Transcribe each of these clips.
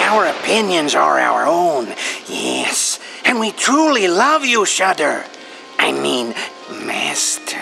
Our opinions are our own, yes. And we truly love you, Shudder. I mean, Master.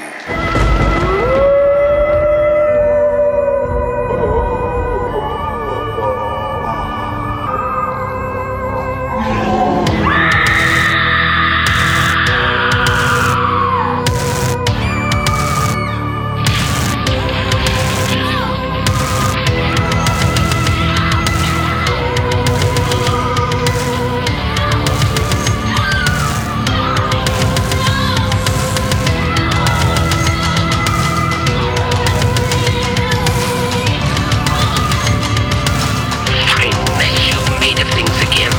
Frank Mayhew made of things again.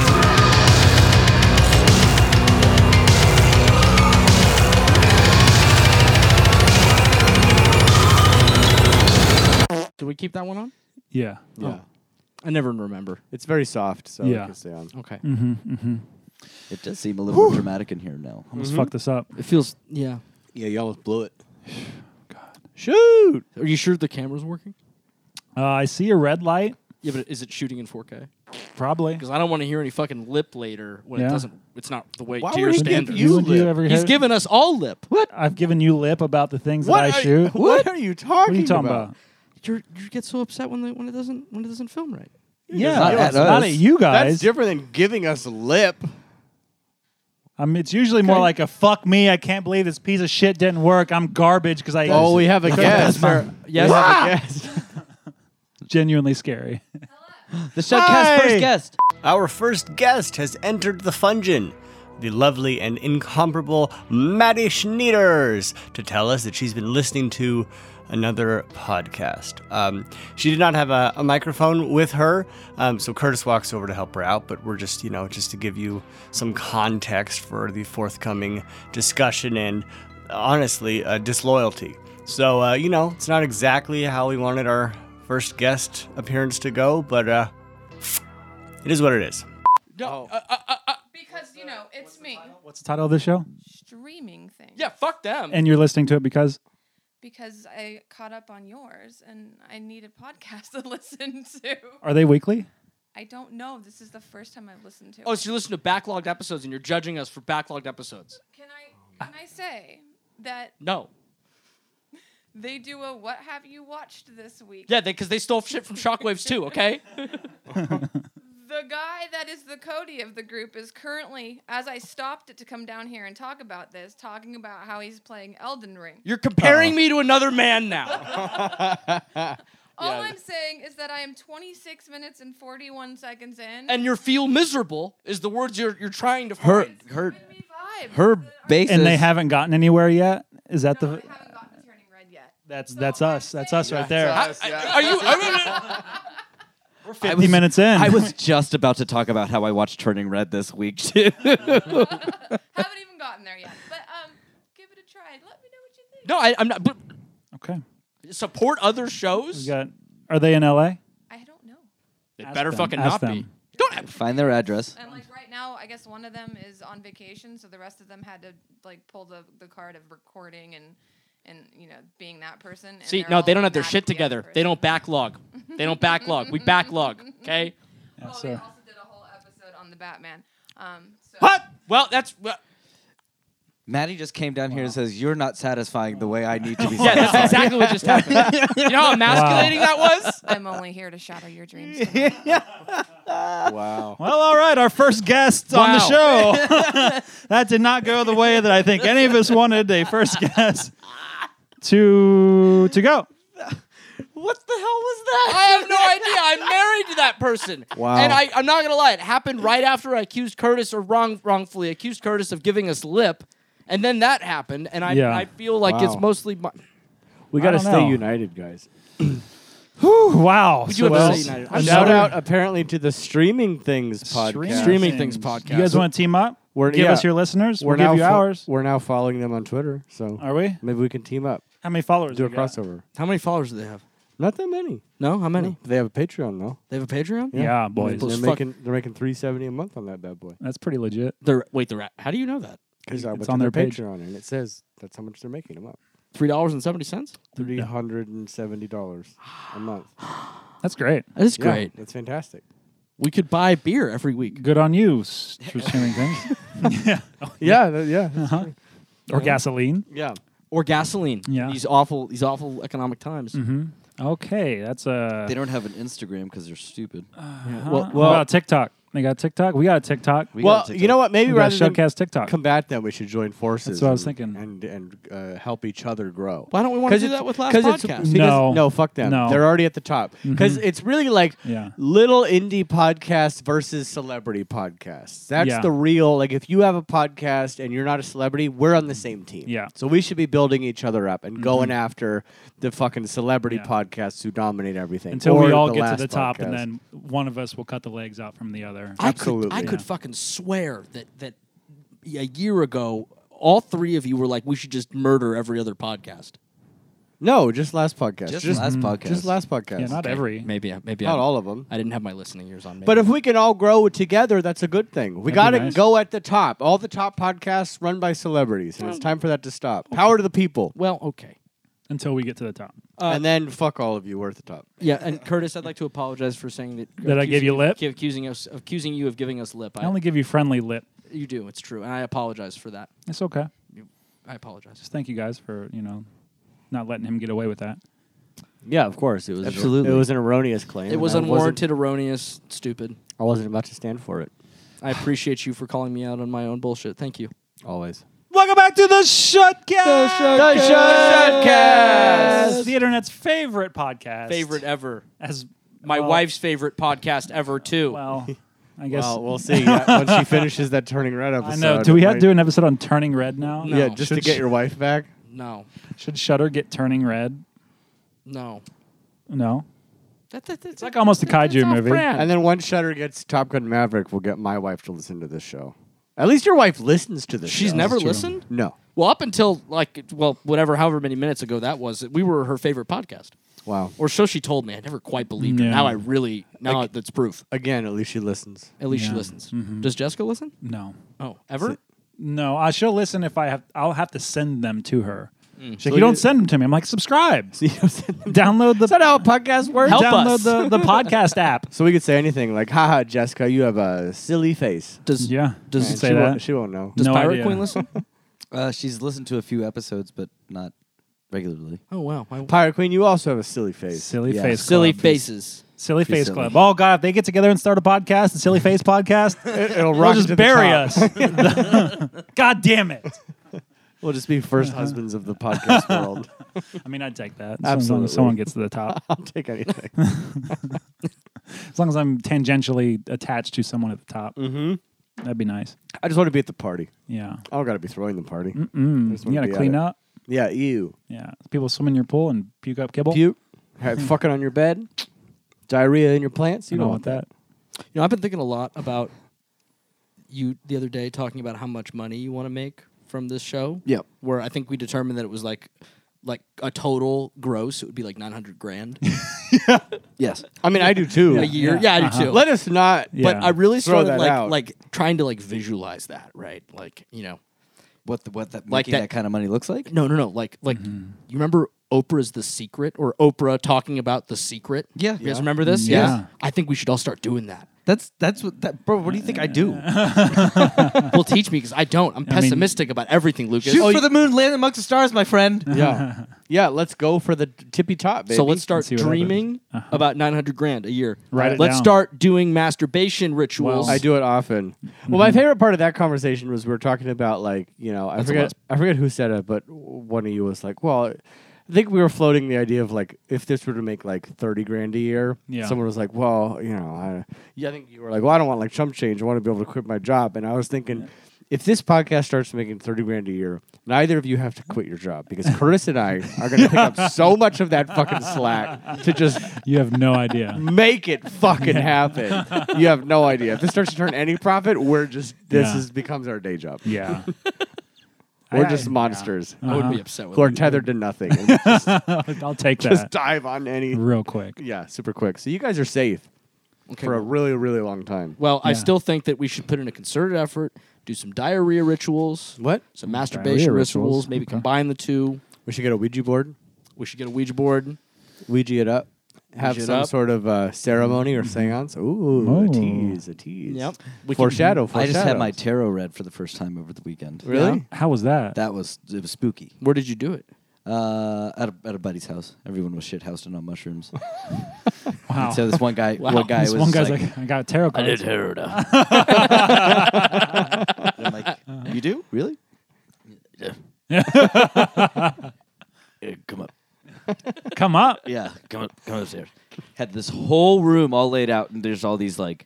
Do we keep that one on? Yeah. Yeah. I never remember. It's very soft, so Yeah. it can stay on. Okay. It does seem a little more dramatic in here now. Let's fuck this up. It feels yeah. Yeah, you almost blew it. Shoot. Are you sure the camera's working? Uh, I see a red light. Yeah, but is it shooting in 4K? Probably. Because I don't want to hear any fucking lip later when Yeah. it doesn't. It's not the way Why to would your he give standards. you Haven't lip. ever He's had- given us all lip. What? I've given you lip about the things that I are- shoot. What What are you talking, are you talking about? You're, you get so upset when the, when it doesn't when it doesn't film right. Yeah, Not it's at not us. at you That's guys. different than giving us lip. I mean, it's usually more like a fuck me. I can't believe this piece of shit didn't work. I'm garbage because I Oh, we have a guest. Yes. Ah! genuinely scary. The Shudcast Hi! first guest. Our first guest has entered the Fungeon, the lovely and incomparable Maddie Schneiders, to tell us that she's been listening to another podcast. Um, she did not have a, a microphone with her, um, so Curtis walks over to help her out, but we're just, you know, just to give you some context for the forthcoming discussion and honestly, uh, disloyalty. So, uh, you know, it's not exactly how we wanted our first guest appearance to go, but uh, it is what it is. Oh. uh, Because you know it's me What's the title of this show? streaming thing. Yeah. Fuck them. And you're listening to it because Because I caught up on yours and I need a podcast to listen to. are they weekly? I don't know. This is the first time I've listened to. oh, it. so you listen to backlogged episodes and you're judging us for backlogged episodes? Can I can I say that No. they do a what have you watched this week? Yeah, because they, stole shit from Shockwaves too. Okay. The guy that is the Cody of the group is currently, as I stopped it to come down here and talk about this, talking about how he's playing Elden Ring. You're comparing me to another man now. All I'm saying is that I am 26 minutes and 41 seconds in. and you feel miserable is the words you're you're trying to Her find. her Give me vibes. her That basis. And they haven't gotten anywhere yet. Is that I the? haven't gotten Turning Red yet. That's that's us. That's us right there. I- I- are you? I We're Fifty minutes in. I was just about to talk about how I watched Turning Red this week too. haven't even gotten there yet. But um, give it a try. Let me know what you think. no, I, I'm not. But okay. support other We shows. got. Are they in L.A.? I don't know. They Ask better them. fucking Ask not be. them. Don't have, Find their address. And like right now, I guess one of them is on vacation, so the rest of them had to like pull the, the card of recording and and you know being that person. and see. they're No, they all don't have their not shit the together. other They person. don't backlog. They don't backlog. We backlog. Okay. Yeah, Well, they so also did a whole episode on the Batman. Um, so What? Well, that's. Well, Maddie just came down here and says, You're not satisfying the way I need to be yeah, that's satisfied. exactly what just happened. You know how emasculating that was. I'm only here to shadow your dreams. wow. Well, all right. Our first guest on the show. that did not go the way that I think any of us wanted a first guest to to go. What the hell was that? I have no idea. I'm married to that person. Wow. And I, I'm not gonna lie, it happened right after I accused Curtis or wrong wrongfully accused Curtis of giving us lip. And then that happened, and I, Yeah. I feel like it's Wow. mostly my, We got to don't stay know. united, guys. Whew, do wow. have to well, say United. I'm another- Shout out apparently to the Streaming Things podcast. Streaming Streaming Things podcast. You guys want to team up? We're- give yeah. us your listeners. We're we'll now give you fo- ours. We're now following them on Twitter, so Are we? maybe we can team up, How many followers? do a we got? crossover. How many followers do they have? Not that many. No, how many? They have a Patreon though. They have a Patreon. Yeah, boys. Those They're fuck- making they're making three seventy a month on that bad boy. That's pretty legit. They're wait, they're at, how do you know that? Because It's I went on to their page. Patreon and it says that's how much they're making a month. Three dollars and seventy cents. Three hundred and seventy dollars a month. That's great. That is Yeah, That's fantastic. We could buy beer every week. Good on you, s- Truth Streaming Things. Yeah, that, yeah, that's true. Or gasoline. yeah. Or gasoline. Yeah. These awful these awful economic times. Okay, that's a. They don't have an Instagram because they're stupid. well, well TikTok. They got TikTok. We got a TikTok. We, We Well, got a you know what? Maybe got rather than Showcast Uh, TikTok. combat that, we should join forces. That's what I was and- thinking. And and uh, help each other grow. Why don't we want to 'Cause do it's- that with last 'cause it's- podcast? because- No. no, fuck them. No. Mm-hmm. They're already at the top. Because it's really like Yeah. little indie podcasts versus celebrity podcasts. That's Yeah. the real. Like, if you have a podcast and you're not a celebrity, we're on the same team. Yeah. Mm-hmm. So we should be building each other up and going after the fucking celebrity Yeah. podcasts who dominate everything. Until or we all the get last to the top, and podcast. then one of us will cut the legs out from the other. I Absolutely. Could, I could Yeah. fucking swear that that a year ago, all three of you were like, we should just murder every other podcast. No, just last podcast. Just last podcast. Just last podcast. yeah, not Okay, every. Maybe. I- Maybe. Not I, all of them. I didn't have my listening ears on. Maybe. But if we can all grow together, that's a good thing. We got That'd to be nice. go at the top. All the top podcasts run by celebrities, and it's Oh. time for that to stop. Power to the people. well, okay. until we get to the top. Uh, and then fuck all of you. We're at the top. Yeah, and Curtis, I'd like to apologize for saying that. That I gave you lip? Give, accusing us, accusing you of giving us lip. I I, only give you friendly lip. you do. It's true, and I apologize for that. It's okay. I apologize. Just thank you guys for you know not letting him get away with that. Yeah, of course. It was Absolutely. It was an erroneous claim. It was and I unwarranted, erroneous, stupid. Wasn't, I wasn't about to stand for it. I appreciate you for calling me out on my own bullshit. Thank you. Always. Welcome back to the Shutcast. The Shotcast. the internet's favorite podcast. Favorite ever. as My well, wife's favorite podcast ever too. Well, I guess. Well, we'll see yeah, when she finishes that turning red episode. I know. Do we have to right? do an episode on turning red now? No. Yeah, just to Should get sh- your wife back. no, Should Shutter get turning red? no. No. That, that, that's It's like almost a kaiju movie. And then once Shutter gets Top Gun Maverick, we'll get my wife to listen to this show. At least your wife listens to this. She's show. never listened. No. Well, up until like well, whatever, however many minutes ago that was, we were her favorite podcast, Wow. or so she told me. I never quite believed her. Yeah. Now I really now that's proof. Again, at least she listens. At least she Yeah. Mm-hmm. listens. Does Jessica listen? No. Oh, ever? No, I she'll listen if I have. I'll have to send them to her. She's like, you don't send them to me. I'm like, subscribe, download the how a podcast works? Help download us. the the podcast app. So we could say anything like, haha, Jessica, you have a silly face. Does Yeah, Does- And say she, that. Won't, she won't know. does no Pirate idea. Queen listen? Uh, she's listened to a few episodes, but not regularly. oh wow, I- Pirate Queen, you also have a silly face. Silly Yeah. face, silly club. faces. silly face silly. club. Oh god, if they get together and start a podcast, the silly face podcast, It, will they'll just bury us. god damn it! We'll just be first Uh-huh. husbands of the podcast world. I mean, I'd take that. As long Absolutely. as someone gets to the top, I'll take anything. as long as I'm tangentially attached to someone at the top, mm-hmm. that'd be nice. I just want to be at the party. Yeah, I don't got to be throwing the party. I just you wanna gotta be at clean it. up. Yeah, ew. Yeah, people swim in your pool and puke up kibble. Puke. Have fucking on your bed. Diarrhea in your plants. You You don't want that. You know, I've been thinking a lot about you the other day talking about how much money you want to make from this show. Yep. Where I think we determined that it was like like a total gross, it would be like nine hundred grand Yes. I mean, I do too. a year. Yeah, I do too. Uh-huh. Let us not. Yeah. But I really Throw started that like out. like trying to like visualize that, right? Like, you know. What the, what that Like making that- that, kind of money looks like? No, no, no. Like like you remember Oprah's The Secret or Oprah talking about The Secret? Yeah. You guys remember this? Yeah. I think we should all start doing that. That's that's what that bro. What do you think I do? well, teach me because I don't. I'm mean- pessimistic about everything, Lucas. Shoot Oh, for the moon, land amongst the stars, my friend. Yeah. Yeah, let's go for the tippy top, baby. So let's start see what happens. dreaming Uh-huh. about 900 grand a year. Write it Let's down. start doing masturbation rituals. Wow. I do it often. Well, my favorite part of that conversation was we were talking about like you know Mm-hmm. I That's a forget lot. I forget who said it, but one of you was like, well, I think we were floating the idea of like if this were to make like thirty grand a year, Yeah. someone was like, well, you know, I, yeah, I think you were like, well, I don't want like chump change. I want to be able to quit my job, and I was thinking. If this podcast starts making thirty grand a year, neither of you have to quit your job because Curtis and I are going to pick up so much of that fucking slack to just You have no idea. make it fucking happen. you have no idea. If this starts to turn any profit, we're just this Yeah. is becomes our day job. Yeah. We're I- just monsters I would be upset with who are you. tethered to nothing. And we just, I'll take that just dive on any. real quick. Yeah, super quick. So you guys are safe Okay, for a well- really, really long time. Well, I Yeah. still think that we should put in a concerted effort, do some diarrhea rituals, What? some masturbation Diarrhea rituals, rituals, maybe okay. combine the two. We should get a Ouija board, We should get a Ouija board. Ouija it up, have it some up. sort of uh, ceremony or seance. Ooh, a Oh. tease, a tease. Yep. We foreshadow, I just had my foreshadows. tarot read for the first time over the weekend. Really? How was that? That was it was spooky. Where did you do it? Uh, at a, at a buddy's house, everyone was shit housed and on mushrooms. wow. So this one guy, Wow. one guy This was one guy's like, like, I got tarot cards. I'm like, you do really? come up. Come up. Yeah. Come up. Come upstairs. Had this whole room all laid out, and there's all these like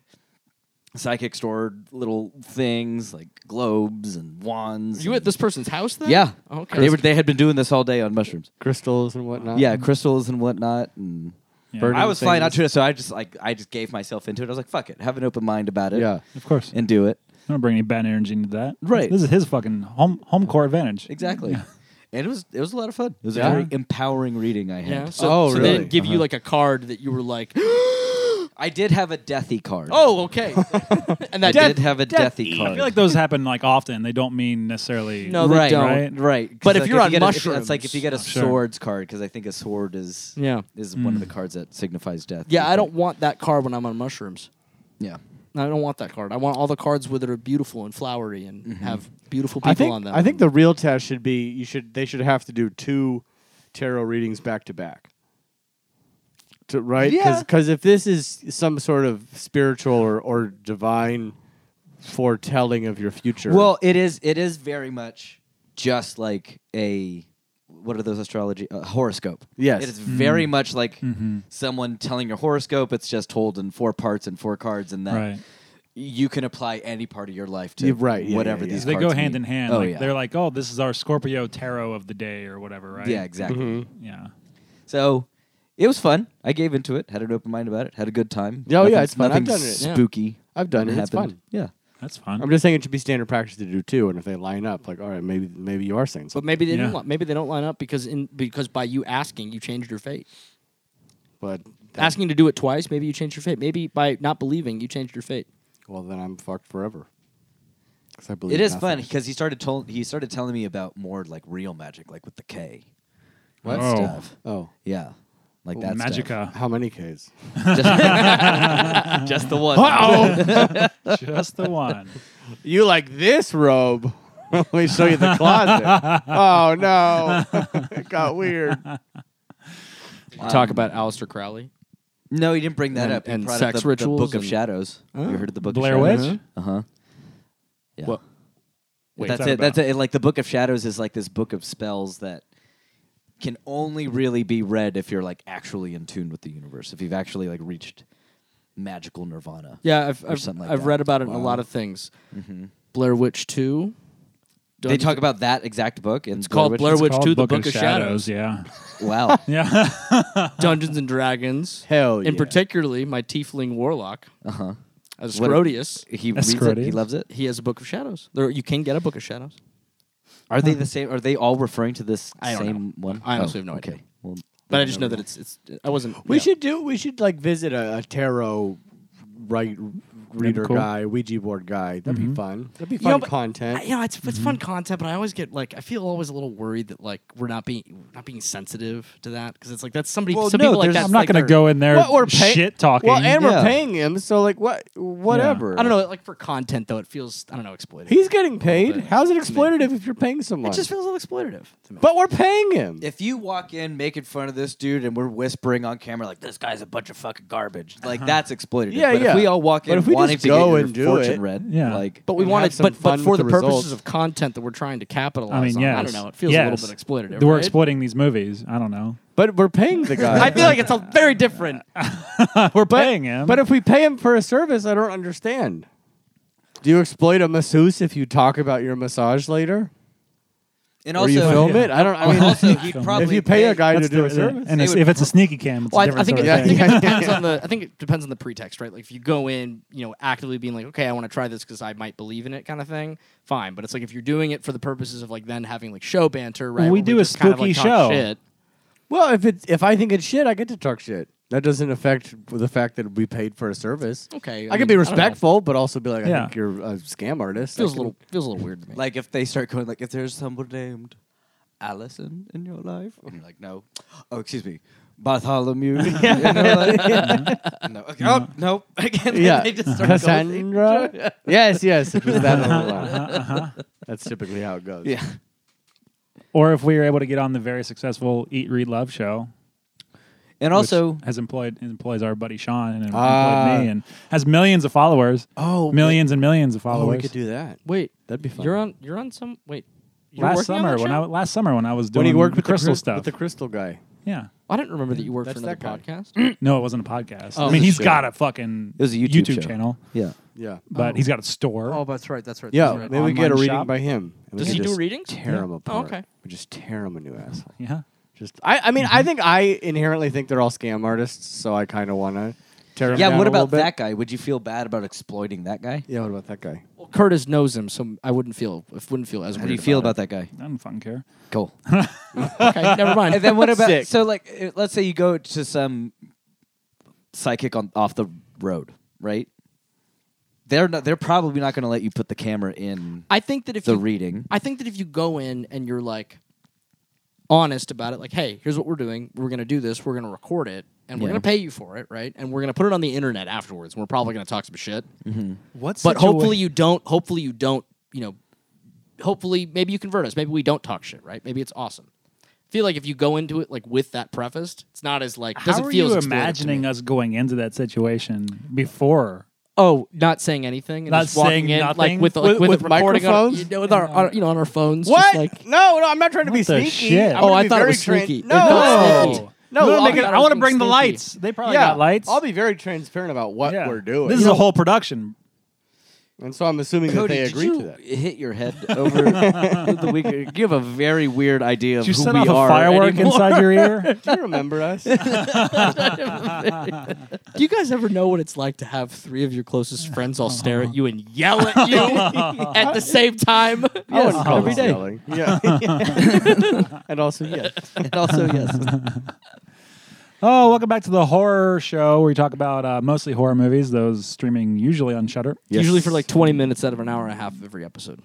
psychic stored little things, like globes and wands. You and- at this person's house then? Yeah. Okay. They were they had been doing this all day on mushrooms. crystals and whatnot. Yeah, crystals and whatnot. And Yeah. Burning I was flying out things. to it, so I just like I just gave myself into it. I was like, fuck it, have an open mind about it. Yeah. Of course. I And do it. don't bring any bad energy into that. Right. This is his fucking home home court advantage. Exactly. And it was it was a lot of fun. It was Yeah. a very empowering reading I had. Yeah. So, Oh, so they really? didn't give you like a card that you were like, I did have a deathy card. oh, okay. and I that did have a deathy card. I feel like those happen like often. They don't mean necessarily. No, they right, don't. right, right. 'Cause, But if like, you're on you get a- if- it's mushrooms- like if you get a Sure. swords card because I think a sword is Yeah. is one of the cards that signifies death. Mm. Yeah, I don't want that card when I'm on mushrooms. Yeah, I don't want that card. I want all the cards where that are beautiful and flowery and have beautiful Mm-hmm. people I think on them. I think the real test should be you should they should have to do two tarot readings back to back. To right? Yeah. Because if this is some sort of spiritual or, or divine foretelling of your future, Well, it is. It is very much just like a what are those astrology uh, horoscope. Yes. Mm. Mm-hmm. it is very much like someone telling your horoscope. It's just told in four parts and four cards, and that Right. you can apply any part of your life to Yeah, right, yeah, whatever yeah, yeah. these. They go cards hand mean. in hand. Oh like, yeah, They're like, oh, this is our Scorpio tarot of the day or whatever, right? yeah, exactly. Yeah. So it was fun. I gave into it. Had an open mind about it. Had a good time. Yeah, oh, yeah, Nothing- it's fun. I've nothing done it, yeah. Spooky. I've done it. It's happened. fun. Yeah. That's fun. I'm just saying it should be standard practice to do two, and if they line up, like all right, maybe maybe you are saying but something. maybe they Yeah. don't. li- Maybe they don't line up because in because by you asking, you changed your fate. But that- Asking to do it twice, maybe you changed your fate. Maybe by not believing, you changed your fate. well, then I'm fucked forever. 'Cause I believe It is nothing. fun because he started told he started telling me about more like real magic, like with the K. What Oh. stuff? Oh, Yeah. Like that stuff. Magica. how many Ks? Just, just the one. just the one. You like this robe? Let me show you the closet. oh no, it got weird. Talk about Aleister Crowley. No, he didn't bring that And- up. He and brought sex up the, rituals the Book of and- Shadows. You heard of the Book Blair of Witch? Shadows? Uh huh. Yeah. What- wait, that's what's that it. That's about? it. Like the Book of Shadows is like this book of spells that can only really be read if you're like actually in tune with the universe. If you've actually like reached magical nirvana. Yeah, I've Or I've, something like I've that. read about it in a lot of things. Blair Witch Two. They talk about that exact book. And it's called Blair Witch Called Two: The Book of Shadows. Yeah. Wow. Yeah. Dungeons and Dragons. Hell yeah. In particularly, my tiefling warlock, uh-huh. as What- Scrotius, He That's reads it. He Scrotius. loves it. he has a book of shadows. There, you can get a book of shadows. Are they the same? Are they all referring to this I don't same one? Oh, I honestly have no idea. Okay. Well, But I just know that it's it's. I wasn't. We yeah. should do. We should like visit a, a tarot right reader cool. guy, Ouija board guy. That'd be fun. That'd be You know, fun but- content. I- you know, it's it's fun content, but I always get like I feel always a little worried that like we're not being we're not being sensitive to that because it's like that's somebody Well, some no, people like there's- that. I'm not like going to their- go in there Well, we're pay- shit talking. Well, and we're Yeah. paying him, so like what? Whatever. I don't know, like for content though, it feels I don't know exploitative. He's getting paid. How's it exploitative if you're paying someone? it just feels a little exploitative. To me. but we're paying him. if you walk in making fun of this dude and we're whispering on camera like this guy's a bunch of fucking garbage, like that's exploitative. Uh-huh. Yeah, but yeah. If we all walk But in if we wanting just to go get your and do fortune it- read, Yeah. like But we And want have to, some but, fun but for with the, the purposes results. of content that we're trying to capitalize I mean, on, yes. I don't know. It feels a yes. little bit exploitative. We're right? exploiting these movies. I don't know. But we're paying the guy. I feel like it's a very different. we're paying him. But if we pay him for a service, I don't understand. Do you exploit a masseuse if you talk about your massage later, and or you also, film it? I don't. I mean, also he'd probably if you pay a guy to That's do a different. service, And They it's, would if it's a sneaky cam, it's Well, a I, I different think, it, sort I of think thing. it depends on the. I think it depends on the pretext, right? Like if you go in, you know, actively being like, okay, I want to try this because I might believe in it, kind of thing. Fine, but it's like if you're doing it for the purposes of like then having like show banter, right? Well, we where do a just kind of, like, spooky talk show. Shit. well, if it's if I think it's shit, I get to talk shit. That doesn't affect the fact that we paid for a service. Okay, I, mean, can be don't know. respectful, but also be like, I Yeah. think you're a scam artist. Feels I a can- little feels a little weird to me. like if they start going like if there's someone named Allison in your life, and you're like no, oh excuse me, Bartholomew. No. Okay. Oh, Mm-hmm. nope. Again, Yeah. they just start going. Cassandra? yes, yes. It was that whole line. That's typically how it goes. yeah. Or if we were able to get on the very successful Eat, Read, Love show. And which also, has employed employs our buddy Sean and employed Ah. me and has millions of followers. Oh, wait. millions and millions of Oh, followers. we could do that. Wait, That'd be fun. you're on. You're on some. Wait, you're last working on summer that when I show? last summer when I was doing when he worked the with crystal the, cry- stuff. With the crystal guy. yeah. I didn't remember that you worked for That's another that guy. podcast. No, it wasn't a podcast. Oh, I mean, it was he's a show. got a fucking It was a YouTube show. channel, Oh. yeah. Yeah. but he's got a store. Oh, Oh. that's right. That's right. Yeah. Maybe we get a online reading shop. by him. and we Does could he do just readings? Oh, Tear him apart. okay. We just tear him a new asshole. Yeah. Just I, I mean, I Mm-hmm. think I inherently think they're all scam artists, so I kind of want to tear him Yeah, down what a little about bit. that guy? Would you feel bad about exploiting that guy? Yeah, what about that guy? Well, Curtis knows him, so I wouldn't feel. I wouldn't feel as. How weird do you feel about about that guy? I don't fucking care. Cool. that? okay, never mind. and then what about Sick. so like uh, let's say you go to some psychic on off the road, right? They're not, they're probably not going to let you put the camera in I think that if the you, reading. I think that if you go in and you're like honest about it, like, hey, here's what we're doing. We're gonna do this. We're gonna record it, and we're Yeah. gonna pay you for it, right? And we're gonna put it on the internet afterwards. And we're probably gonna talk some shit. Mm-hmm. What's But hopefully you don't. Hopefully you don't. You know. Hopefully, maybe you convert us. Maybe we don't talk shit, right? Maybe it's awesome. I feel like if you go into it like with that prefaced, it's not as like how doesn't are feel you as exploitative to imagining me. us going into that situation before? Oh, not saying anything, and Not just walking saying in nothing? like with like, With- with with, a recording on, microphones? you know, with our, our- you know on our phones. What? Just like, no, no, I'm not trying to be What the sneaky. shit? I'm Oh, gonna I be thought it very was sneaky. tran- It felt No, no, sneaky. We wanna I'll make be- it- thought I it want to was bring the being lights. They probably yeah, got lights. I'll be very transparent about what Yeah. we're doing. This is a whole production. and so I'm assuming Cody, that they did agree you to that. hit your head over the week? You have a very weird idea of Did you who set we off a are. firework anymore. inside your ear? Do you remember us? Do you guys ever know what it's like to have three of your closest friends all stare at you and yell at you at the same time? I wouldn't call every this day. yelling. Yeah. and also, yes. and also yes, Oh, welcome back to the horror show where we talk about uh, mostly horror movies, those streaming usually on Shudder. Usually for like 20 minutes out of an hour and a half of every episode.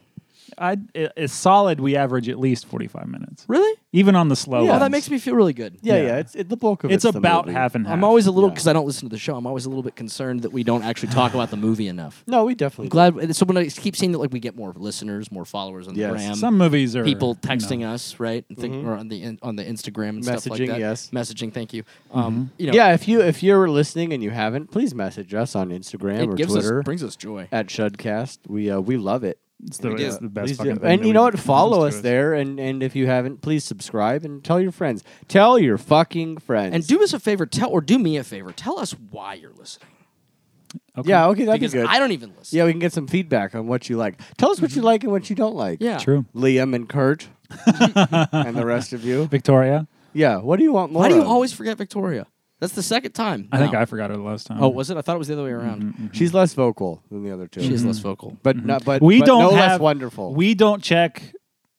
I, it, it's solid. We average at least 45 minutes, Really? even on the slow Oh, ones. that makes me feel really good. Yeah, Yeah. yeah. It's it, the bulk of It's, the about movie. half and half. I'm always a little because I don't listen to the show. I'm always a little bit concerned that we don't actually talk about the movie enough. No, we definitely. Glad. So when I keep seeing that, like we get more listeners, more followers on the Yes. gram. Some movies are people you know, texting us, right? And think, Or on the in, on the Instagram and stuff like Messaging, that. yes. Messaging, thank you. Um, you know, Yeah, if you if you're listening and you haven't, please message us on Instagram it or gives Twitter us brings us joy. at Shudcast. We uh, we love it. It's the, We do. it's the best Please fucking do. thing And that you we- know what? Follow listens us to there, and and if you haven't, please subscribe and tell your friends. Tell your fucking friends. And do us a favor, tell or do me a favor, tell us why you're listening Okay. yeah, okay, that'd because be good. I don't even listen. yeah, we can get some feedback on what you like. Tell us what you like and what you don't like. Yeah, True. Liam and Kurt and the rest of you. Victoria. Yeah, what do you want more? Why do you of? always forget Victoria? That's the second time. I think now. I forgot her the last time. Oh, was it? I thought it was the other way around. She's less vocal than the other two. She is less vocal. but not. But we but don't no have less wonderful. We don't check.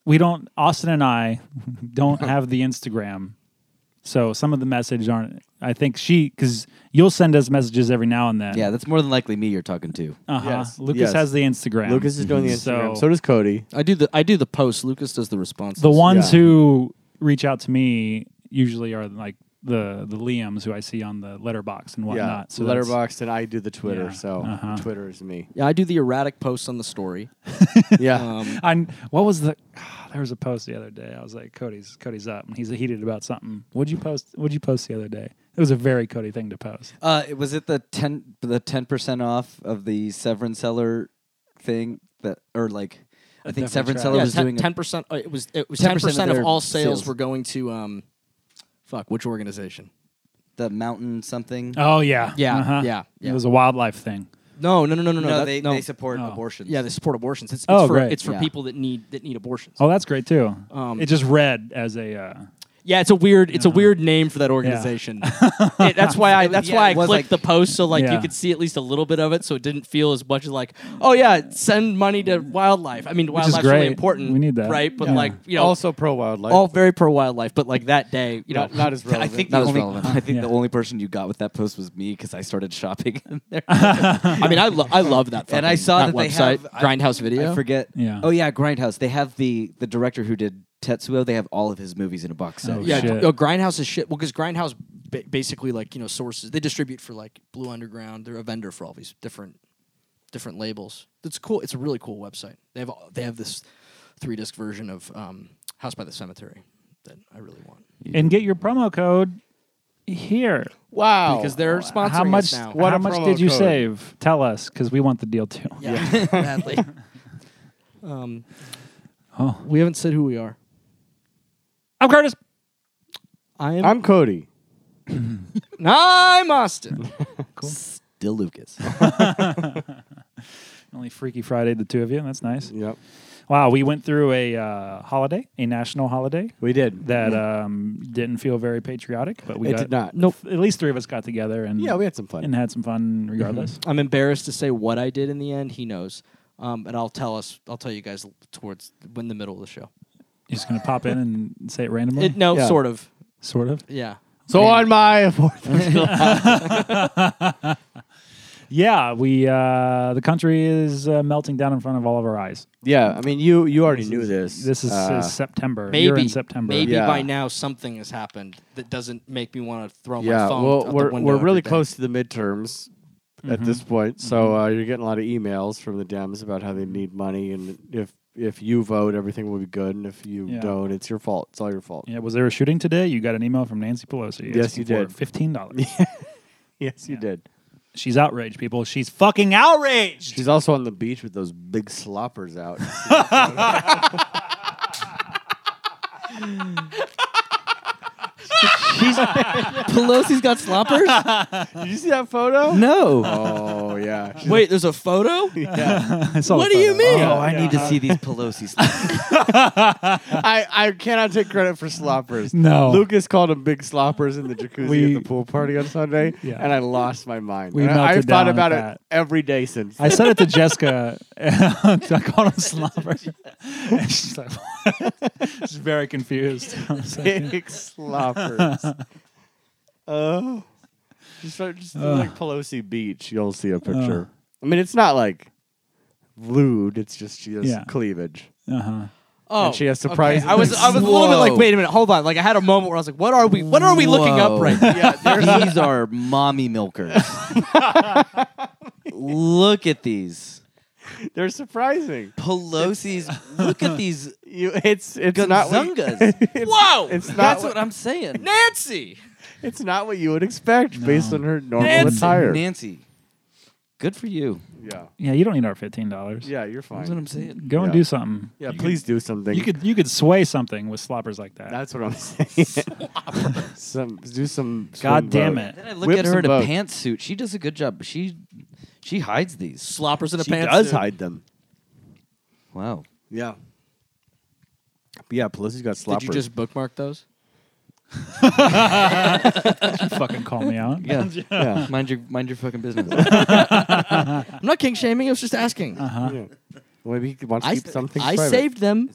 We don't. Austin and I don't have the Instagram, so some of the messages aren't. I think she because you'll send us messages every now and then. yeah, that's more than likely me you're talking to. Uh-huh. Yes, Lucas yes. has the Instagram. Lucas is doing the Instagram. So- So, does Cody. I do the I do the post. Lucas does the response. the ones Yeah. who reach out to me usually are like the the Liams who I see on the letterbox and whatnot. Yeah, So that's- Letterboxd and I do the Twitter. Yeah, So uh-huh. Twitter is me. Yeah, I do the erratic posts on the story. Yeah. I'm, what was the? ah, there was a post the other day. I was like, Cody's Cody's up, and he's heated about something. What'd you post? What'd you post the other day? It was a very Cody thing to post. Uh, was it the ten the ten percent off of the Severin Seller thing that or like I definitely think Severin tried. Seller Yeah, was doing a- ten percent. oh, It was it was ten 10% of percent of their all sales, sales. were going to um, fuck which organization? the mountain something. Oh yeah, Yeah, yeah, yeah. It was a wildlife thing. No, no, no, no, no. no, that- they, no. they support Oh. abortions. Yeah, they support abortions. It's, it's Oh, for great. it's for Yeah. people that need that need abortions. Oh, that's great too. Um, it just read as a. Uh, Yeah, it's a weird it's a weird name for that organization. It- that's why I that's Yeah, why it I was clicked the like- post so like you Yeah. could see at least a little bit of it, so it didn't feel as much as like oh yeah, send money to wildlife. I mean, is wildlife's really great. important. We need that. right? But Yeah. like you know, also pro wildlife. all very pro wildlife. But like that day, you know, not, not as I relevant. think That the was only relevant. I think Yeah. the only person you got with that post was me because I started shopping in there. I mean, I lo- I love that. Fucking, And I saw that they website, have- I- Grindhouse Video. I forget. Yeah. Oh yeah, Grindhouse. They have the the director who did Tetsuo, they have all of his movies in a box set. Oh, yeah, shit. oh, Grindhouse is shit. Well, because Grindhouse ba- basically like you know sources they distribute for like Blue Underground. They're a vendor for all these different different labels. It's cool. It's a really cool website. They have all- they have this three disc version of um, House by the Cemetery that I really want and get your promo code here. Wow. because they're sponsoring How much? us now. What What how a much promo did you code. save? Tell us, because we want the deal too. Yeah, badly. um, Oh. we haven't said who we are. I'm Curtis. I am. I'm Cody. I'm Austin. Still Lucas. Only Freaky Friday, the two of you. That's nice. Yep. Wow, we went through a uh, holiday, a national holiday We did. that um, didn't feel very patriotic, but we It got, did not. Nope. At least three of us got together and Yeah, we had some fun. Mm-hmm. and had some fun regardless. I'm embarrassed to say what I did in the end. He knows, um, and I'll tell us. I'll tell you guys towards when the middle of the show. You're just gonna pop in and say it randomly, It, no, Yeah. sort of. sort of. Yeah. So on my fourth. Yeah, we uh, the country is uh, melting down in front of all of our eyes. yeah, I mean, you you already knew this. This is Uh, uh, September. Maybe You're in September. Maybe Yeah. by now something has happened that doesn't make me want to throw yeah. my phone. out Well, the we're window we're every really day. close to the midterms at this point, so uh, you're getting a lot of emails from the Dems about how they need money, and if if you vote, everything will be good, and if you Yeah. don't, it's your fault. It's all your fault. Yeah, was there a shooting today? You got an email from Nancy Pelosi. Yes, asking you did. for Fifteen dollars. Yes, you did. She's outraged, people. She's fucking outraged. She's also on the beach with those big sloppers out. Pelosi's got sloppers. did you see that photo? no. Oh yeah. She's Wait, there's a photo. I saw the What do you photo. mean? Oh, I need to see these Pelosi's. I, I cannot take credit for sloppers. No. Lucas called them big sloppers in the jacuzzi We- at the pool party on Sunday, Yeah. and I lost my mind. We And I, melted I've thought down about at it every day since. I said it to Jessica. I called him slobber. and she's like, she's very confused. I was like, big sloppers. Oh. Just, start, just do, like Pelosi Beach, you'll see a picture. I mean, it's not like lewd. It's just she has Yeah. cleavage. uh-huh. Oh, she has surprises. I was uh, I was a little bit like, Whoa. wait a minute, hold on. Like I had a moment where I was like, what are we? What are we looking up Whoa. right now? these are mommy milkers. look at these. They're surprising. Pelosi's. Look at these You, it's it's not what, Gunzungas. Whoa, it's not That's what, what I'm saying. Nancy. it's not what you would expect based on her normal Nancy. attire. Nancy, good for you. Yeah. Yeah, you don't need our fifteen dollars. Yeah, you're That's what fine. I'm saying. Go and Yeah. do something. Yeah, please do something. You could you could sway something with sloppers like that. That's what I'm saying. some do some. God swim damn vote. it. Then I look Whip at her in a some votes. pantsuit. She does a good job. but She she hides these. Sloppers in a She pants. does hide them. Wow. Yeah. But yeah, Pelosi's got Did sloppers. you just bookmark those? You fucking call me out. Yeah. Yeah. Mind your mind your fucking business. I'm not king shaming. I was just asking. Uh-huh. yeah. Well, maybe he wants to I keep something. I private. saved them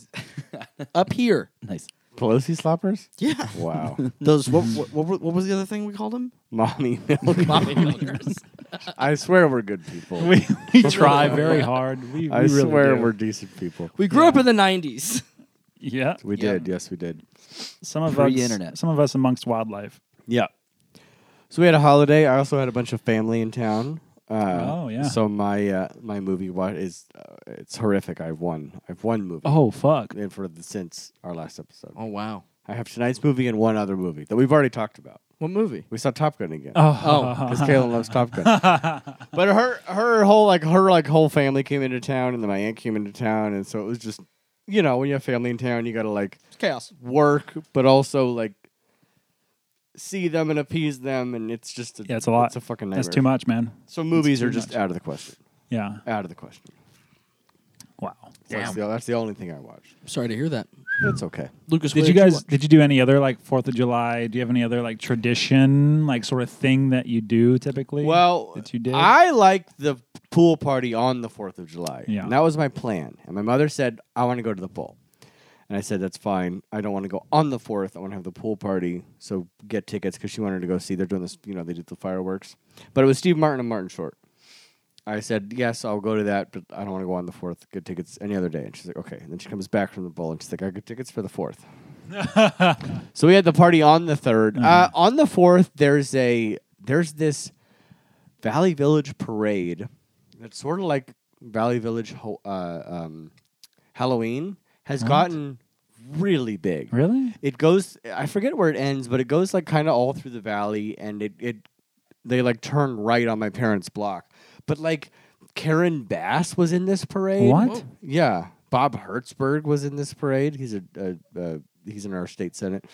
up here. nice. Pelosi sloppers. Yeah. Wow, Those what what, what, were- what was the other thing we called them? mommy. milk. Mommy milkers. I swear we're good people. We, we try very hard. We, I we really swear do. we're decent people. We grew up in the '90s. yeah. We Yeah. did. Yes, we did. Some of us Pre-internet. Some of us amongst wildlife. Yeah. So we had a holiday. I also had a bunch of family in town. Uh, Oh, yeah. So my uh, my movie wa- is uh, it's horrific. I've won. I've won movie. Oh fuck. And for the since our last episode, Oh wow. I have tonight's movie and one other movie that we've already talked about. What movie? We saw Top Gun again. Oh. Because Kaylin loves Top Gun. but her her whole like her like whole family came into town and then my aunt came into town and so it was just you know, when you have family in town you gotta like It's chaos. work but also like see them and appease them and it's just a, Yeah, it's a lot. It's a fucking nightmare. That's too much, man. So movies too are just much. out of the question. Yeah. Out of the question. Wow. That's the, that's the only thing I watched. Sorry to hear that, That's okay. Lucas. Did what you guys? watch? Did you do any other like Fourth of July? Do you have any other like tradition, like sort of thing that you do typically? Well, that you did. I liked the pool party on the 4th of July. Yeah. And that was my plan. And my mother said, I want to go to the pool. And I said, that's fine. I don't want to go on the 4th. I want to have the pool party. So get tickets because she wanted to go see. They're doing this, you know, they did the fireworks. But it was Steve Martin and Martin Short. I said, yes, I'll go to that, but I don't want to go on the fourth. Get tickets any other day. And she's like, okay. And then she comes back from the bowl and she's like, I got tickets for the fourth. so we had the party on the 3rd Uh, on the fourth, there's a there's this Valley Village parade. That's sort of like Valley Village ho- uh, um, Halloween has gotten really big. Really? It goes. I forget where it ends, but it goes like kind of all through the valley, and it it they like turn right on my parents' block. But like Karen Bass was in this parade. What? Whoa. Yeah, Bob Hertzberg was in this parade. He's a, a, a he's in our state senate.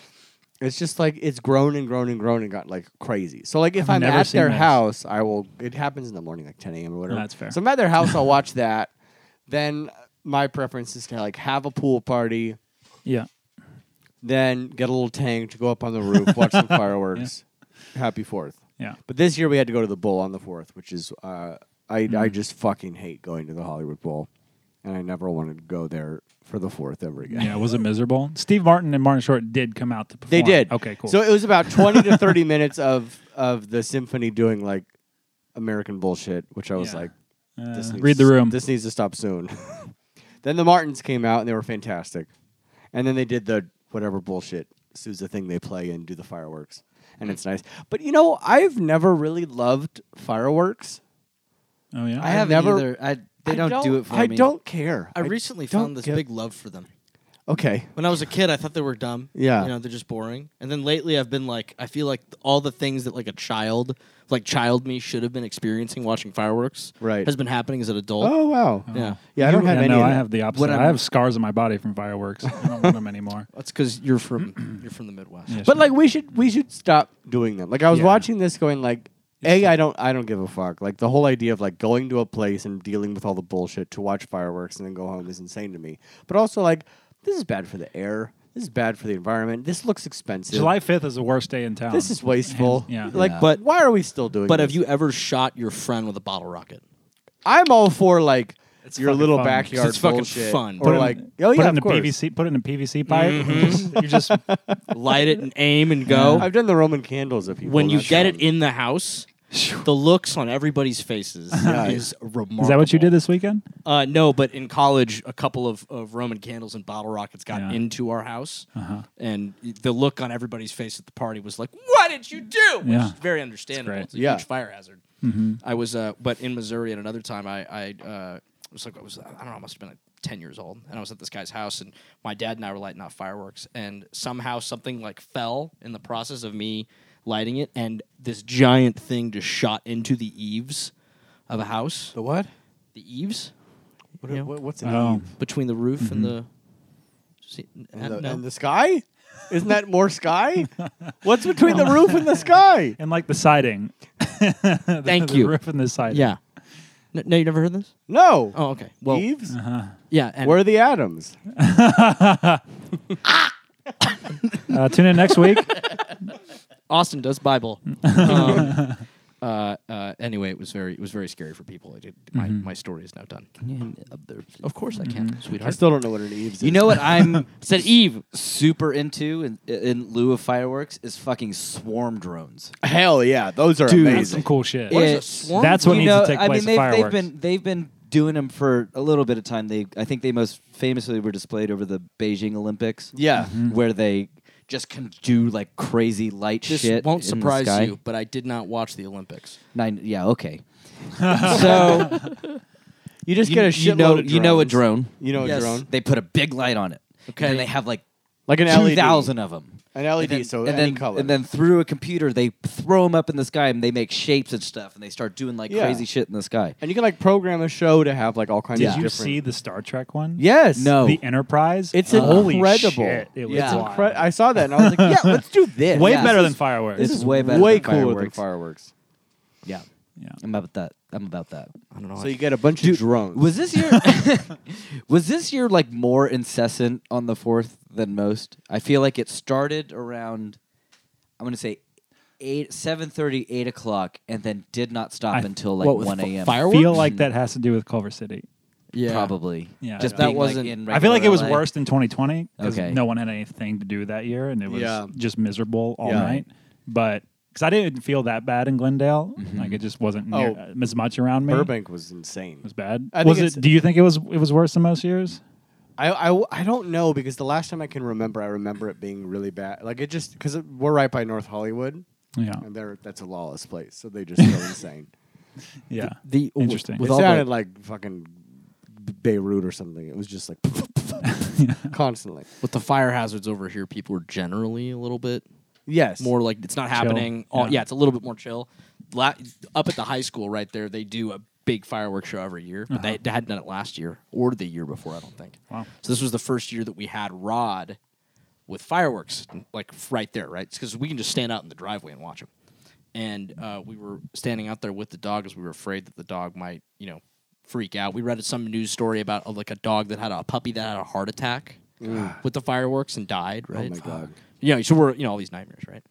It's just like it's grown and grown and grown and got like crazy. So like if I've I'm never at seen their this. house, I will. It happens in the morning, like 10 a.m. or whatever. That's fair. So I'm at their house. I'll watch that. Then my preference is to like have a pool party, Yeah. then get a little tank to go up on the roof, watch some fireworks. Happy Fourth. Yeah. But this year we had to go to the Bowl on the fourth, which is uh, I Hmm. I just fucking hate going to the Hollywood Bowl, and I never wanted to go there for the fourth ever again. Yeah. Was it miserable? Steve Martin and Martin Short did come out to perform. They did. Okay. Cool. So it was about twenty to thirty minutes of of the symphony doing like American bullshit, which I was Yeah. like, Uh, this needs read the to- room. This needs to stop soon. then the Martins came out and they were fantastic, and then they did the whatever bullshit Sousa thing they play and do the fireworks, and it's nice. But you know, I've never really loved fireworks. oh yeah. I have never. Either. I, they I don't, do it for I me. don't care. I recently don't found this get- big love for them. Okay. When I was a kid, I thought they were dumb. Yeah. You know, they're just boring. And then lately, I've been like, I feel like all the things that like a child, like child me, should have been experiencing watching fireworks, Right. has been happening as an adult. Oh wow. Yeah. Yeah, I don't have yeah, any. No, of I that. have the opposite. I I'm- have scars on my body from fireworks. I don't want them anymore. That's because you're from you're from the Midwest. Yeah, But like we should we should stop doing them. Like I was Yeah. watching this going like a I don't I don't give a fuck. Like the whole idea of like going to a place and dealing with all the bullshit to watch fireworks and then go home is insane to me. But also like this is bad for the air. This is bad for the environment. This looks expensive. July 5th is the worst day in town. This is wasteful. Yeah. Like Yeah. but why are we still doing? But have this? you ever shot your friend with a bottle rocket? I'm all for like It's your fucking little fun. backyard It's fucking bullshit. fun. Or it in- like oh yeah, put it in of a course. Mm-hmm. PVC, put it in a PVC pipe. and just- you just Light it and aim and go. I've done the Roman candles of people. when you that's get fun. it in the house, the looks on everybody's faces is remarkable. Is that what you did this weekend? Uh, no, but in college, a couple of, of Roman candles and bottle rockets got Yeah. Uh-huh. into our house, and the look on everybody's face at the party was like, "What did you do?" Which Yeah. Mm-hmm. is very understandable. great. It's a Yeah. huge fire hazard. I was, uh, but in Missouri at another time, I, I uh, was like, I was, I don't know, I must have been like ten years old, and I was at this guy's house, and my dad and I were lighting off fireworks, and somehow something like fell in the process of me lighting it, and this giant thing just shot into the eaves of a house. the what? The eaves What- Yeah. what- what's an Oh, eve? between the roof and Mm-hmm. the. See, And uh, the, no. and the sky? Isn't that more sky? What's between the roof and the sky? and like the siding. The- Thank the you. Roof and the siding. yeah. No, no, you never heard this? No. Oh, okay. Well, Eves? yeah. And Where are the atoms? Uh, tune in next week. Austin does Bible. Mm-hmm. um, uh, uh, anyway, it was very it was very scary for people. It, it, my, my story is now done. Of course I can, I sweetheart. still don't know what an eaves is. You know what I'm said Eve super into in, in lieu of fireworks is fucking swarm drones. Hell yeah, those are That's some amazing. cool shit. What is a It's- swarm That's what you needs know, to take I place. with mean, they've, they've fireworks. been they've been doing them for a little bit of time. They I think they most famously were displayed over the Beijing Olympics. Yeah. Mm-hmm. where they just can do like crazy light this shit. in won't the surprise sky. you, but I did not watch the Olympics. Nine, yeah, okay. so You just you, get a you shitload know of you know a drones. drone. You know a Yes. drone? They put a big light on it. Okay. and they have like Like an E LED. two thousand of them. An LED, E so and any then, color. And then through a computer, they throw them up in the sky and they make shapes and stuff, and they start doing like Yeah. crazy shit in the sky. and you can like program a show to have like all kinds Did of you different. see the Star Trek one? yes. No. The Enterprise. It's Holy incredible. shit, It was Yeah. It's wild. incre- I saw that and I was like, yeah, let's do this. Way Yeah. better This than is- fireworks. This is way better. Way than cooler fireworks. than fireworks. Yeah, yeah. I'm about that. I'm about that. I don't know. So you get a bunch of drones. Was this year? was this year like more incessant on the fourth than most? I feel like it started around. I'm gonna say. Eight, seven thirty, eight o'clock, and then did not stop I- until like what, with one a.m. fireworks? feel like that has to do with Culver City. yeah. probably. Yeah. just That being, wasn't- Like, in I feel like it was regular LA. worse in 2020 because Okay. no one had anything to do that year, and it was Yeah. just miserable all Yeah. night. But because I didn't feel that bad in Glendale. Mm-hmm. Like it just wasn't near, uh, Oh. as much around me. Burbank was insane. It was bad. I think was it's- it? Do you think it was? It was worse than most years. I, I, I don't know because the last time I can remember, I remember it being really bad. Like it just because we're right by North Hollywood, Yeah, and there that's a lawless place, so they just go insane. yeah. The Interesting. With it all sounded the, like fucking B- Beirut or something. It was just like constantly. With the fire hazards over here, people are generally a little bit Yes, more like it's not happening. All, Yeah. yeah. it's a little bit more chill. La- up at the high school right there, they do a big fireworks show every year, Uh-huh. but they, they hadn't done it last year or the year before, I don't think. Wow. So this was the first year that we had Rod with fireworks, like f- right there, right? Because we can just stand out in the driveway and watch them. And uh, we were standing out there with the dog because we were afraid that the dog might, you know, freak out. We read some news story about uh, like a dog that had a puppy that had a heart attack with the fireworks and died, right? Mm. Oh my God. You know, so we're you know all these nightmares, right?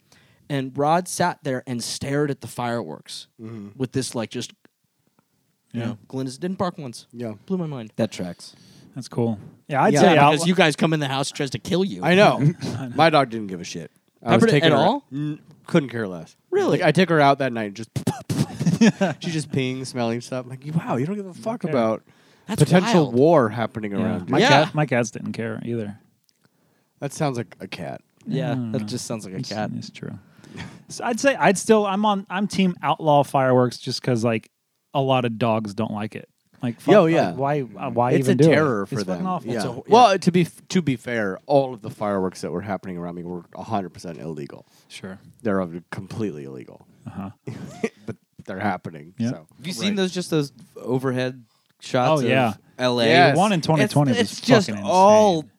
And Rod sat there and stared at the fireworks Mm-hmm. with this like just, you Yeah. know, Glenda's didn't bark once. Yeah. blew my mind. that tracks. That's cool. Yeah, I'd Yeah, say Because out, you guys come in the house, tries to kill you. I know. My dog didn't give a shit. I was Peppered it taking at her- all? N- couldn't care less. Really? Like, I took her out that night. and Just she's just peeing, smelling stuff. I'm like, wow, you don't give a fuck care. about That's potential wild. war happening yeah. around. you. My Yeah. cat, my cats didn't care either. That sounds like a cat. Yeah, Mm. that just sounds like a It's- cat. It's true. So I'd say I'd still I'm on I'm team outlaw fireworks just because like a lot of dogs don't like it. Like fuck, Yo, yeah. like, why uh, why it's even a do terror it? for it's fucking them. Awful. Yeah. It's a- Well, to be to be fair, all of the fireworks that were happening around me were 100 percent illegal. sure. They're ob- completely illegal, Uh-huh. but they're happening. Yeah. So Have you seen those just those overhead shots? Oh, of yeah. L.A. Yes. The one in 2020 It's, was it's just fucking all insane.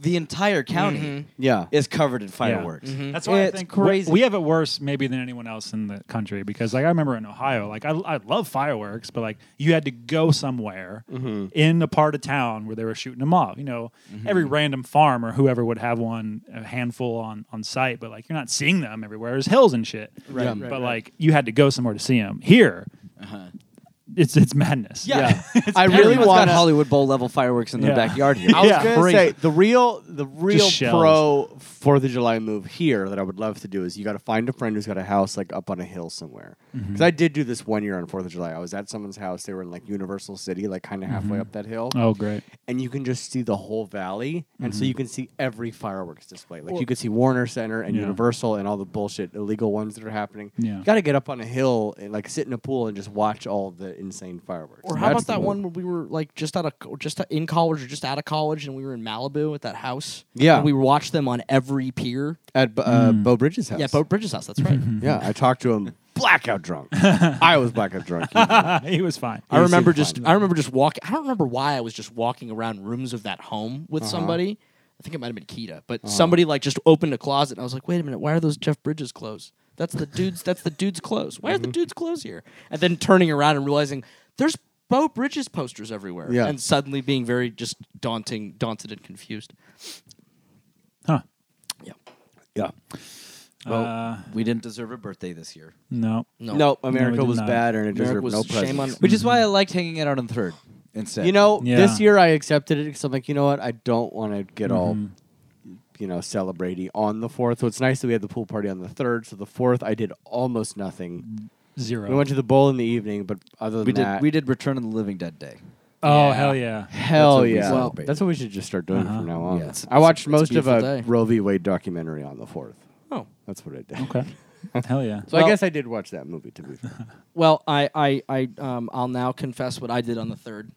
the entire county Mm-hmm. yeah, is covered in fireworks. That's why It's I think crazy. We, we have it worse maybe than anyone else in the country because like I remember in Ohio, like I, I love fireworks, but like you had to go somewhere in a part of town where they were shooting them off. You know, every random farm or whoever would have one a handful on on site, but like you're not seeing them everywhere. There's hills and shit. Right. Yeah. but like you had to go somewhere to see them. Here, it's it's madness. Yeah. I really Everyone's want got Hollywood Bowl level fireworks in their Yeah. backyard here. I was Yeah. gonna say the real the real shells. pro Fourth of July move here that I would love to do is you got to find a friend who's got a house like up on a hill somewhere. Mm-hmm. Because I did do this one year on Fourth of July. I was at someone's house. They were in like Universal City, like kind of halfway up that hill, Oh great. and you can just see the whole valley, and so you can see every fireworks display. Like you could see Warner Center and Yeah. Universal and all the bullshit illegal ones that are happening. Yeah. You got to get up on a hill and like sit in a pool and just watch all the insane fireworks. Or how That's about that the one move. where we were like just out of co- just in college or just out of college, and we were in Malibu at that house. Yeah. and we watched them on every pier. at B- uh, Bo Bridges' house? Yeah, Boat Bridges House. That's right. Yeah, I talked to him blackout drunk. I was blackout drunk. he was fine. I You remember seem just I remember just walking. I don't remember why I was just walking around rooms of that home Uh-huh. with somebody. I think it might have been Kita, but somebody like just opened a closet, and I was like, "Wait a minute, why are those Jeff Bridges clothes? That's the dude's. That's the dude's clothes. Why are Mm-hmm. the dude's clothes here?" And then turning around and realizing there's Bo Bridges posters everywhere, Yeah. and suddenly being very just daunting, daunted, and confused. Huh. Uh, Yeah, Yeah. Well, we didn't deserve a birthday this year, No. no, No, America No, we did was not. bad and it America deserved was no shame presents. on- which is why I liked hanging out on the third instead. you know, Yeah. this year I accepted it because I'm like, you know what? I don't want to get all, Mm-hmm. you know, celebrating on the fourth. So it's nice that we had the pool party on the third. So the fourth, I did almost nothing. Zero. We went to the bowl in the evening, but other than we that, did we did Return of the Living Dead Day. oh hell yeah. Hell That's what we yeah! celebrated. That's what we should just start doing Uh-huh. from now on. Yeah, it's- I watched most of beautiful a day. Roe v. Wade documentary on the fourth. Oh. that's what I did. Okay. hell yeah. So I Well- guess I did watch that movie to be fair. Well, I, I, I um, I'll now confess what I did on the third,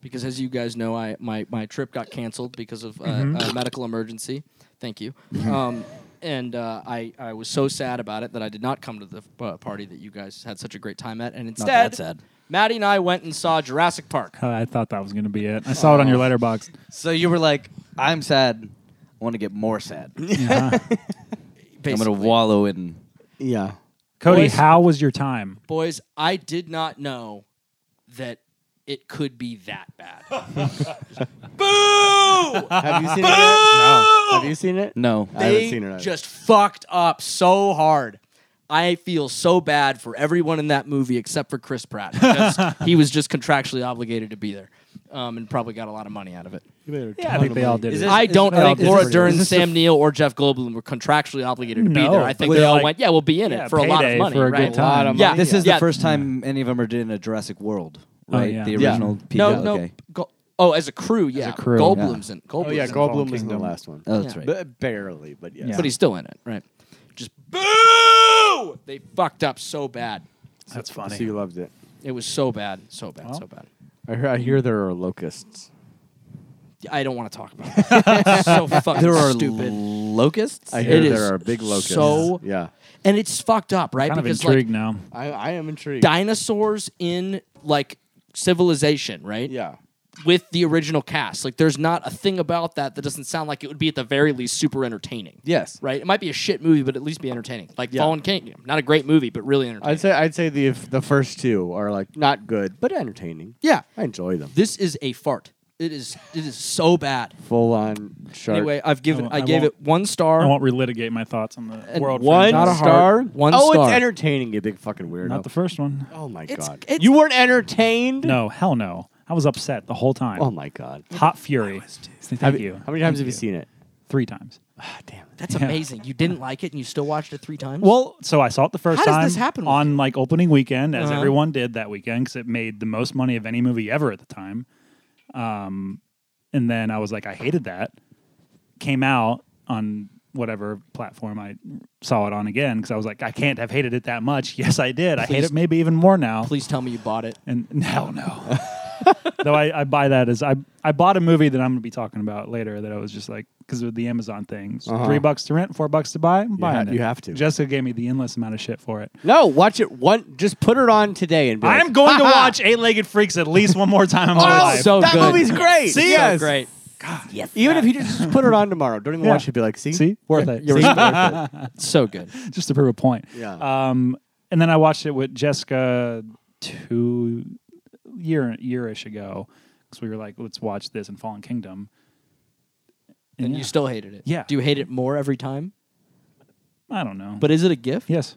because as you guys know, I my, my trip got canceled because of uh, Mm-hmm. a medical emergency. Thank you. Um, and uh, I I was so sad about it that I did not come to the uh, party that you guys had such a great time at, and instead, that sad. Maddie and I went and saw Jurassic Park. Oh, I thought that was gonna be it. I saw it on your letterbox. So you were like, I'm sad. I want to get more sad. I'm Basically. gonna wallow in. yeah. Cody, Boys- how was your time? Boys, I did not know that it could be that bad. Have you seen it? Uh, No. Have you seen it? No, I haven't they seen it either. just fucked up so hard. I feel so bad for everyone in that movie except for Chris Pratt because he was just contractually obligated to be there, um, and probably got a lot of money out of it. You made a Yeah, I ton think of they all money. did it. I don't I think think Laura this is- Dern, is this Sam Neill, or Jeff Goldblum were contractually obligated to be No, there. I think but they they're all like- went, yeah, we'll be in yeah, it for a lot of payday money. for a right? good time. of Yeah, money. This is yeah. the first time any of them are doing a Jurassic World, Oh, right? yeah. The Yeah. original people. No, no. okay. Go- oh, as a crew, yeah. a crew, Goldblum's in. Goldblum's Oh yeah, in. Gold- Goldblum was in the Kingdom. last one. Oh, that's Yeah. right. B- barely, but yeah. Yeah. But he's still in it, right? Just boo! They fucked up so bad. That's So funny. you loved it. It was so bad, so bad, Well. so bad. I hear, I hear there are locusts. I don't want to talk about that. It's so fucking There are stupid. locusts. I hear It is there are big locusts. so- yeah. and it's fucked up, right? Kind of because intrigued like now. I, I am intrigued. dinosaurs in like civilization, right? yeah. With the original cast. Like there's not a thing about that that doesn't sound like it would be at the very least super entertaining. Yes. Right? It might be a shit movie, but at least be entertaining. Like Yeah. Fallen Kingdom. Not a great movie, but really entertaining. I'd say I'd say the the first two are like not good, but entertaining. yeah. I enjoy them. This is a fart. It is it is so bad. Full on shark. Anyway, I've given Oh, I I, gave won't- it one star. I won't relitigate my thoughts on the And world. one franchise. not a star, heart. one oh, star. it's entertaining. You big fucking weirdo. Not the first one. oh my It's- god. it's- you weren't entertained. No, hell no. I was upset the whole time. Oh my god. Hot fury. Thank Have you. How many times have you seen it? Three times. Ah, damn. it. That's Yeah. amazing. You didn't like it and you still watched it three times? Well, so I saw it the first How does time this happen with on like opening weekend, as Uh-huh. everyone did that weekend, because it made the most money of any movie ever at the time. Um, and then I was like, I hated that. Came out on whatever platform I saw it on again because I was like, I can't have hated it that much. Yes, I did. I hate Please- it maybe even more now. please tell me you bought it. And hell no. Though I, I buy that as I I bought a movie that I'm going to be talking about later that I was just like because of the Amazon thing, It's Uh-huh. three bucks to rent, four bucks to buy. I'm buying ha- it. you have to. Jessica gave me the endless amount of shit for it. No, watch it one. Just put it on today and. Be like, I'm going to "Ha ha." watch Eight Legged Freaks at least one more time in my Oh, life. so that good. movie's great. See? yes. So great. Even if you just just put it on tomorrow, don't even Yeah. watch it. Be like, see, See, worth it. You're See? right. so good. just to prove a point. Yeah. Um, and then I watched it with Jessica two year yearish ago because we were like, let's watch this and Fallen Kingdom. And yeah. you still hated it. Yeah. Do you hate it more every time? I don't know, But is it a gift? yes.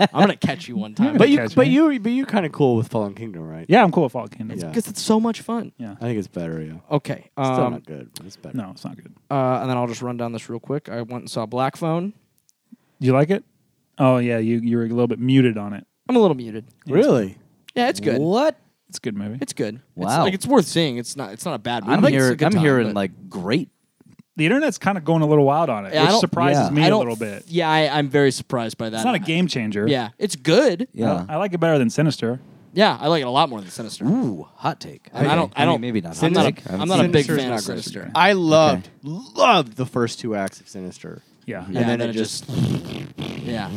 I'm gonna catch you one time. But you, Catch but me. you, but you kind of cool with Fallen Kingdom, right? Yeah, I'm cool with Fallen Kingdom. Yeah. because it's so much fun. Yeah. I think it's better. Yeah. Okay. Still Um, not good, but it's better. No, it's not good. uh, and then I'll just run down this real quick. I went and saw Black Phone. Do you like it? Oh yeah, you you were a little bit muted on it. I'm a little muted. Really? Yeah, it's good. What? It's a good movie. It's good. It's, Wow. like, it's worth seeing. It's not. It's not a bad movie. I'm, It's a hearing. good I'm time, hearing but- like great. the internet's kind of going a little wild on it, Yeah, I which don't- surprises yeah. me I a don't- little bit. Yeah, I, I'm very surprised by that. It's not a I- game changer. Yeah, it's good. Yeah. Yeah. I, I like it better than Sinister. I like it a lot more than Sinister. Ooh, hot take. And I don't. I mean, don't. Maybe not. I'm hot not take. a, I haven't I'm not a seen it. big Sinister's fan not of great. Sinister. I loved, loved the first two acts of Sinister. Yeah. Yeah, then and then it it just. Yeah.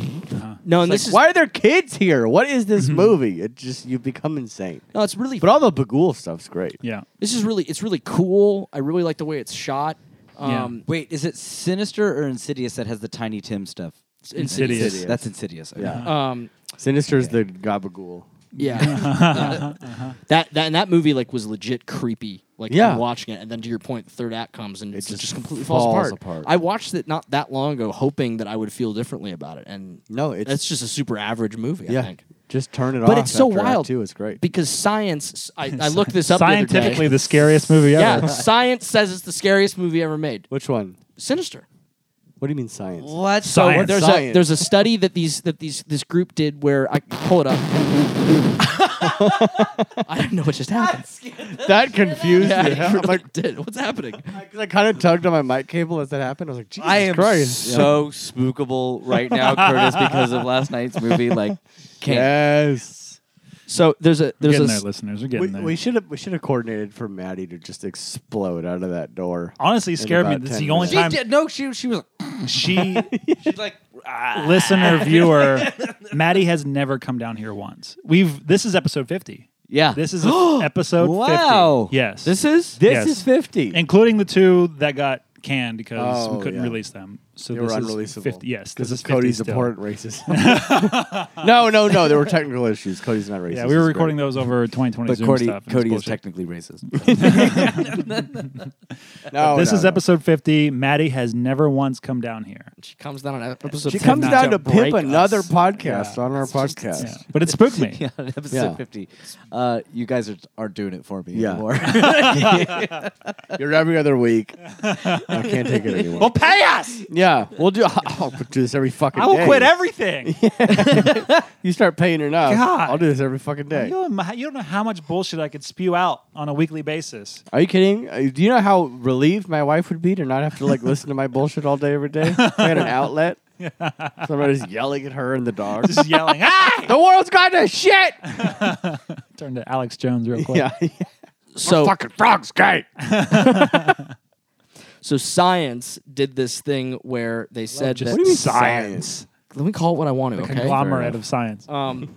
No, and this Like, is why are there kids here? What is this Mm-hmm. movie? It just you become insane. no. It's really. But all the Bagul stuff's great. Yeah. This is really. It's really cool. I really like the way it's shot. Yeah. Um, Wait, is it Sinister or Insidious that has the Tiny Tim stuff? it's insidious. Insidious. Insidious. That's Insidious. okay. Yeah. Um, Sinister's the Gabagool. yeah. That that and that movie like was legit creepy. Like Yeah. I'm watching it, and then to your point, the third act comes and it just, just completely falls falls, apart. apart. I watched it not that long ago, hoping that I would feel differently about it, and No, it's that's just a super average movie. yeah. Oh, I think. Just turn it off. But it's so after act wild Two, it's great. because science. I, I looked this up the other day. Scientifically, the scariest movie ever. yeah, science says it's the scariest movie ever made. Which one? Sinister. What do you mean science? What? So Science. There's a Science. there's a study that these that these this group did where I pull it up. I don't know what just happened. That confused Yeah, me. I I'm really like, did. What's happening? I, kind of tugged on my mic cable as that happened. I was like, Jesus I am Christ. so spookable right now, Curtis, because of last night's movie. Like, can't. Yes. So there's a We're there's getting a there, listeners. We're We, getting there. we should have we should have coordinated for Maddie to just explode out of that door. Honestly, scared me. about That's 10 the only She time did, no, she she was she, she's like "Ah." listener, viewer, Maddie has never come down here once. We've this is episode fifty. yeah. This is episode wow. fifty. Yes, This is This Yes. is fifty. including the two that got canned because Oh, we couldn't yeah. release them. So They this were is unreleasable. 50 yes, this Because is Cody's 50 a still. porn racist. no, no, no. There were technical issues. Cody's not racist. Yeah, we were recording those over 2020 But Zoom Cody, stuff. and it's Cody is bullshit. technically racist. that. No, this oh, no, is no. episode 50. Maddie has never once come down here. She comes down on episode. She 10 comes not down to break pimp another us. podcast on our podcast. Yeah. But it spooked me. yeah, on episode Yeah. 50. Uh, you guys are, aren't doing it for me Yeah. anymore. You're every other week. I can't take it anymore. pay us. yeah, we'll do. I'll do this every fucking. I will day. quit everything. You start paying enough. God. I'll do this every fucking You, day. don't, know- you don't know how much bullshit I could spew out on a weekly basis. Are you kidding? Uh, Do you know how relieved my wife would be to not have to like listen to my bullshit all day every day? I had an outlet. Somebody's yelling at her and the dog. Just yelling, ah! the world's gone to shit. Turn to Alex Jones real quick. yeah, So fucking frogs gay. so science did this thing where they said that. just- What do you mean Science. science? Let me call it what I want to. Okay. fair Conglomerate enough. of science. Um,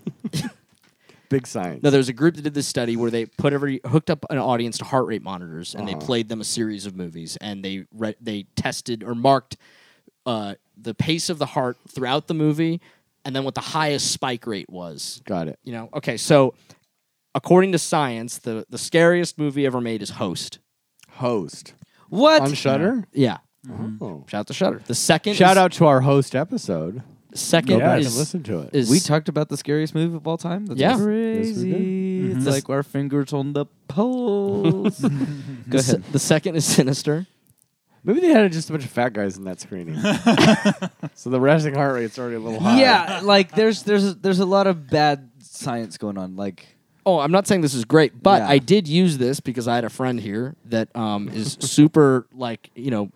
Big science. no, there's a group that did this study where they put every hooked up an audience to heart rate monitors and they played them a series of movies and they re- they tested or marked uh, the pace of the heart throughout the movie and then what the highest spike rate was. Got it. You know, okay, so according to science, the the scariest movie ever made is Host. Host what? on Shutter. Yeah. Mm-hmm. Oh. Shout out to Shutter. The second Shout is- out to our host episode. Go second back and is, listen to it. is we talked about the scariest move of all time. That's Yeah. Mm-hmm. Yes, crazy. It's This- like our fingers on the pulse. Go the, se- ahead. the second is Sinister. Maybe they had just a bunch of fat guys in that screening. so the resting heart rate's already a little high. Yeah, like there's there's there's a lot of bad science going on. Like Oh, I'm not saying this is great, but Yeah. I did use this because I had a friend here that um, is super like you know,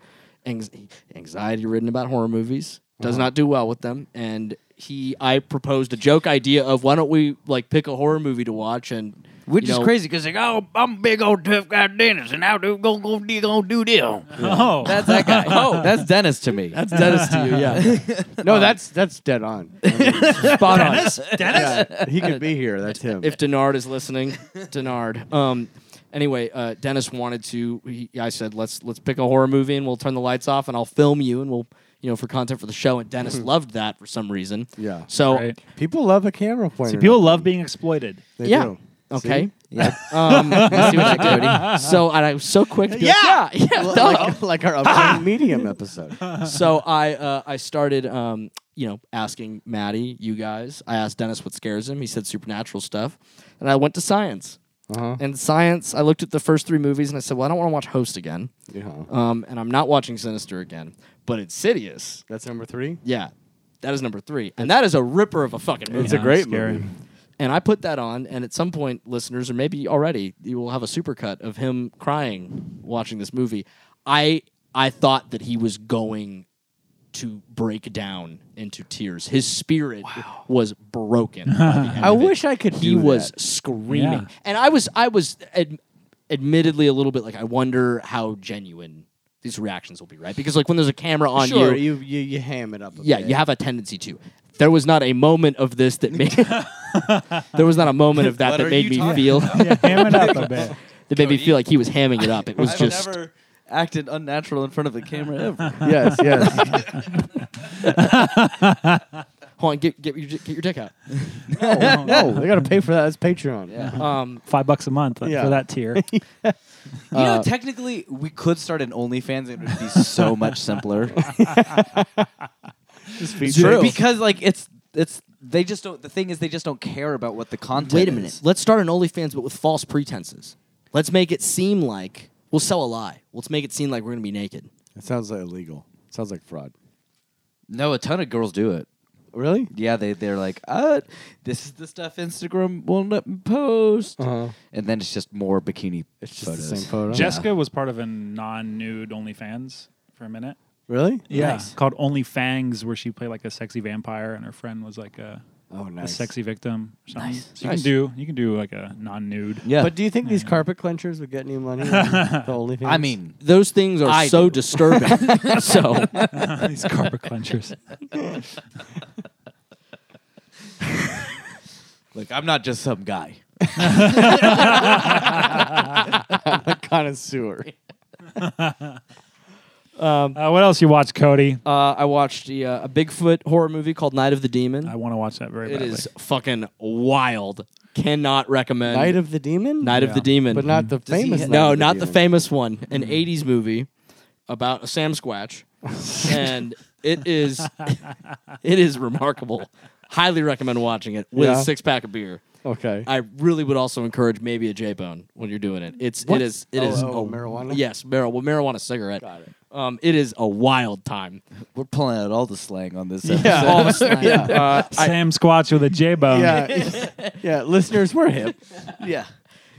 anx- anxiety ridden about horror movies. Does not do well with them, and he I proposed a joke idea of why don't we like pick a horror movie to watch and which you is know, crazy because like oh I'm a big old tough guy Dennis, and I'll do go go do go do this. Oh, that's that guy oh that's Dennis to me That's Dennis to you, yeah. No, that's that's dead on. I mean, Spot on. yeah, he could be here. That's him. if Denard is listening, Denard. Um, anyway, uh, Dennis wanted to. He, I said, let's let's pick a horror movie and we'll turn the lights off and I'll film you and we'll you know for content for the show. And Dennis loved that for some reason. Yeah. So Right. people love a camera pointer. See, people love being exploited. They yeah. do. Okay. See? yeah Um, see what you did. so and I was so quick. To be Like, yeah. Yeah. duh. Like, like our upcoming medium episode. so I uh, I started um, you know asking Maddie, you guys. I asked Dennis what scares him. He said supernatural stuff, and I went to science. Uh-huh. And science, I looked at the first three movies and I said, well, I don't want to watch Host again, Yeah. um, and I'm not watching Sinister again, but Insidious, That's number three. yeah. That is number three, and that is a ripper of a fucking movie. It's a great scary. movie. And I put that on, and at some point, listeners, or maybe already, you will have a supercut of him crying watching this movie. I I thought that he was going to break down into tears. His spirit was broken. by the end I of it. wish I could. he do was that. screaming, Yeah. and I was I was ad- admittedly a little bit like I wonder how genuine these reactions will be, right? Because like when there's a camera on sure. You, you, you you ham it up. A yeah, bit. you have a tendency to. There was not a moment of this that made. there was not a moment of that What that are made you me talking feel Yeah, ham it up a bit. that made me Cody? feel like he was hamming it up. It was I've just never acted unnatural in front of a camera ever Yes. Yes. hold on, get get your, get your dick out. no, no, they got to pay for that. That's Patreon. yeah Um, Five bucks a month Yeah. for that tier. you know technically we could start an OnlyFans and it would be so much simpler Uh, because like it's it's they just don't the thing is they just don't care about what the content wait a minute. is. Let's start an OnlyFans, but with false pretenses. Let's make it seem like we'll sell a lie. Let's make it seem like we're gonna be naked. It sounds like illegal. sounds like fraud. no a ton of girls do it Really? yeah they they're like uh this is the stuff Instagram won't let me post Uh-huh. and then it's just more bikini It's just photos the same photo. Jessica was part of a non-nude OnlyFans for a minute. Really? Yeah, called Only Fangs, where she played like a sexy vampire, and her friend was like a, Oh, a nice. sexy victim. Or something. Nice. So you Nice. can do you can do like a non-nude. yeah But do you think these carpet clenchers would get any money? on the OnlyFans? I mean Those things are I so do. disturbing. so These carpet clenchers. like I'm not just some guy a connoisseur. Um, Uh, what else you watch, Cody? uh, I watched the, uh, a Bigfoot horror movie called Night of the Demon. I want to watch that very it badly. is fucking wild. Cannot recommend Night of the Demon? Night of the Demon. But not the he famous have- Night no, of not Demon. the Mm-hmm. famous one. An '80s movie about a Sam Squatch, and it is it is remarkable. Highly recommend watching it with Yeah. a six pack of beer. Okay. I really would also encourage maybe a J bone when you're doing it. It's it is it Oh, is oh, a- marijuana? Yes, marijuana. Well, marijuana cigarette. Got it. Um, it is a wild time. We're pulling out all the slang on this. Episode. Yeah. Oh, All the slang. Uh, Sam Squatch with a J bone. yeah. yeah. Listeners, we're hip. yeah.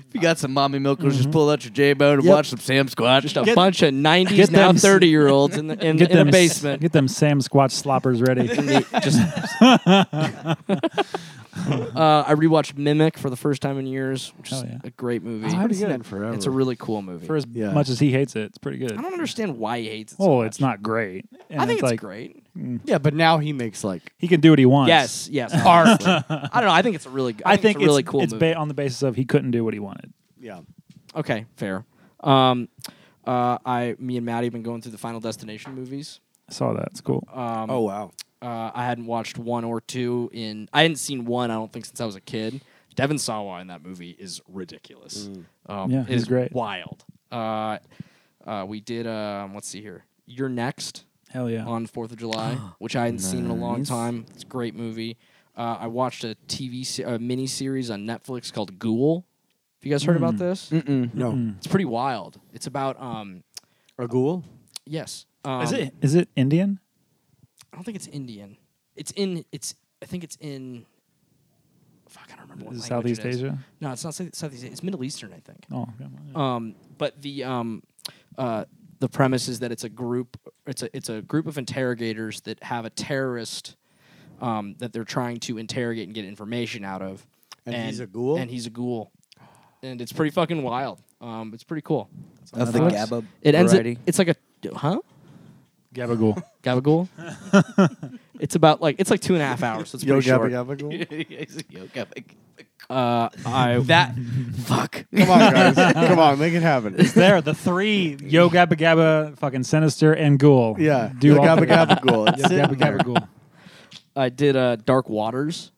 If you got some mommy milkers, just pull out your J bone and watch some Sam Squatch. Mm-hmm. just uh, a bunch of '90s get now them- thirty year olds in the in, in a s- basement. Get them Sam Squatch sloppers ready. Uh, I rewatched Mimic for the first time in years, which is Hell yeah. a great movie. It's been forever. It's a really cool movie. For as Yeah. much as he hates it, it's pretty good. I don't understand why he hates it. so Oh, much. it's not great. And I think it's like, great. yeah, but now he makes like He can do what he wants. Yes, yes. Art. I don't know. I think it's a really. I, I think it's a really it's, cool. It's movie. ba- on the basis of he couldn't do what he wanted. yeah. Okay, fair. Um, uh, I, me and Maddie have been going through the Final Destination movies. I saw that. It's cool. Um, Oh wow. uh, I hadn't watched one or two in. I hadn't seen one. I don't think since I was a kid. Devin Sawa in that movie is ridiculous. Um, Yeah, it he's is great. Wild. Uh, uh, we did. Um, let's see here. You're next. Hell yeah. on Fourth of July, which I hadn't seen in a long Nice. time. It's a great movie. Uh, I watched a TV se- a mini series on Netflix called Ghoul. Have you guys Hmm. heard about this? No. Mm-hmm. It's pretty wild. It's about um A ghoul? yes. Um, is it is it Indian? I don't think it's Indian. It's in it's I think it's in fuck I don't remember what Is it language it Southeast is. Asia? No, it's not South- Southeast Asia. It's Middle Eastern, I think. Oh, okay. Um, but the um, uh, the premise is that it's a group. It's a it's a group of interrogators that have a terrorist um, that they're trying to interrogate and get information out of. And he's a ghoul? And he's a ghoul. And it's pretty fucking wild. Um, it's pretty cool. Of the GABA It ends. At, variety. it's like a huh Gabagool. gabagool. it's about like it's like two and a half hours. So it's Yo pretty Gabba short. Gabba Ghoul? Uh, I that fuck. Come on, guys. Come on, make it happen. there, the three Yo Gabba Gabba, fucking Sinister, and Ghoul. Yeah. Do Yo all Gabba three. Gabba Ghoul. It's Yo sitting Gabba there. Gabba Ghoul. I did uh, Dark Waters.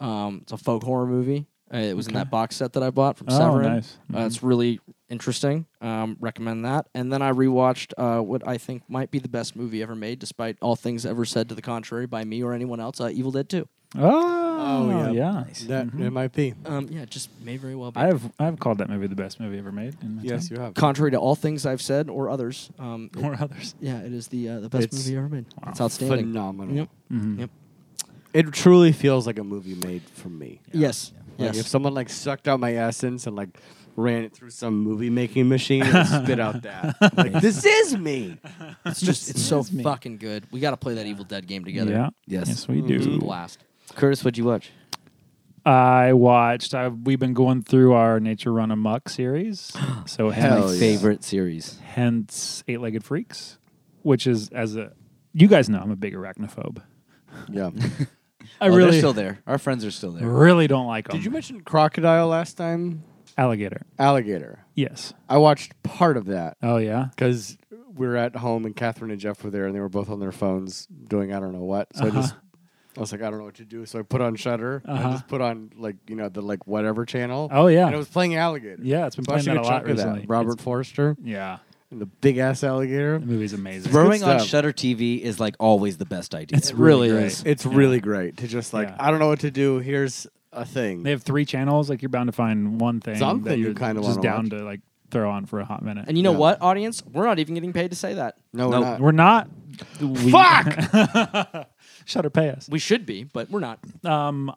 Um, it's a folk horror movie. Uh, it was in that box set that I bought from Oh, Severin. nice. Uh, it's really interesting. Um, recommend that. And then I rewatched uh, what I think might be the best movie ever made, despite all things ever said to the contrary by me or anyone else. Uh, Evil Dead Two. Oh, yeah. yeah. That it might be. Um, yeah, it just may very well be. I have I've called that movie the best movie ever made. In my Yes, time. you have. Contrary to all things I've said or others, um, it- Or others. yeah, it is the uh, the best It's movie ever made. It's outstanding. Phenomenal. Yep. Mm-hmm. Yep. It truly feels like a movie made for me. Yes. Like Yes. if someone like sucked out my essence and like ran it through some movie making machine and spit out that. Like this is me. it's just it's so fucking good. We got to play that Evil Dead game together. Yeah. Yes. we It's a do. blast. Curtis, what'd you watch? I watched. I've, we've been going through our Nature Run Amok series. So Hell hence, yeah. Favorite series. hence Eight Legged Freaks, which is as a you guys know I'm a big arachnophobe. Yeah. I oh, really they're still there. Our friends are still there. really don't like them. Did you mention crocodile last time? alligator? Alligator. Yes. I watched part of that Oh yeah. because we were at home and Catherine and Jeff were there and they were both on their phones doing I don't know what. So I just I was like I don't know what to do. So I put on Shutter. I Uh-huh. just put on like you know the like whatever channel. Oh yeah. And it was playing Alligator. yeah, it's been So I playing should that a get lot chunk of recently. that. Robert Forster It's- yeah, and the big ass alligator. the movie's amazing. Throwing on stuff. Shutter TV is like always the best idea. It's really great. It's really great to just like Yeah. I don't know what to do. Here's a thing. They have three channels. Like you're bound to find one thing Something that you you're kinda just wanna down watch. to like throw on for a hot minute. And you know Yeah. what, audience? We're not even getting paid to say that. no, No, we're not. We're not. We, Fuck. Shutter pay us. We should be, but we're not. Um,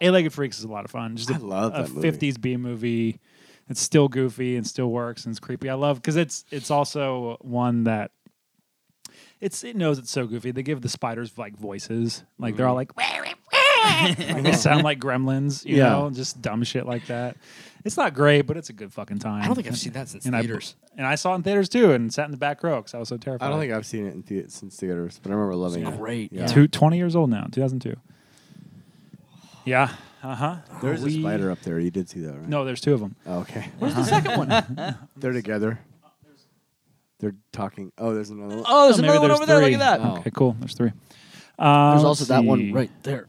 A Legged Freaks is a lot of fun. Just a I love a that movie. 50s B movie. It's still goofy and still works and it's creepy. I love because it's it's also one that it's it knows it's so goofy. They give the spiders like voices, like they're all like, like, they sound like gremlins, you Yeah. know, just dumb shit like that. It's not great, but it's a good fucking time. I don't think I've seen that since and theaters. I, and I saw it in theaters too, and sat in the back row because I was so terrified. I don't think I've seen it in the- since theaters, but I remember loving it. Great. Yeah. Two, 20 years old now, 2002. Yeah. Uh huh. There's a spider up there. You did see that, right? No, there's two of them. Oh, okay. Where's the second one? They're together. They're talking. Oh, there's another one. Oh, there's Oh, maybe another one there's over there. Look three. at that. Oh. Okay, cool. There's three. Um, There's also let's that see. one right there.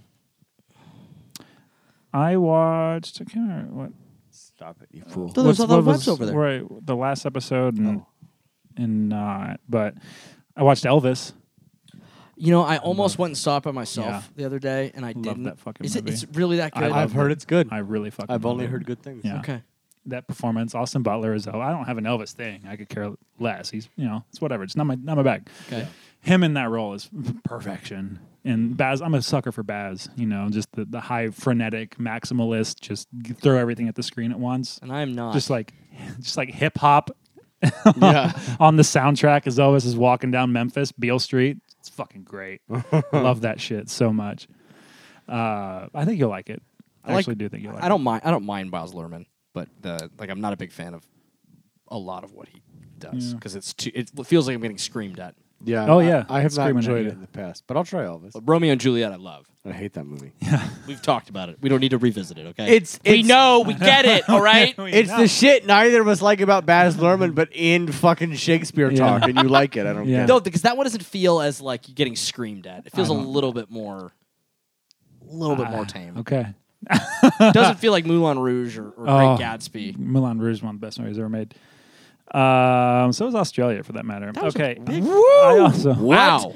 I watched. I can't remember what. Stop it, you fool. Oh. No, what's- there's other what webs was over there. Right, the last episode and and not. But I watched Elvis. You know, I almost went and saw it by myself Oh. Yeah. the other day, and I didn't. that fucking Is movie. It, it's really that I good. love I've heard it's good. I really fucking. I've love only it. heard good things. Yeah. okay. that performance. Austin Butler is. oh, I don't have an Elvis thing. I could care less. He's you know it's whatever. It's not my not my bag. Okay. Him in that role is perfection. And Baz, I'm a sucker for Baz. You know, just the the high frenetic maximalist, just throw everything at the screen at once. And I am not. Just like just like hip hop. on the soundtrack as Elvis is walking down Memphis Beale Street. It's fucking great. Love that shit so much. Uh, I think you'll like it. I, like- actually do think you'll like I it. don't mind. I don't mind Miles Lerman, but the like I'm not a big fan of a lot of what he does because it's too. It feels like I'm getting screamed at. Yeah. Oh, I- yeah. I, have not Screaming at enjoyed you. it in the past, but I'll try Elvis. But Romeo and Juliet, I love. I hate that movie. We've talked about it. We don't need to revisit it. Okay. It's- we it's- know we get it. All right. It's the shit neither of us like about Baz Luhrmann, but in fucking Shakespeare Yeah. talk, and you like it. I don't Yeah. care. no, because that one doesn't feel as like getting screamed at. It feels a little bit more. A little bit more tame. Okay. It doesn't feel like Moulin Rouge or, or Oh. Great Gatsby. Moulin Rouge is one of the best movies ever made. Um, so is Australia for that matter. okay. I also Uh-huh. Wow.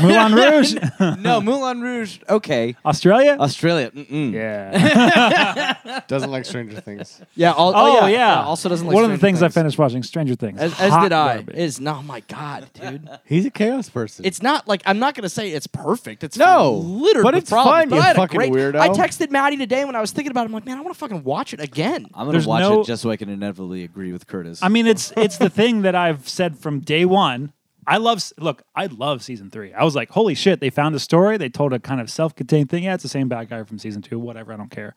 Moulin Rouge. no, Oh, Moulin Rouge. Okay, Australia? Australia. Mm-mm. yeah. Doesn't like Stranger Things. Yeah. All, Oh, yeah. Also doesn't like One of the Stranger things, I finished watching Stranger Things. As, as Hot did I. garbage. It is no, my God, dude. He's a chaos person. It's not like I'm not gonna say it's perfect. It's No, littered but with it's problems, fun, but you I had a fucking great- weirdo. I texted Maddie today when I was thinking about. it. I'm like, man, I want to fucking watch it again. I'm gonna There's watch no- it just so I can inevitably agree with Curtis. I mean, it's it's the thing that I've said from day one. I love s- look. I love season three. I was like, holy shit! They found a story. They told a kind of self-contained thing. Yeah, it's the same bad guy from season two. Whatever. I don't care.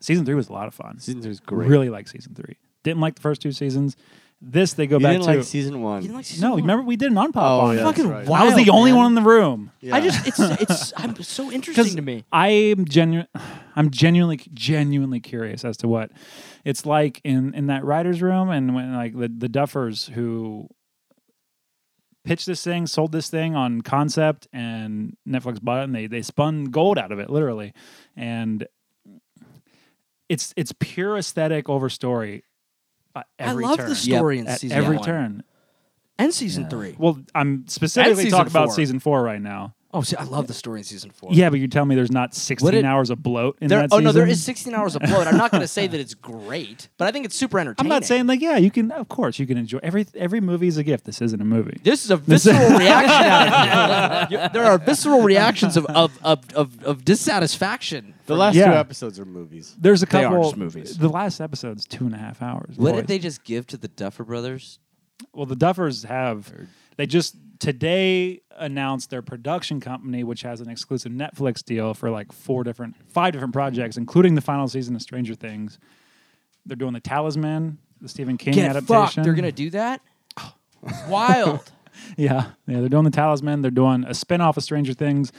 Season three was a lot of fun. Season three's great. Really like season three. Didn't like the first two seasons. This they go You back didn't to. like season one. You didn't like season no, one? remember we did an unpop Oh, on yeah, it. that's fucking right. I was the wild, only man. one in the room. I just it's it's I'm it's so interesting to me. I'm genuine. I'm genuinely, genuinely curious as to what it's like in in that writers' room, and when like the the Duffers who pitched this thing, sold this thing on concept, and Netflix bought it, and they they spun gold out of it, literally, and it's it's pure aesthetic over story. at every love turn. the story in at season every one. turn. And season three. Well, I'm specifically season talking about four. season four right now. Oh, see, I love the story in season four. Yeah, but you tell me there's not 16 did- hours of bloat in There, oh that season. no, there is 16 hours of bloat. I'm not going to say that it's great, but I think it's super I'm entertaining. not saying like yeah, you can of course you can enjoy every every movie is a gift. This isn't a movie. This is a visceral reaction. Out of you. There are visceral reactions of of of, of, of dissatisfaction. the last Yeah. two episodes are movies. There's a They are couple just movies. The last episode's two and a half hours. what boys. did they just give to the Duffer Brothers? Well, the Duffers have. They just today announced their production company, which has an exclusive Netflix deal for like four different, five different projects, including the final season of Stranger Things. They're doing the Talisman, the Stephen King Get fucked. adaptation. They're gonna do that. Wild. Yeah, yeah. They're doing the Talisman. They're doing a spin off of Stranger Things.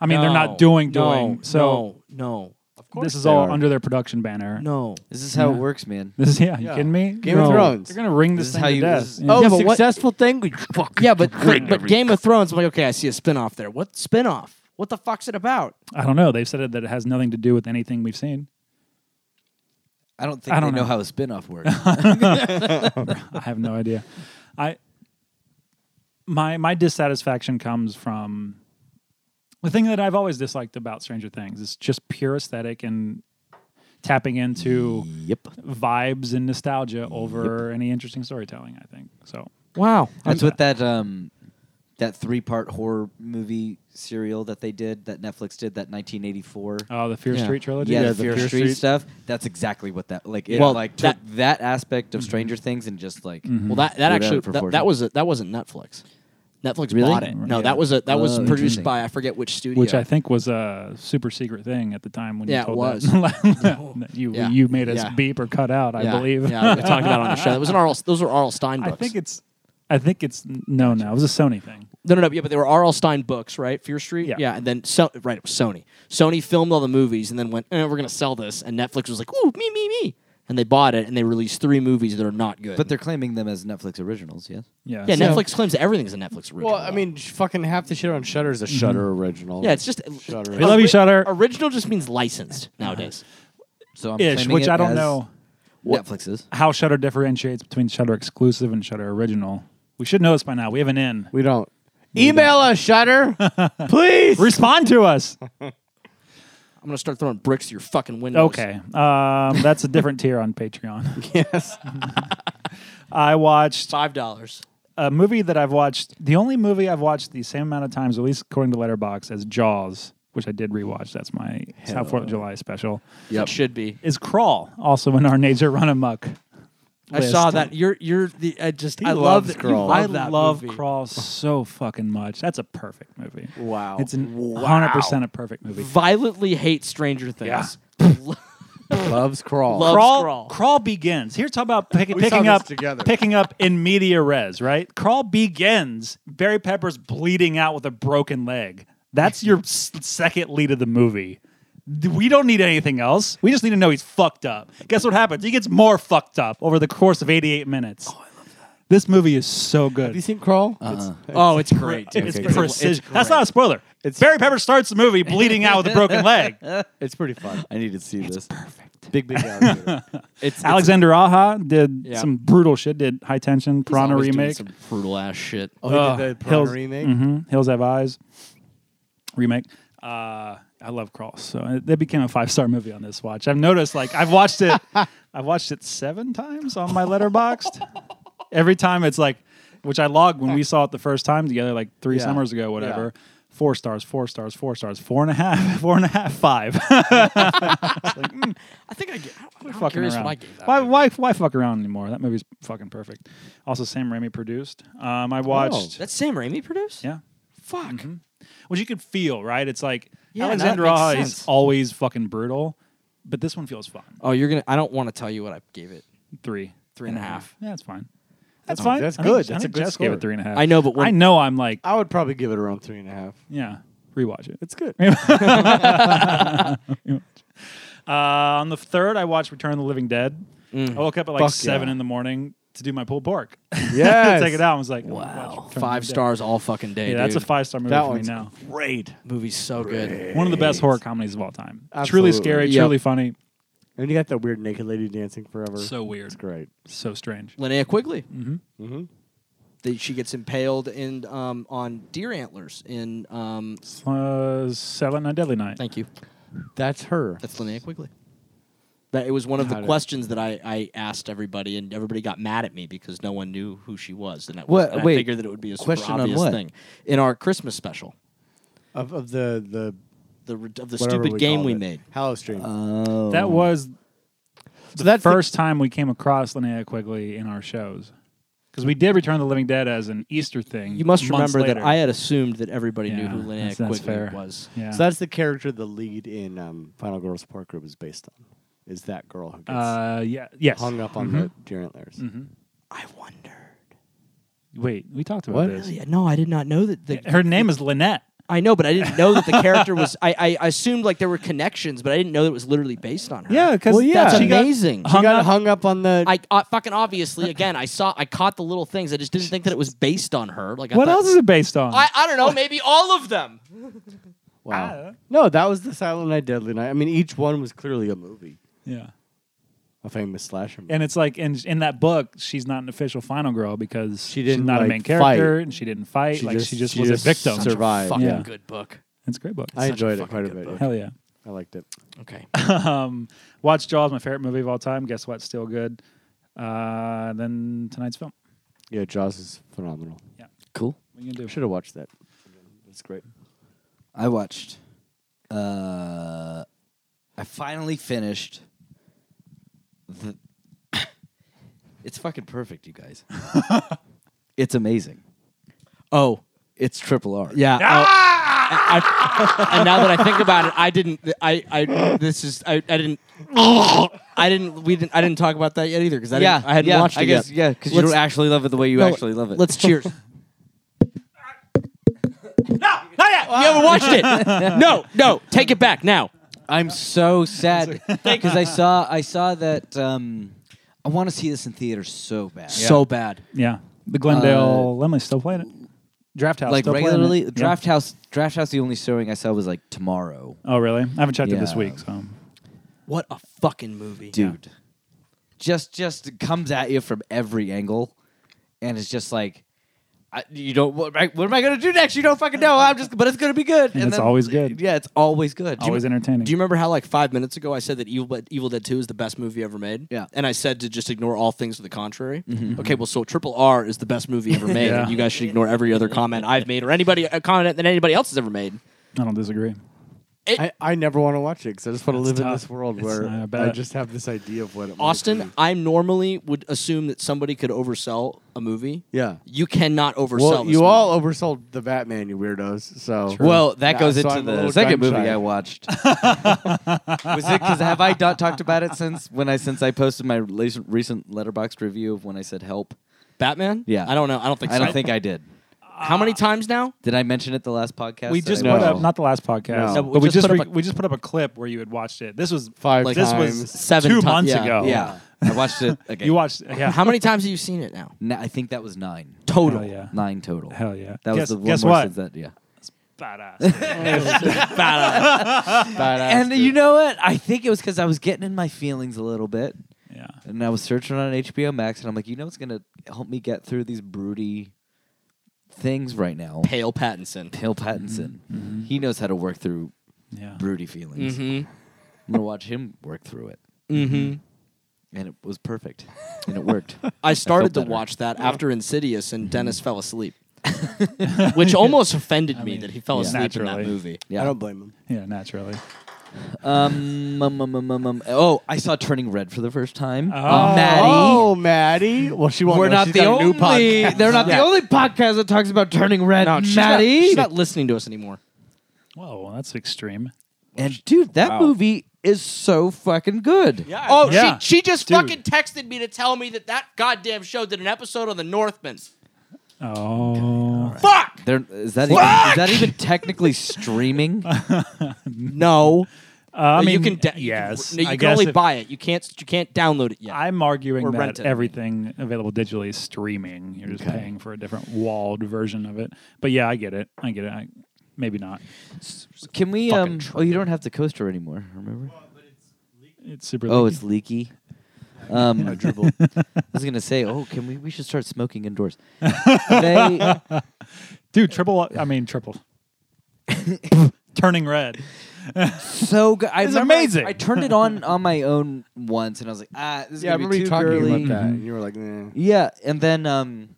I mean, they're No, not doing no, doing. so no, no, this is all are. under their production banner. no. This is how it works, man. This is yeah. You Yeah. kidding me? Game of Thrones. They're gonna ring this, This is thing how to you- death. this is- Yeah. Oh, Yeah, but what- successful thing. We fuck. Yeah, but but, but Game of Thrones. I'm like, okay, I see a spin off there. What spin off? What the fuck's it about? I don't know. They've said it, that it has nothing to do with anything we've seen. I don't think I don't they know. know, how a spinoff works. I have no idea. I my my dissatisfaction comes from the thing that I've always disliked about Stranger Things is just pure aesthetic and tapping into yep. vibes and nostalgia over any interesting storytelling. I think so. Wow. That's what that um that three part horror movie serial that they did that Netflix did that 1984. Oh, the Fear Yeah. Street trilogy. yeah, the Fear, Street, stuff. That's exactly what that like. It, Well, like took that- that, aspect Mm-hmm. of Stranger Things and just like Well, that that Whatever actually that, proportion. that was a, that wasn't Netflix. Netflix Really? bought it. No, Yeah. that was a that was Oh, produced interesting. by I forget which studio. which I think was a super secret thing at the time when Yeah, you it told was. that, that you Yeah. you made us Yeah. beep or cut out. I yeah, believe. Yeah, we talked about it on the show. That was an R.L. Those were R.L. Stein I books. think it's. I think it's no, no. It was a Sony thing. No, no, no. Yeah, but they were R.L. Stein books, right? Fear Street. Yeah. and then so right, it was Sony. Sony filmed all the movies and then went, eh, "We're gonna sell this," and Netflix was like, "Ooh, me, me, me." and they bought it and they released three movies that are not good. But they're claiming them as Netflix originals, yes? Yeah. yeah, so- Netflix claims everything's a Netflix original. Well, I mean, sh- fucking half the shit on Shutter is a Shutter original. yeah, it's just Shudder. We love you, ori- Shudder. Original just means licensed nowadays. So I'm Ish, claiming which it I don't as know Netflix's. how Shutter differentiates between Shutter exclusive and Shutter original. We should know this by now. We have an in. we don't. Email us, Shutter, please. Respond to us. I'm gonna start throwing bricks to your fucking windows. Okay, um, that's a different tier on Patreon. yes. I watched five dollars. a movie that I've watched. The only movie I've watched the same amount of times, at least according to Letterbox, as Jaws, which I did rewatch. That's my South Fourth of July special. It should be. Is Crawl also in our Nature Run Amok? I saw that. You're you're the. I just. I love loves that. Crawl. You I love that love movie. Crawl so fucking much. That's a perfect movie. Wow. It's an 100% a perfect movie. Violently hate Stranger Things. Loves crawl. Love- Crawl, Crawl. crawl, begins. Here's talk about pick, We saw picking this up together. picking up in media res, right? Crawl begins. Barry Pepper's bleeding out with a broken leg. That's your s- second lead of the movie. D- We don't need anything else. We just need to know he's fucked up. Guess what happens? He gets more fucked up over the course of 88 minutes. Oh, I love that. This movie is so good. Have you seen Crawl? Uh-uh. Oh, it's great. dude. it's Okay, a- precision. it's That's great. not a spoiler. Barry Pepper starts the movie bleeding out with a broken leg. It's pretty fun. I need to see this. Perfect. Big, Oh, big alligator. It's Alexander Aha did Yeah. some brutal shit. Did High Tension, it's Piranha always doing remake. Some brutal ass shit. oh, he Uh, did the Piranha Hills- remake. Mhm. Hills Have Eyes remake. Uh, I love Crawl, so it, that became a five star movie on this watch. I've noticed, like, I've watched it, I've watched it seven times on my Letterboxd. Every time it's like, which I logged when we saw it the first time together, like three Yeah. summers ago, whatever. Four stars, four stars, four stars, four and a half, four and a half, five. I think Quit I get. I'm kinda fucking curious around. what I gave that. why, why, why fuck around anymore? That movie's fucking perfect. Also, Sam Raimi produced. Um, I watched. Oh, That's Sam Raimi produced. yeah. Fuck. Which you could feel, right? It's like Yeah, no, that Alexander makes Aja is sense. always fucking brutal, but this one feels fun. Oh, you're gonna. I don't want to tell you what I gave it. Three. Three and a half. Yeah, that's fine. That's fine. that's I think- good. I That's a think good Jess gave score. it three and a half. I know, but when- I know I'm like, I would probably give it around three and a half. yeah, rewatch it. It's good. Uh, on the third, I watched Return of the Living Dead. Mm. I woke up at like Fuck seven yeah. in the morning to do my pulled pork. Yeah. Take it out. I was like, oh Wow. Five stars all fucking day. Yeah, that's a dude. five star movie That for me one's now. great. Movie's so good. One of the best horror comedies of all time. Absolutely. Truly scary, Yep. truly funny, And you got that weird naked lady dancing forever. so weird, it's great. so strange. Linnea Quigley. Mm-hmm. Mm-hmm. she gets impaled in um, on deer antlers in. Um, Uh, Silent Night, Deadly Night. thank you. That's her. That's Linnea Quigley. That it was one of the Got it. questions that I, I asked everybody, and everybody got mad at me because no one knew who she was, and, that was, What- and wait, I figured that it would be a super question on obvious what? thing in our Christmas special, Of, of the the the re- of the whatever stupid we game called we it. made. Hallow Stream. Oh. That was so the that's the- first time we came across Linnea Quigley in our shows. Because we did Return of the Living Dead as an Easter thing. You must months remember that later. I uh, had assumed that everybody knew Yeah, who Linnea that's- that's Quigley fair. was. Yeah. so that's the character the lead in um, Final Girl Support Group is based on. Is that girl who gets uh, yeah, yes. Mm-hmm. hung up on the deer antlers? I wondered. Wait, we talked about What? this. Really? No, Oh, I did not know that. The, Her name is Lynette. I know, but I didn't know that the character was. I, I assumed like there were connections, but I didn't know that it was literally based on her. because Well, yeah, that's she got, amazing. she got hung up on the. I uh, fucking obviously again. I saw. I caught the little things. I just didn't think that it was based on her. Like I What thought- else is it based on? I, I don't know. Maybe all of them. wow. No, that was the Silent Night, Deadly Night. I mean, each one was clearly a movie, yeah. a famous slasher. Movie. And it's like in in that book, she's not an official final girl because She she's didn't, not like, a main character fight. and she didn't fight. She like just- she just she was just a victim. sur- Survive, Fucking yeah. good book. It's a great book. I such a enjoyed it fucking quite a good bit. book. yeah. Hell yeah. I liked it. Okay. Watch Jaws, my favorite movie of all time. Guess what? Still good. Uh, then tonight's film. Yeah, Jaws is phenomenal. cool. What are you gonna do? Should have watched that. It's great. I watched. Uh, I finally finished. The it's fucking perfect, you guys. it's amazing. Oh It's triple R. yeah. oh, I- I- and now that I think about it, I didn't. I, I this is I, I didn't. I didn't. We didn't. I didn't talk about that yet either because I yeah. didn't, I hadn't yeah, watched it I guess, yet. Yeah, because you Let's- don't actually love it the way you No, actually love it. Let's cheers. no, not yet. You haven't watched it. No, no. Take it back now. I'm so sad because I saw I saw that um, I want to see this in theaters so bad. So bad. Yeah, the Glendale Uh, Lemley still playing it. Draft House like still playing it. regularly, Yeah. Draft House. Draft House. The only showing I saw was like tomorrow, Oh really? I haven't checked it this Yeah. week. So What a fucking movie, dude. Just just comes at you from every angle, and it's just like. I, you don't. What, am I- what am I gonna do next? You don't fucking know. I'm just, but it's gonna be good. it's always good. Yeah, it's always good. always entertaining. Do you remember how like five minutes ago I said that Evil, but Evil Dead Two is the best movie ever made? Yeah. and I said to just ignore all things to the contrary. Okay, well, so Triple R is the best movie ever made, Mm-hmm. Yeah. and you guys should ignore every other comment I've made or anybody a comment that anybody else has ever made. I don't disagree. I, I never want to watch it because I just want to live in tough. this world It's where not I about- just have this idea of what it might be. Austin, I normally would assume that somebody could oversell a movie. Yeah. you cannot oversell. Well, this you movie. all oversold the Batman, you weirdos. So Well, that Yeah, goes so into I'm a the little second gun-shy. movie I watched. Was it because have I not talked about it since when I since I posted my recent recent letterboxed review of when I said help? Batman. Yeah. I don't know. I don't think. I so. don't think I did. How many times now? Did I mention it the last podcast? We that just I No. put watched? up not the last podcast, No. No, but, we we just just put up re- a- we just put up a clip where you had watched it. This was Five This was times. Seven two ti- months yeah. ago. Yeah, I watched it again. you watched. Yeah, How many times have you seen it now? Na- I think that was nine. Total. Hell yeah, Nine total. hell yeah. That was guess, the one guess more what? since that. Yeah. Badass. And you know what? I think it was because I was getting in my feelings a little bit, yeah, and I was searching on HBO Max, and I'm like, you know, what's gonna help me get through these broody things right now. Pale Pattinson. Hill Pattinson. He knows how to work through yeah. broody feelings. Mm-hmm. I'm gonna watch him work through it, Mm-hmm. and it was perfect, and it worked. I started to better. watch that after Insidious, and Dennis fell asleep, which almost offended me that he fell yeah. asleep in Naturally. that movie. I Yeah. don't blame him. Yeah, naturally. Um, um, um, um, um, um, Oh, I saw Turning Red for the first time. Uh, Oh. Maddie. Oh, Maddie. Well, she won't. We're know. not She's the got a only. new podcast. They're not the only podcast that talks about Turning Red. No, she's not, Maddie. she's not listening to us anymore. Whoa, that's extreme. and dude, that movie is so fucking good. Yeah. Oh, Yeah. she she just Dude. fucking texted me to tell me that that goddamn show did an episode on the Northmen. Oh, Fuck. There, is that even, is that even technically streaming? No, Uh, I mean, you can. da- yes, you can, no, I you can guess only if- buy it. You can't. You can't download it yet. I'm arguing Or that rent it, I mean. everything available digitally is streaming. You're just paying for a different walled version of it. But yeah, I get it. I get it. I, maybe not. Can we? Fucking Um, oh, you don't have the coaster anymore. Remember? It's super. Oh, leaky. it's leaky. Um, I was gonna say, oh, can we? We should start smoking indoors. They- dude. Triple. I mean, triple. Turning red. so good. I It's remember amazing. I turned it on on my own once, and I was like, ah, this is Yeah, I gonna remember be you too talking girly. about that. And Uh, you were like, nah. Yeah, and then um,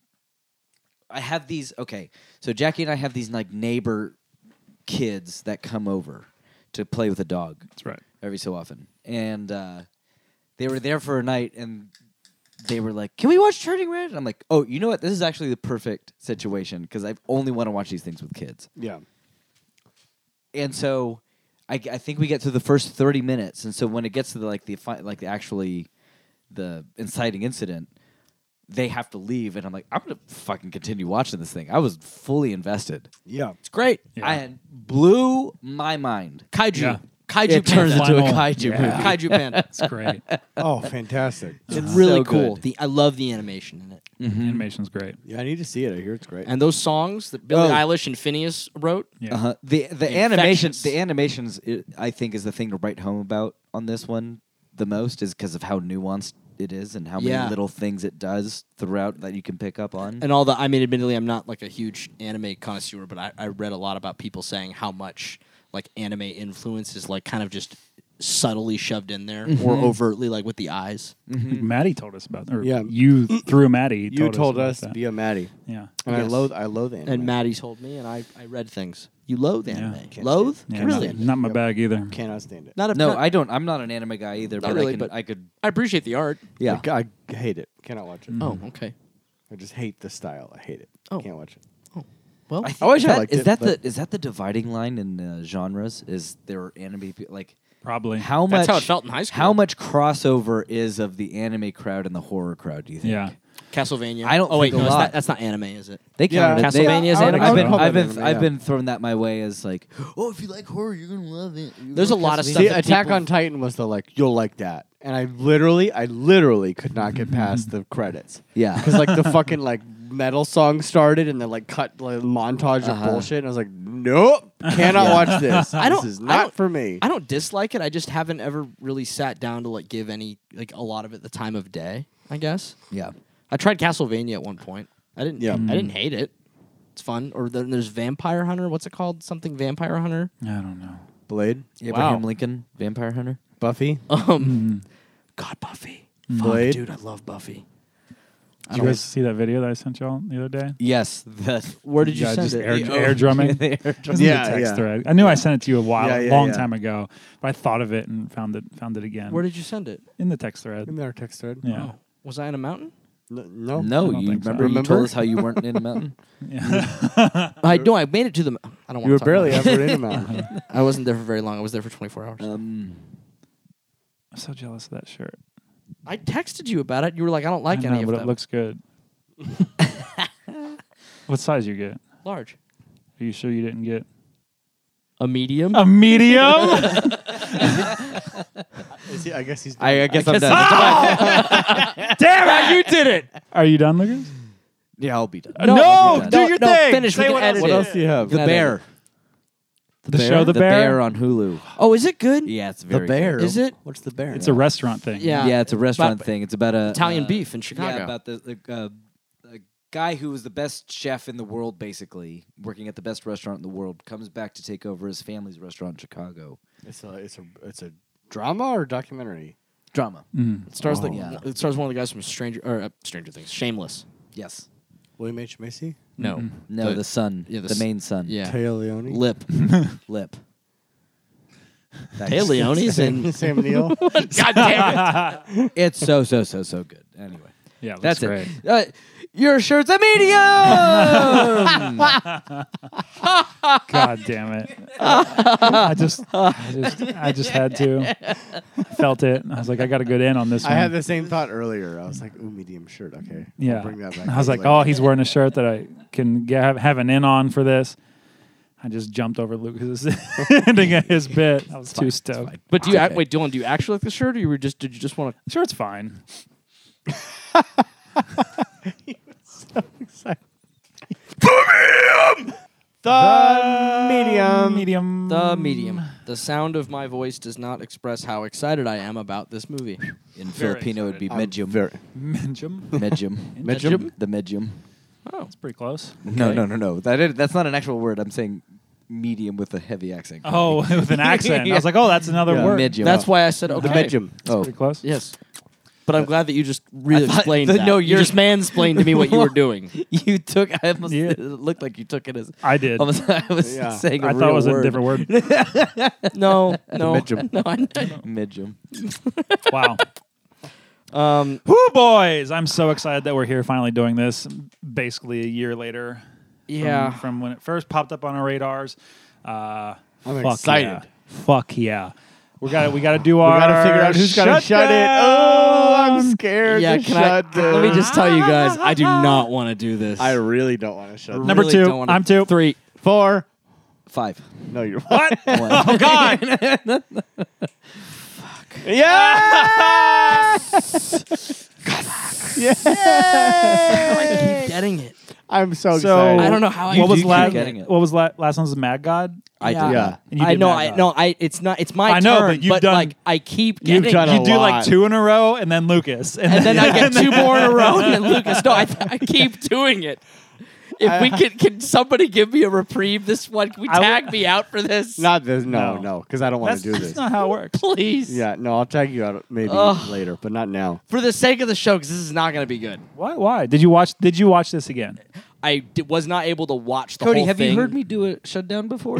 I have these. Okay, so Jackie and I have these like neighbor kids that come over to play with a dog That's right. every so often, and uh, they were there for a night, and they were like, "Can we watch Turning Red?" And I'm like, "Oh, you know what? This is actually the perfect situation because I only want to watch these things with kids." yeah. and so I, I think we get to the first 30 minutes and so when it gets to the like the fi- like the actually the inciting incident they have to leave and i'm like i'm gonna fucking continue watching this thing i was fully invested Yeah. it's great. Yeah. i had- blew my mind Kaiju. Yeah. Kaiju it turns panda. into a Final- kaiju yeah. movie Kaiju panda. It's great. Oh, fantastic. It's So really cool. good. The, I love the animation in it. Mm-hmm. Animation's great. Yeah, I need to see it. I hear it's great. And those songs that Billie Oh. Eilish and Phineas wrote. Yeah. uh-huh. the the animation infections. the animations i- i think is the thing to write home about on this one the most is because of how nuanced it is and how Yeah. many little things it does throughout that you can pick up on And all the, I mean, admittedly, I'm not like a huge anime connoisseur, but I, I read a lot about people saying how much like anime influence is like kind of just subtly shoved in there or Mm-hmm. overtly like with the eyes. Maddie told us about. Or Yeah. You through Maddie. you told about us to that. be a Maddie. yeah. And I Yes. loathe I loathe anime. And Maddie told me, and I, I read things. You loathe anime. stand Loathe? Yeah, Can't not- stand Not, it. my bag either. cannot stand it. Not a, No, not- I don't. I'm not an anime guy either. Not But, I, really, can, but- I could. I appreciate the art. Yeah. Mm. Like, I, I hate it. Cannot watch Mm-hmm. it. Oh, okay. I just hate the style. I hate it. Oh. Can't watch it. Well, think I wish I that, liked is it, that but- the is that the dividing line in uh, genres? Is there anime pe- like Probably. how much? That's how it felt in high school. How much crossover is of the anime crowd and the horror crowd? Do you think? Yeah. Castlevania. I don't Oh wait, think no, a that's lot. not, that's not anime, is it? They Yeah, counted it. They- Castlevania's I would anime? I've been, call it I've been, anime, I've yeah. been thrown that my way as like, oh, if you like horror, you're gonna love it. You There's love a lot of Castlevania." stuff See, that Attack people- on Titan was the like you'll like that, and I literally, I literally could not get past the credits. Yeah. because like the fucking like metal song started and then like cut like montage Uh-huh. of bullshit. And I was like, nope, cannot watch this. I don't- This is I not don't- for me. I don't dislike it. I just haven't ever really sat down to like give any like a lot of it the time of day. I guess Yeah. I tried Castlevania at one point. I didn't. Yeah. I didn't hate it. It's fun. Or then there's Vampire Hunter. What's it called? Something Vampire Hunter. I don't know. Blade, Abraham Lincoln, Vampire Hunter. Buffy, Um, God, Buffy. Blade. Dude, I love Buffy. Did you guys see that video that I sent y'all the other day? Yes. The, Where did you Yeah, send just it? Oh. air, air drumming. the air It was drum- in the Yeah, text yeah. thread. I knew I sent it to you a while, Yeah, yeah, long yeah. time ago, but I thought of it and found it, found it again. Where did Oh. you send it? in the text thread? in our text thread. yeah, Was I in a mountain? N- no, No, don't you think so. remember, you told Remember? us how you weren't in a mountain. yeah. I no, I made it to the. m- I don't want. you were barely ever in a mountain. I wasn't there for very long. I was there for 24 hours. Um, I'm so jealous of that shirt. I texted you about it. You were like, I don't like I any know, of but them. it looks good. what size you get? large. Are you sure you didn't get A medium. a medium? Is he- I guess he's. I, I guess I am guess done. Damn it! You did it. Are you done, Lucas? yeah, I'll be done. No, I'll be do done. your no, thing. Finish. Say we what can else- edit what it. else do you have? the Not bear. The, show, the, The bear on Hulu. Oh, is it good? Yeah, it's The very. bear. Is it? What's the bear? It's a restaurant thing. Yeah. Good. Yeah, it's a restaurant About- thing. It's about a Italian uh, beef in Chicago. Yeah, about the, the uh, a guy who was the best chef in the world, basically working at the best restaurant in the world, comes back to take over his family's restaurant in Chicago. It's a. It's a. It's a drama or documentary. Drama. Mm. it stars the, yeah. it stars one of the guys from Stranger or uh, Stranger Things. Shameless. Yes. William H Macy. No. No, Mm-hmm. the, son. yeah, the the, s- main son. Yeah. Taya Leone. Lip. Lip. Hey, Leone's in. Sam Neill. God damn it. It's so so so so good. Anyway, yeah. It that's looks great. it. Uh, your shirt's a medium. God damn it! I just, I just, I just had to. I felt it. I was like, I got to get in on this I one. had the same thought earlier. I was like, "Ooh, medium shirt, okay." I'll yeah. bring that back. I was like, oh, he's wearing a shirt that I can get, have, have an in on for this. I just jumped over Lucas's ending at his bit. I was too stoked. But do you act wait, Dylan? Do you actually like the shirt, or you were just did you just want to? Sure, it's fine. the Uh, medium. Medium. The medium. The sound of my voice does not express how excited I am about this movie. In Filipino, it'd be medium. Very. Medium. Um, medium. Medium? The medium. It's pretty close. No, no, no, no. That is, that's not an actual word. I'm saying medium with a heavy accent. Oh, with an accent. I was like, oh, that's another Yeah. word. medium. That's why I said okay. The medium. Oh, Pretty close. Yes. But I'm glad that you just really I thought- explained the- that. no, you you're- just mansplained to me what you were doing. you took. I almost, Yeah. It looked like you took it as. I did. I Almost, I was Yeah. saying. a thought it real was word. a different word. No, no, medium. no. I Medium. wow. Um, Whoo, boys! I'm so excited that we're here finally doing this. Basically, a year later. from- yeah. From, when it first popped up on our radars. Uh, I'm fuck excited. Yeah. Fuck yeah. We got. We got to do our. We gotta figure out who's gotta shut it. Oh, I'm shutdown. scared yeah, to can shut I, let me just tell you guys, I do not want to do this. I really don't want to shut Really down. Number two. don't wanna- I'm two. Three. Four. Five. No, you're what? One. Oh God! yeah. keep getting it. I'm so, so excited. I don't know how I What do was keep last? getting it. What was la- last one's Mad God? I Yeah. Yeah. did. Yeah. And you I did know, Mad I God. no, I. It's not. It's my I know, turn. but you've done- like I keep You've getting. done a You do like lot. two in a row, and then Lucas, and, and then I get two more in a row, and then Lucas. No, I, I keep doing it. If we can, can somebody give me a reprieve this one? Can we I will- tag me out for this? Not this. No, No. no, because I don't want that's, to do that's this. not how it works. Please, Yeah, no, I'll tag you out maybe Ugh. later, but not now. for the sake of the show, because this is not going to be good. Why? Why did you watch? Did you watch this again? I d- was not able to watch the Cody, whole have thing. you heard me do a shutdown before?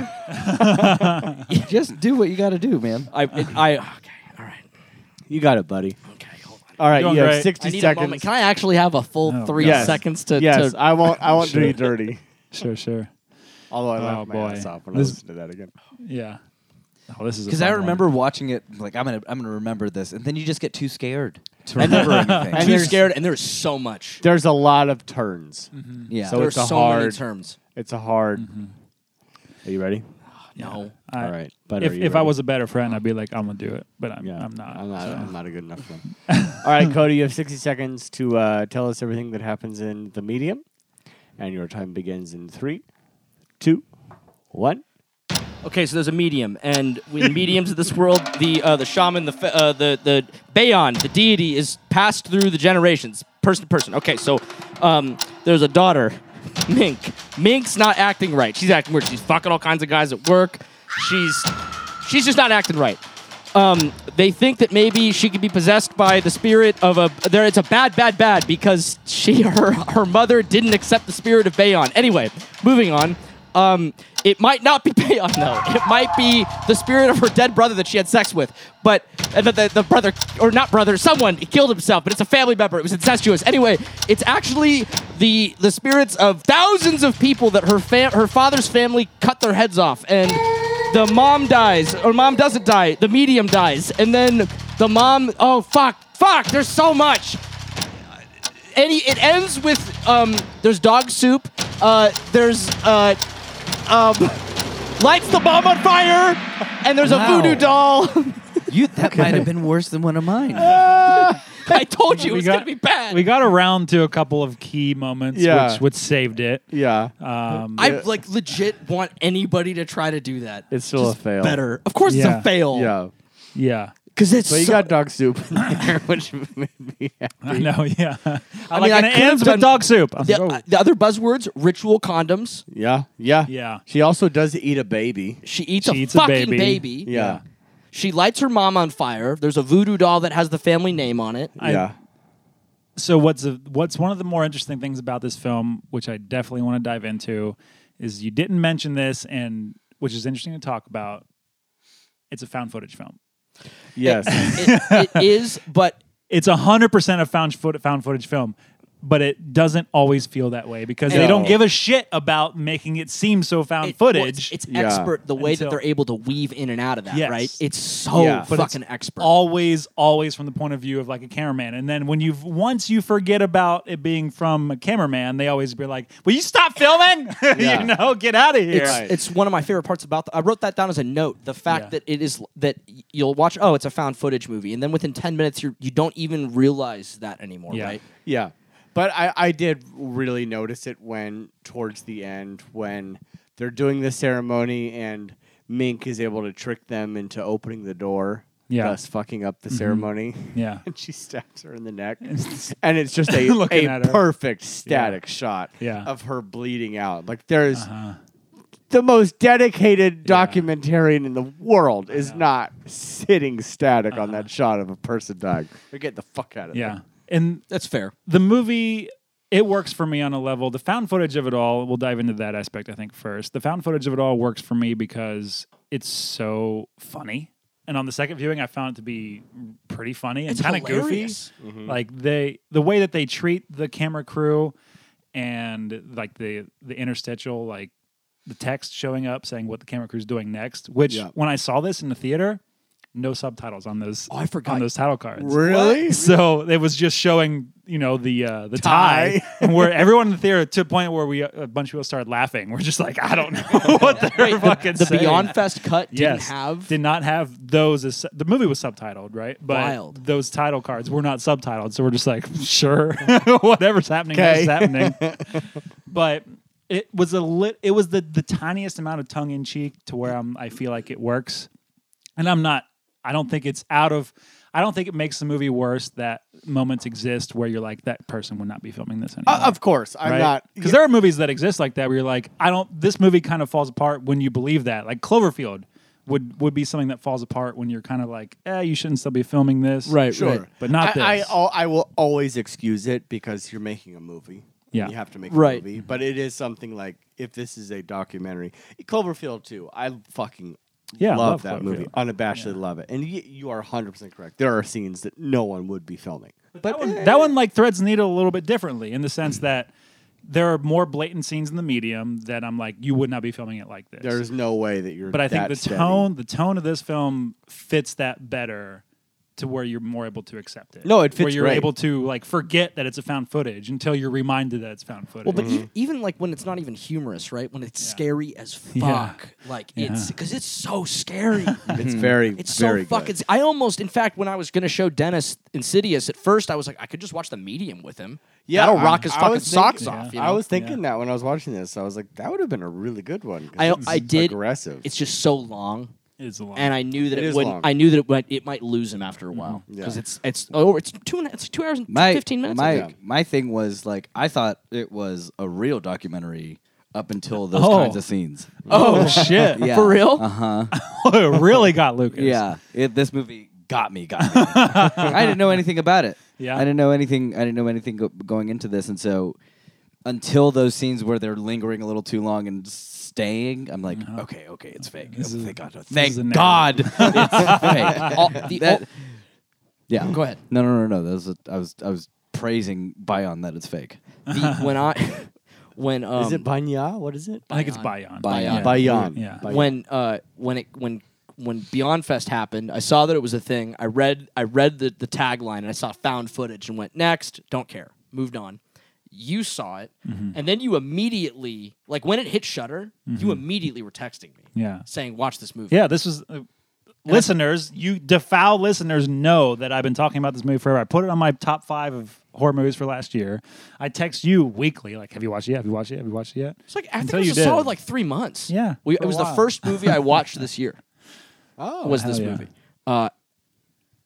Just do what you got to do, man. I, it, I okay, all right, You got it, buddy. okay, hold on. All right, Doing you have great. 60 I need a seconds. moment. Can I actually have a full Oh, three Yes. seconds to? yes, to I won't. I won't do you Sure. dirty. Sure, sure. Although I Oh, laughed my boy. ass off when This- I listened to that again. Yeah. Oh, this is a Because I fun one. remember watching it, like I'm gonna, I'm gonna remember this, and then you just get too scared. to remember anything. And too there's- scared, and there's so much. There's a lot of turns. yeah. So there it's are a so many hard. terms. It's a hard. Mm-hmm. Are you ready? No, I- All right. But If, are you if I ready? was a better friend, I'd be like, I'm gonna do it, but I'm, I'm not. I'm not, so. I'm not a good enough one. All right, Cody, you have 60 seconds to uh, tell us everything that happens in the medium. And your time begins in three, two, one. Okay, so there's a medium, and with mediums of this world, the uh, the shaman, the fe- uh, the the Bayon, the deity is passed through the generations, person to person. Okay, so um, there's a daughter, Mink. Mink's not acting right. She's acting weird. She's fucking all kinds of guys at work. She's she's just not acting right. Um, they think that maybe she could be possessed by the spirit of a. There, it's a bad, bad, bad because she her her mother didn't accept the spirit of Bayon. Anyway, moving on. Um, it might not be Bayon though. It might be the spirit of her dead brother that she had sex with, but uh, the, the, the brother or not brother, someone he killed himself. But it's a family member. It was incestuous. Anyway, it's actually the the spirits of thousands of people that her fam- her father's family cut their heads off and the mom dies or mom doesn't die the medium dies and then the mom oh fuck fuck there's so much any it ends with um there's dog soup uh there's uh um lights the mom on fire and there's Wow. a voodoo doll You that might have been worse than one of mine. i told you it We was got- gonna be bad We got around to a couple of key moments, Yeah. which which saved it. Yeah. Um, i like legit want anybody to try to do that it's still a fail. better of course it's Yeah. a fail Yeah. yeah, because it's But you so- got dog soup in there, which made me I happy. know. Yeah, I, mean, like, I and it could've ends done- with dog soup. I'm the, like, oh. the other buzzwords ritual condoms Yeah. Yeah. Yeah. She also does eat a baby. she eats She a eats a fucking baby. baby Yeah. She lights her mom on fire. There's a voodoo doll that has the family name on it. Yeah. I- So what's a, what's one of the more interesting things about this film, which I definitely want to dive into, is you didn't mention this, and which is interesting to talk about. It's a found footage film. yes. It, it is, but It's hundred percent a found foot, found footage film, but it doesn't always feel that way because No. they don't give a shit about making it seem so found it- well, footage. It's, it's Yeah. expert the way Until- that they're able to weave in and out of that, Yes. right? It's so Yeah. But it's fucking expert. always always from the point of view of like a cameraman and then when you've once you forget about it being from a cameraman they always be like will you stop filming Yeah. you know get out of here it's, Right. it's one of my favorite parts about. The, I wrote that down as a note. The fact Yeah. that it is that y- you'll watch. Oh, it's a found footage movie, and then within ten minutes, you you don't even realize that anymore, Yeah. right? Yeah. But I, I did really notice it when, towards the end, when they're doing the ceremony and Mink is able to trick them into opening the door, Yeah. Mm-hmm. thus fucking up the ceremony. yeah And she stabs her in the neck. and it's just a, Looking a at her. perfect static shot Yeah. Uh-huh. of her bleeding out. Like, there's the most dedicated documentarian in the world is not sitting static on that shot of a person dying. They're getting the fuck out of Uh-huh. yeah there. and That's fair. the movie it works for me on a level the found footage of it all we'll dive into that aspect i think first the found footage of it all works for me because it's so funny and on the second viewing i found it to be pretty funny and It's kind of goofy hilarious. like they the way that they treat the camera crew and like the the interstitial like the text showing up saying what the camera crew's doing next which Yeah. when i saw this in the theater no subtitles on those Oh, I forgot. on those title cards Really? so it was just showing, you know, the uh, the tie, and where everyone in the theater to a point where we a bunch of people started laughing. We're just like, I don't know what they're fucking The saying. Beyond Fest cut didn't Yes, have. did not have those. As, the movie was subtitled, right? But Wild. those title cards were not subtitled, so we're just like, sure, whatever's happening is happening. but it was a lit. It was the the tiniest amount of tongue in cheek to where I'm. I feel like it works, and I'm not. I don't think it's out of. I don't think it makes the movie worse that moments exist where you're like that person would not be filming this anymore. Uh, of course, I'm not. Because there are movies that exist like that where you're like, I don't. This movie kind of falls apart when you believe that. Like Cloverfield would would be something that falls apart when you're kind of like, eh, you shouldn't still be filming this. Right, Sure, but not I, this. I, al- I will always excuse it because you're making a movie. Yeah. you have to make a Right. movie. But it is something like if this is a documentary, Cloverfield too. I fucking Yeah, I love, love that Cloverfield. movie. Unabashedly love it. And y- you are 100 percent correct. There are scenes that no one would be filming. that one, that one like threads the needle a little bit differently in the sense that there are more blatant scenes in the medium that I'm like, you would not be filming it like this. There's no way that you're. but I think that the steady. tone, the tone of this film fits that better to where you're more able to accept it. No, it Where fits you're great. able to like forget that it's a found footage until you're reminded that it's found footage. Well, but Mm-hmm. e- even like when it's not even humorous, right? When it's scary as fuck, Yeah. like it's because it's so scary. It's very, It's so very fucking. good. I almost, in fact, when I was gonna show Dennis Insidious at first, I was like, I could just watch the medium with him. that'll I- rock his I fucking was socks thinking- off. You know? I was thinking that when I was watching this, I was like, that would have been a really good one. 'cause I, it's I did. aggressive. It's just so long, it's a lot. and I knew that It it, is wouldn't. long. I knew that it might, it might lose him Mm-hmm. after a while because Yeah. it's it's oh it's two and it's two hours and my fifteen minutes. My Yeah. my thing was like I thought it was a real documentary up until those Oh. kinds of scenes. oh shit! Yeah. For real? it really got Lucas. Yeah, it, this movie got me. Got me. I didn't know anything about it. Yeah. I didn't know anything. I didn't know anything go- going into this, and so until those scenes where they're lingering a little too long and staying, I'm like, okay, okay, it's fake. Oh, thank God. Uh-huh. is a Thank narrative. God. it's fake. All- the- all- yeah. Go ahead. No, no, no, no. That was a, I was I was praising Bion that it's fake. the- when I when um is it Banya? What is it? I think it's Bayon. Bayon. Bayan. Yeah. Bayan. when uh when it when when Beyond Fest happened, I saw that it was a thing. I read I read the the tagline and I saw found footage and went next. Don't care. Moved on. You saw it, Mm-hmm. and then you immediately like when it hit Shutter, you immediately were texting me, Yeah. saying watch this movie. Yeah, this was. Uh, listeners, you defoul listeners know that I've been talking about this movie forever. I put it on my top five of horror movies for last year. I text you weekly, like, "Have you watched it? yet? Have you watched it? yet? Have you watched it yet?" It's like I think Until it was you a did. solid like three months. Yeah, we, for it a was while. the first movie I watched this year. Oh, was this hell yeah. movie? Uh,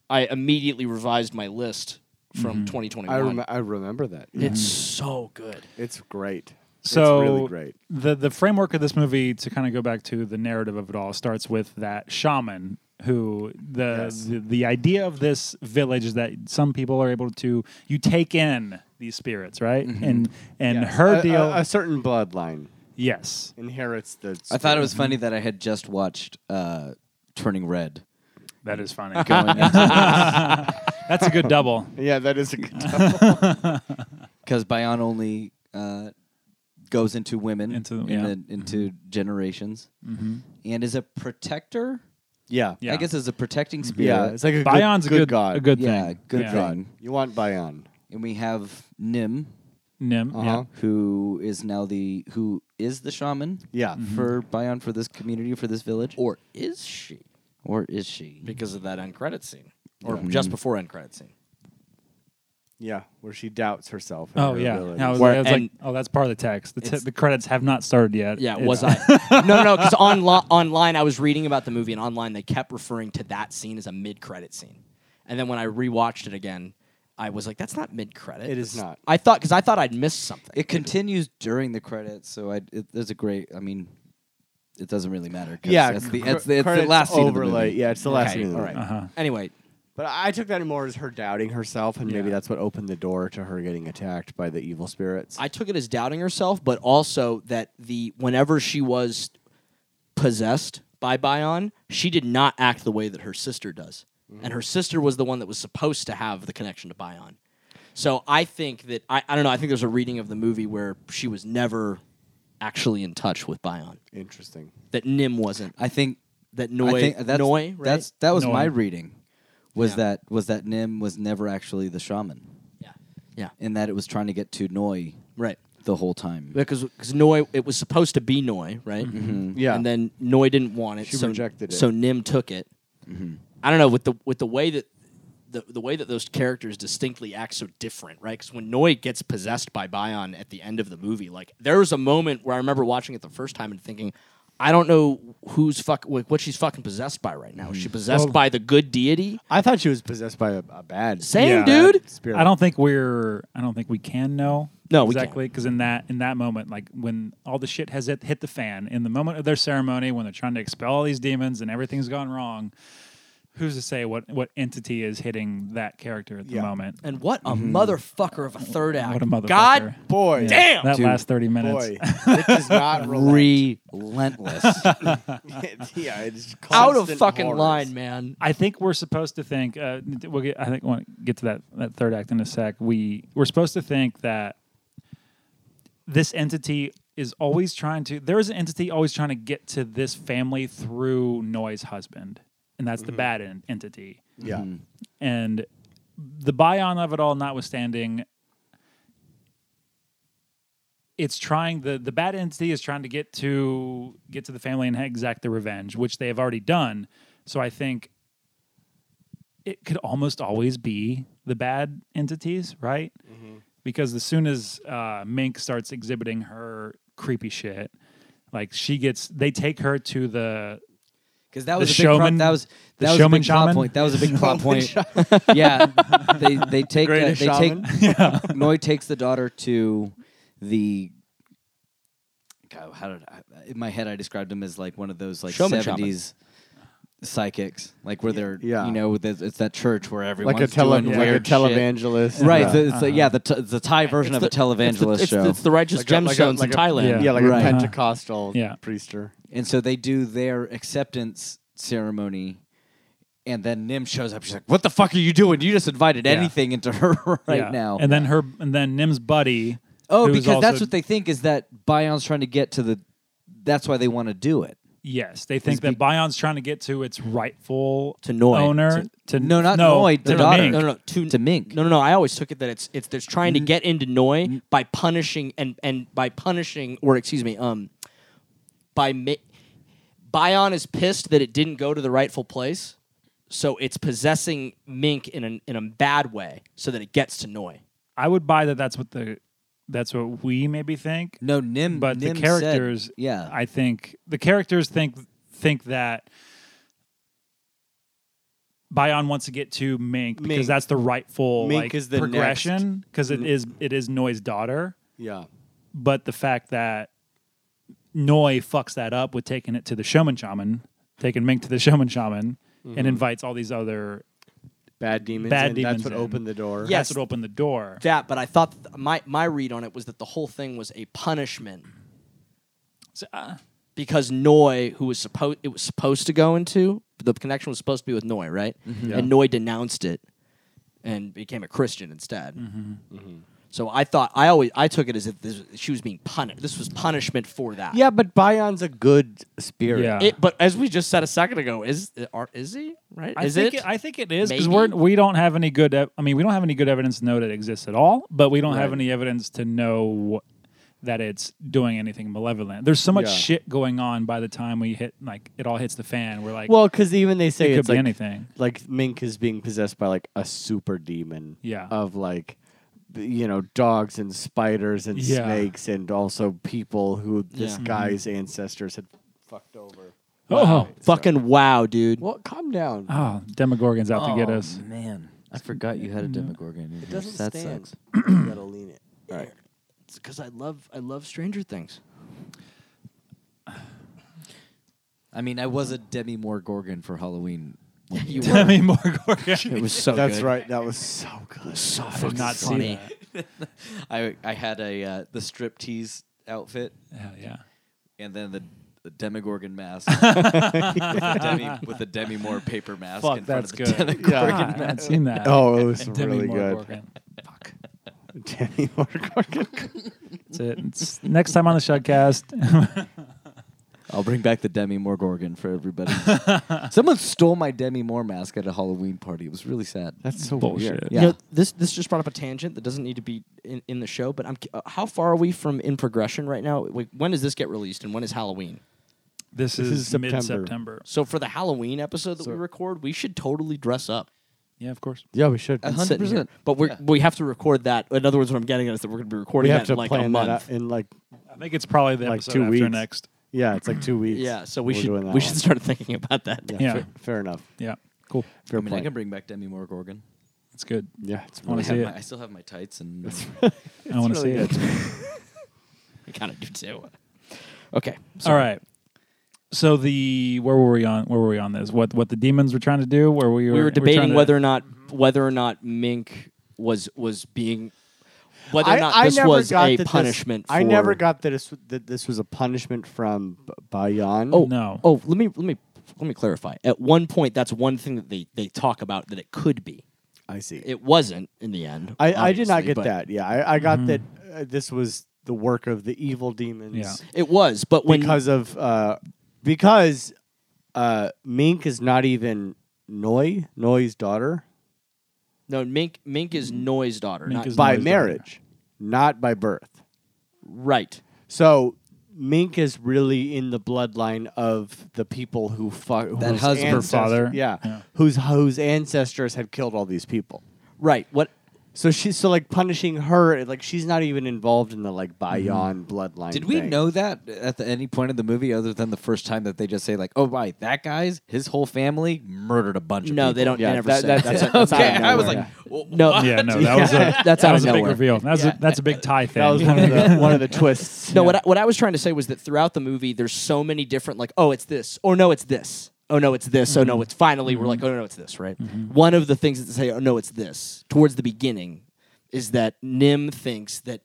I immediately revised my list from Mm-hmm. 2021. I, rem- I remember that. It's so good. It's great. So it's really great. the the framework of this movie to kind of go back to the narrative of it all starts with that shaman who the, the the idea of this village is that some people are able to you take in these spirits right Mm-hmm. and and her a, deal a, a certain bloodline yes inherits the. I thought it Mm-hmm. was funny that I had just watched uh, Turning Red. that is funny Going into that's a good double Yeah, that is a good. because Bion only uh, goes into women Into- in yeah. Mm-hmm. the- into generations, and is a protector. yeah. Yeah. I guess is a protecting spirit. Yeah, it's like a Bion's good, a good god. a good thing yeah, good Yeah. thing. You want Bayan? And we have Nim, Nim yeah Uh-huh. who is now the who is the shaman. Yeah. Mm-hmm. for Bion for this community for this village, or, Or is she? is she? Because of that end credit scene, or Mm-hmm. just before end credit scene. Yeah, where she doubts herself. and Oh her yeah, abilities. I was, Where- I was like, and- oh, that's part of the text. The, t- It's- the credits have not started yet. Yeah, It's- was I? no, no, no. Because on online, I was reading about the movie, and online they kept referring to that scene as a mid credit scene. And then when I rewatched it again, I was like, "That's not mid credit. It is not. I thought because I thought I'd missed something. It continues during the credits, so I it, there's a great. I mean, it doesn't really matter. 'cause Yeah, that's cr- the, it's the, it's the credits last scene Of the overlay. movie. Yeah, it's the last Okay, scene. All all right. right. anyway, But I took that more as her doubting herself, and maybe that's what opened the door to her getting attacked by the evil spirits. I took it as doubting herself, but also that the whenever she was possessed by Bion, she did not act the way that her sister does, Mm-hmm. and her sister was the one that was supposed to have the connection to Bion. So I think that I, I don't know. I think there's a reading of the movie where she was never actually in touch with Bion. Interesting. That Nim wasn't. I think That I Noi. think that's, Noi. Right? that's that was Noi. my reading. Was Yeah. that was that Nim was never actually the shaman, yeah. Yeah. and that it was trying to get to Noi Right. the whole time. Because because Noi, it was supposed to be Noi, right? Mm-hmm. Yeah. And then Noi didn't want it. She so, rejected it. Mm-hmm. So Nim took it. I don't know with the with the way that the, the way that those characters distinctly act so different, right? Because when Noi gets possessed by Bion at the end of the movie, like there was a moment where I remember watching it the first time and thinking. I don't know who's fuck like what she's fucking possessed by right now. Is Mm-hmm. she possessed by the good deity? I thought she was possessed by a, a bad Same Yeah. dude. spirit. I don't think we're. I don't think we can know. No, we can't. exactly. Because in that in that moment, like when all the shit has hit, hit the fan, in the moment of their ceremony, when they're trying to expel all these demons and everything's gone wrong, who's to say what what entity is hitting that character at the Yeah. moment? And what a Mm-hmm. motherfucker of a third act. What a motherfucker! God Boy, damn. that Dude. last thirty minutes. boy, it does not relate. Relentless. yeah, it's out of constant fucking horrors. line, man. I think we're supposed to think. Uh, we'll get, I think we'll get to that that third act in a sec. We we're supposed to think that this entity is always trying to. There is an entity always trying to get to this family through Noy's husband, and that's the bad en- entity. Yeah. And the buy-on of it all, notwithstanding, it's trying the the bad entity is trying to get to get to the family and exact the revenge, which they have already done. So I think it could almost always be the bad entities, right? Because as soon as uh, Mink starts exhibiting her creepy shit, like she gets, they take her to the Because that was The a big pro- showman- that was the that was a showman big plot shaman? point. That was a big plot point. yeah, they they take uh, they Greatest take shaman. Noi takes the daughter to the. God, how did I, in my head I described him as like one of those like Showman shaman. seventies psychics, like where they're Yeah. you know there's- it's that church where everyone's like a tele, doing like a weird shit. televangelist, Right, Yeah. the, it's the- yeah, the, t- the Thai version It's of the- a it's the- televangelist it's show. The, it's the righteous Like a- like a- gemstones like a- in Thailand. Yeah. yeah, like Right. a Pentecostal Yeah. priester. And so they do their acceptance ceremony. And then Nim shows up. She's like, "What the fuck are you doing? You just invited anything into her right Yeah. now." And then her and then Nim's buddy. oh, who is because that's also- what they think is that Bion's trying to get to the. That's why they want to do it. Yes, they think that Bion's trying to get to its rightful To Noi. owner. To, No, not no, Noi, to to daughter. Ming. No, no, no. To, Mm-hmm. To Mink. No, no, no. I always took it that it's it's they're trying to get into Noi by punishing and and by punishing or excuse me um by ma- Bion is pissed that it didn't go to the rightful place, so it's possessing Mink in an in a bad way so that it gets to Noi. I would buy that. That's what the that's what we maybe think. No, Nim. but Nim the said- characters yeah, i think the characters think think that Bion wants to get to Mink because Mink. that's the rightful Mink like, is the progression because it is it is Noi's daughter, Yeah, but the fact that Noi fucks that up with taking it to the Showman Shaman, taking Mink to the Showman Shaman, and invites all these other bad demons. Bad and demons That's what in. opened the door. Yeah. that's what opened the door. That, but I thought th- my my read on it was that the whole thing was a punishment So, uh, because Noi, who was supposed it was supposed to go into, the connection was supposed to be with Noi, right? And Noi denounced it and became a Christian instead. Mm-hmm. So I thought I always I took it as if this, she was being punished. This was punishment for that. yeah, but Bion's a good spirit. yeah. It, but as we just said a second ago, is are, is he right? I is think it? I think it is because we're Maybe? we don't have any good. ev- I mean, we don't have any good evidence to know that it exists at all. But we don't have any evidence to know wh- that it's doing anything malevolent. There's so much Yeah. shit going on by the time we hit like it all hits the fan. We're like, Well, because even they say it could it's be like, anything. like Mink is being possessed by like a super demon. Yeah. Of like, b- you know, dogs and spiders and Yeah. Mm-hmm. snakes and also people who this Yeah. guy's ancestors had fucked over. oh, Fucking wow, dude. Well, calm down. oh, Demogorgon's out to get us. Oh, Mm-hmm. man, I forgot you had a Demogorgon. in it here. doesn't that stand. sucks. you gotta lean it. All right. Because I love I love Stranger Things. I mean, I was a Demi Moore Gorgon for Halloween. You were. Demi Morgorgon. It was so That's good. right. That was so good. So I did fucking not see funny. that. I I had a uh, the striptease outfit Hell yeah. and then the, the Demogorgon mask with, a Demi, with a Demi Moore paper mask. in Fuck, front of that's the good. Demi- God, I haven't seen that. Oh, it was Demi really good. Morgorgon. Demi Morgorgon. That's it. It's- next time on the Shudcast. I'll bring back the Demi Moore Gorgon for everybody. Someone stole my Demi Moore mask at a Halloween party. It was really sad. That's so Bullshit. Yeah. You know, this this just brought up a tangent that doesn't need to be in, in the show, but I'm cu- uh, how far are we from in progression right now? Like, when does this get released and when is Halloween? This is is September. mid September. So for the Halloween episode that we record, we should totally dress up. Yeah, of course. Yeah, we should. I'm sitting 100%. here. But we are we have to record that. In other words, what I'm getting at is that we're going to be We recording have that to in like a plan that month. out in like I think it's probably the Like episode two after weeks. next. yeah, it's like two weeks. Yeah, so we We're should we doing that should one. start thinking about that. Yeah. Fair, fair enough. Yeah, cool. Fair I mean, I point. can bring back Demi Moore Gorgon. It's good. yeah, it's I want to I, see have it. my, I still have my tights and I want to really see it. We kind of do too. Okay. All right. So the where were we on? Where were we on this? What what the demons were trying to do? Where we were we were trying debating to- whether or not whether or not Mink was was being whether or I- not I this never was got a that this- punishment. I never for- got that this, that this was a punishment from B- Bayan. Oh No. Oh, let me let me let me clarify. At one point, that's one thing that they they talk about that it could be. I see. It wasn't in the end. I, I did not obviously, get but that. Yeah, I, I got that uh, this was the work of the evil demons Yeah. It was, but when because of uh, because uh, Mink is not even Noi, Noi's daughter, No, Mink Mink is Noy's daughter. Mm. Mink not- is- by Noi's daughter. marriage, not by birth. right. So Mink is really in the bloodline of the people who fuck That husband- Her father. yeah, Yeah. whose whose ancestors had killed all these people. Right. What So she's so like punishing her, like she's not even involved in the like Bayon bloodline. Did we thing. know that at the, any point in the movie, other than the first time that they just say like, "Oh, right, that guy's his whole family murdered a bunch of no, people." they don't Yeah, they never that- say that. that- that's- that's out of okay, I was nowhere. like, "Well, No, Yeah, no, that was a that's that out was of a big nowhere. reveal. That's a that's a big tie thing. That was one of the one of the twists. No, what I, what I was trying to say was that throughout the movie, there's so many different like, oh, it's this, or no, it's this, oh no, it's this, oh Mm-hmm. no, it's finally we're like, oh no, it's this, right? One of the things that say, oh no, it's this, towards the beginning, is that Nim thinks that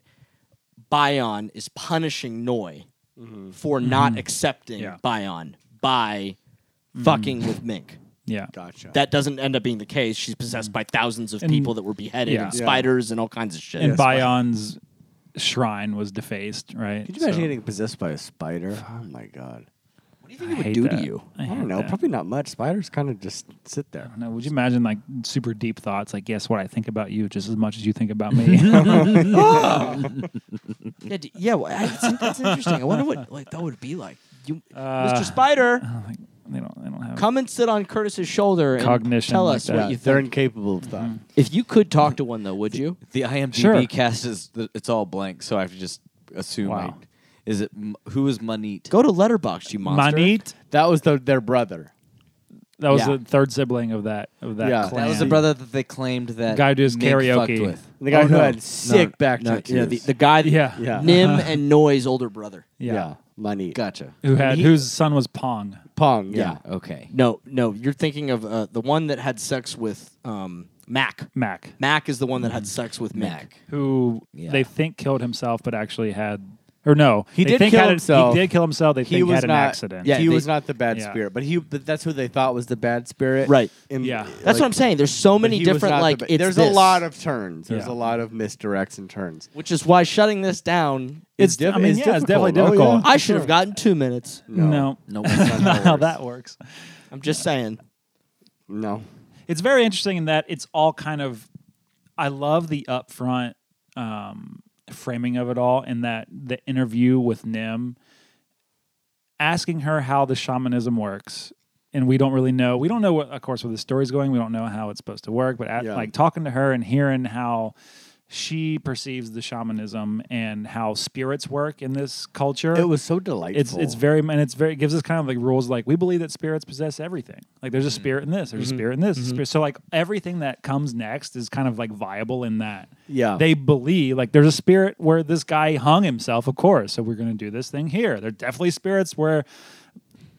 Bion is punishing Noi Mm-hmm. for Mm-hmm. not accepting Yeah. Bion by Mm. fucking with Mink. yeah. Gotcha. That doesn't end up being the case. She's possessed by thousands of And- people that were beheaded yeah. and Yeah. spiders and all kinds of shit. And Bion's shrine was defaced, right? Could you imagine So- getting possessed by a spider? Oh my god. what do you think it I would hate do that. to you? I, hate don't know. that. Probably not much. Spiders kind of just sit there. No, would you imagine like super deep thoughts? Like, guess what? I think about you just as much as you think about me. Yeah, d- yeah. Well, I, it's, that's interesting. I wonder what like that would be like. You, Uh, Mr. Spider, like, they don't. They don't have. come and sit on Curtis's shoulder and Cognition tell like us that. what you They're think. Mm-hmm. incapable of thought. If you could talk to one though, would you? The IMDb Sure. cast is the, it's all blank, so I have to just assume. Wow. I- is it M- who is Manit? Go to Letterboxd, you monster. Manit. That was the, their brother. That was Yeah. the third sibling of that of that Yeah. That clan. That was the brother that they claimed that Guy does Mink fucked karaoke. with. And the guy Oh, who no. had sick back no, tattoos. Yeah, the, the guy. That, Yeah. Yeah. Nim and Noy's older brother. yeah. Yeah. money. Gotcha. Who had He- whose son was Pong? Pong. Yeah. Okay. No, no, you're thinking of uh, the one that had sex with um, Mac. Mac. Mac is the one that had sex with Mm. Mac. Who Yeah. they think killed himself, but actually had. Or no, He they did think kill had a- himself. He did kill himself. They He think was had an not. accident. Yeah, he they- was not the bad Yeah. spirit, but he. But that's who they thought was the bad spirit. Right. And, Yeah. That's what I'm saying. There's so but many he was different not the like. ba- it's there's a this, lot of turns. There's Yeah. a lot of misdirects and turns. which is why shutting this down. It's. diff- I mean, it's yeah, it's definitely difficult. Oh, difficult. yeah. I should have gotten two minutes. No, No, that's not how that works. I'm just saying. No. it's very interesting in that it's all kind of i love the upfront um, framing of it all in that the interview with nim asking her how the shamanism works and we don't really know we don't know what of course where the story's going we don't know how it's supposed to work but at, Yeah. like talking to her and hearing how she perceives the shamanism and how spirits work in this culture It was so delightful. it's it's very and it's very it gives us kind of like rules like we believe that spirits possess everything. Like Mm-hmm. there's a spirit in this, there's a spirit in this. a spirit- So like everything that comes next is kind of like viable in that. Yeah. They believe like there's a spirit where this guy hung himself, of course. So we're going to do this thing here. There're definitely spirits where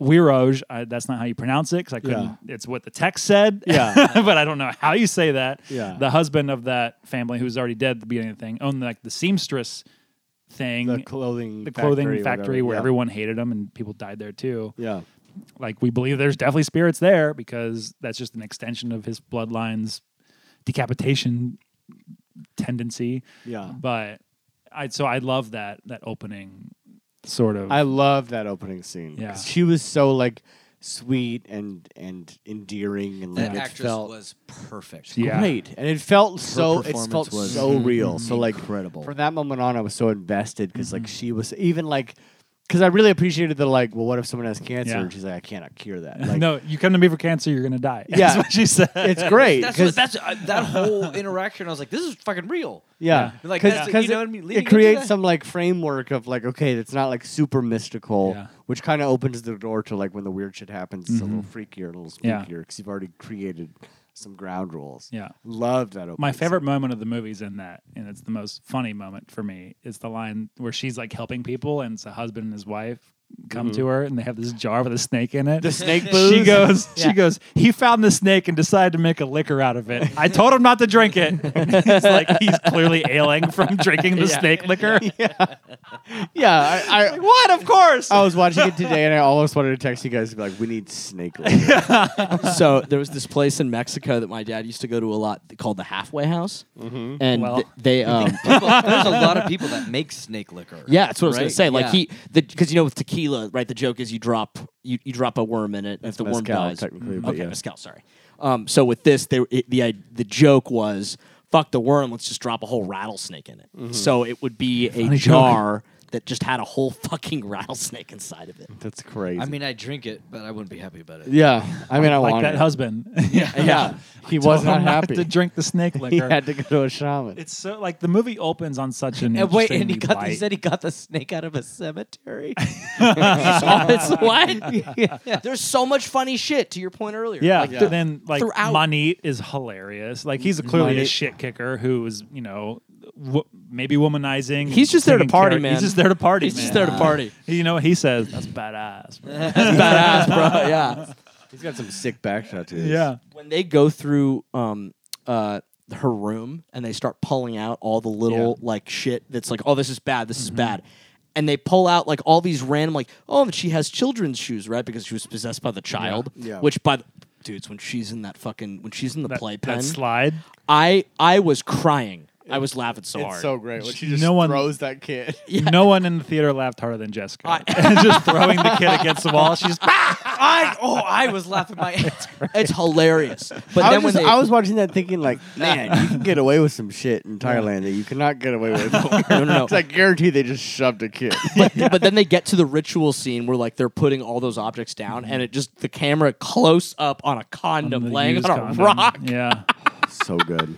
Wiroj, uh, that's not how you pronounce it because I couldn't. It's what the text said. Yeah, but I don't know how you say that. Yeah. the husband of that family who's already dead at the beginning of the thing owned like the seamstress thing, the clothing the clothing factory, factory, or where whatever. everyone hated him and people died there too. yeah. Yeah. Like we believe there's definitely spirits there because that's just an extension of his bloodline's decapitation tendency. Yeah. But I so I love that that opening sort of I love that opening scene. 'cause Yeah. she was so like sweet and and endearing and like That it actress felt was perfect. Yeah. great, and it felt so it performance felt was so real. So like incredible. from that moment on, I was so invested because like she was even like because I really appreciated the like well, what if someone has cancer? Yeah. And she's like, I cannot cure that. Like, no, you come to me for cancer, you're gonna die. Yeah. that's what she said. it's great. That's 'cause- what, that's uh, that whole interaction. I was like, this is fucking real. yeah, Like, that's the- you know what I mean? Leading it into creates that. some like framework of like okay, it's not like super mystical, Yeah. which kind of opens the door to like when the weird shit happens, it's a little freakier, a little Yeah. spookier because you've already created some ground rules. Yeah. love that. Opening My scene. favorite moment of the movie's in that, and it's the most funny moment for me, is the line where she's like helping people, and it's a husband and his wife come to her, and they have this jar with a snake in it. Mm-hmm. The snake She booze? goes, she goes. He found the snake and decided to make a liquor out of it. I told him not to drink it. it's like he's clearly ailing from drinking the snake liquor. Yeah, I, I What? Of course. I was watching it today, and I almost wanted to text you guys to be like, "We need snake." Later. so there was this place in Mexico that my dad used to go to a lot called the Halfway House, Mm-hmm. and Well. th- they um, People, there's a lot of people that make snake liquor. yeah, that's what I was gonna Right, say. Like yeah. he, because you know with tequila the right the joke is you drop you, you drop a worm in it if the worm mezcal, dies. Mm-hmm. technically, but okay, yeah. mezcal. Sorry. Um, so with this, they, it, the i- the joke was fuck the worm. Let's just drop a whole rattlesnake in it. Mm-hmm. So it would be a jar that just had a whole fucking rattlesnake inside of it. That's crazy. I mean, I drink it, but I wouldn't be happy about it. yeah. I mean, I like want that it. husband. yeah, Yeah, he Told was him not not happy. to drink the snake he liquor. had to go to a shaman. It's so like the movie opens on such an And wait, and he interesting got he light. said he got the snake out of a cemetery. what? There's so much funny shit. To your point earlier. Yeah, Like, th- then like Throughout- Monit is hilarious. Like he's clearly a Monit- shit kicker who is you know wo- maybe womanizing. He's and just there to singing party, charac- man. He's just there to party. He's just man. there to party. You know what he says? That's badass. bro." Badass, bro. Yeah. He's got some sick back shot to yeah, when they go through um uh her room and they start pulling out all the little like shit that's like oh this is bad this is bad and they pull out like all these random like oh she has children's shoes right because she was possessed by the child Yeah. which by the dudes when she's in that fucking when she's in the that, playpen that slide. i i was crying i was laughing so hard It's so great when she No just one- throws that kid. No one in the theater laughed harder than Jessica. just throwing the kid against the wall. She's i oh i was laughing my ass it's hilarious but I then was, when just, they I was watching that thinking like, man, you can get away with some shit in Thailand that you cannot get away with. no, no, no. I guarantee they just shoved a kid. but, but then they get to the ritual scene where like they're putting all those objects down and it just the camera close up on a condom laying on used a condom. rock Yeah. so good,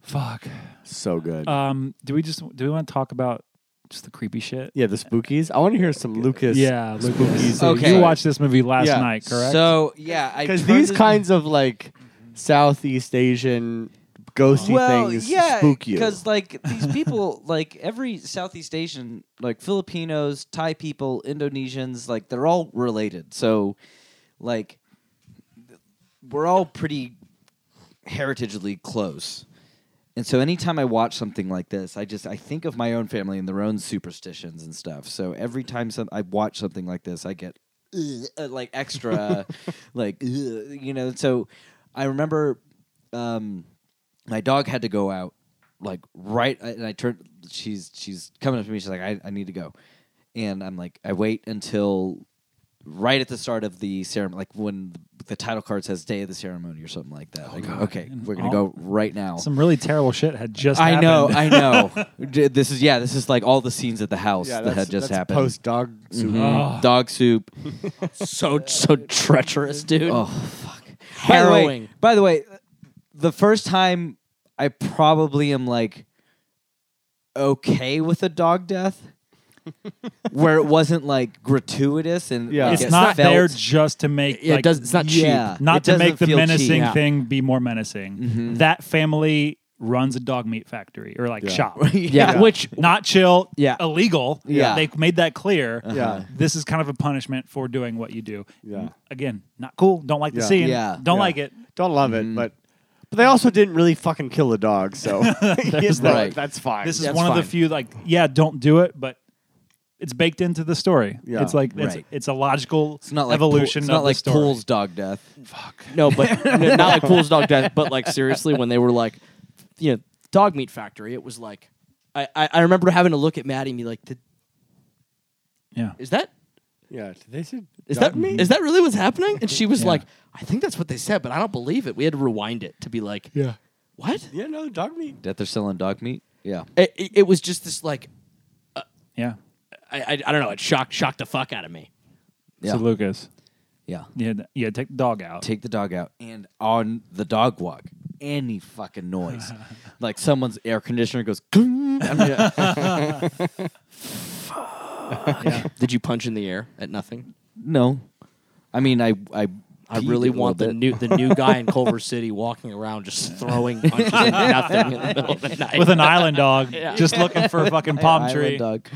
Fuck. so good. Um. Do we just do we want to talk about just the creepy shit? yeah, the spookies. I want to hear some Lucas. Yeah. Lucas. So You Okay. watched this movie last Yeah. night, correct? So yeah, I because turned these this- kinds of like Southeast Asian ghosty well, things yeah, spook you. because like these people, like every Southeast Asian, like Filipinos, Thai people, Indonesians, like they're all related. So, like, we're all pretty heritagely close. And so anytime I watch something like this, I just I think of my own family and their own superstitions and stuff. So every time some I watch something like this, I get "Ugh," uh, like extra like "Ugh," you know. So I remember um, my dog had to go out like right and I turned she's she's coming up to me she's like I, I need to go. And I'm like I wait until right at the start of the ceremony like when the title card says day of the ceremony or something like that. I go, okay, we're going to all- go right now. Some really terrible shit had just. I know, happened. I know. D- this is yeah, this is like all the scenes at the house yeah, Mm-hmm. that had just happened. Post dog Oh, soup. Oh. Mhm. Dog soup. so so treacherous dude Oh fuck. Harrowing. By the, way, by the way, the first time I probably am like okay with a dog death. where it wasn't like gratuitous and Yeah. like, It's it not felt- there just to make. Yeah, it like, does- it's not cheap. Yeah, Not it to make doesn't the feel menacing cheap. Mm-hmm. thing be more menacing. That family runs a dog meat factory or like shop. yeah, which Not chill. Yeah. Illegal. Yeah. They made that clear. Yeah. This is kind of a punishment for doing what you do. Uh-huh. Yeah. Again, not cool. Don't like the Yeah. scene. Yeah. Don't Yeah. like it. Don't love it, but but they also didn't really fucking kill the dog, so yes, that- Right. that's fine. This is That's one of fine. the few like, yeah, don't do it, but it's baked into the story. Yeah. It's like it's, Right. it's a logical It's not like Pool- evolution it's not of like the story. Pool's dog death. no but no, not like fool's dog death but like seriously when they were like you know dog meat factory it was like i i, I remember having to look at maddie and be like "Did- Yeah. is that Yeah, they said is dog that meat? is that really what's happening and she was like i think that's what they said but i don't believe it we had to rewind it to be like yeah what yeah, no dog meat. That they're selling dog meat? Yeah. it, it, it was just this like Yeah. I, I, I don't know. It shocked shocked the fuck out of me. Yeah. So Lucas. yeah. Yeah, th- yeah, take the dog out. take the dog out and on the dog walk any fucking noise like someone's air conditioner goes "Kung," I'm like, Did you punch in the air at nothing? no i mean i i I really want the new the new guy in Culver City walking around just throwing punches at nothing in the middle of the night. With an island dog, just looking for a fucking palm tree. dog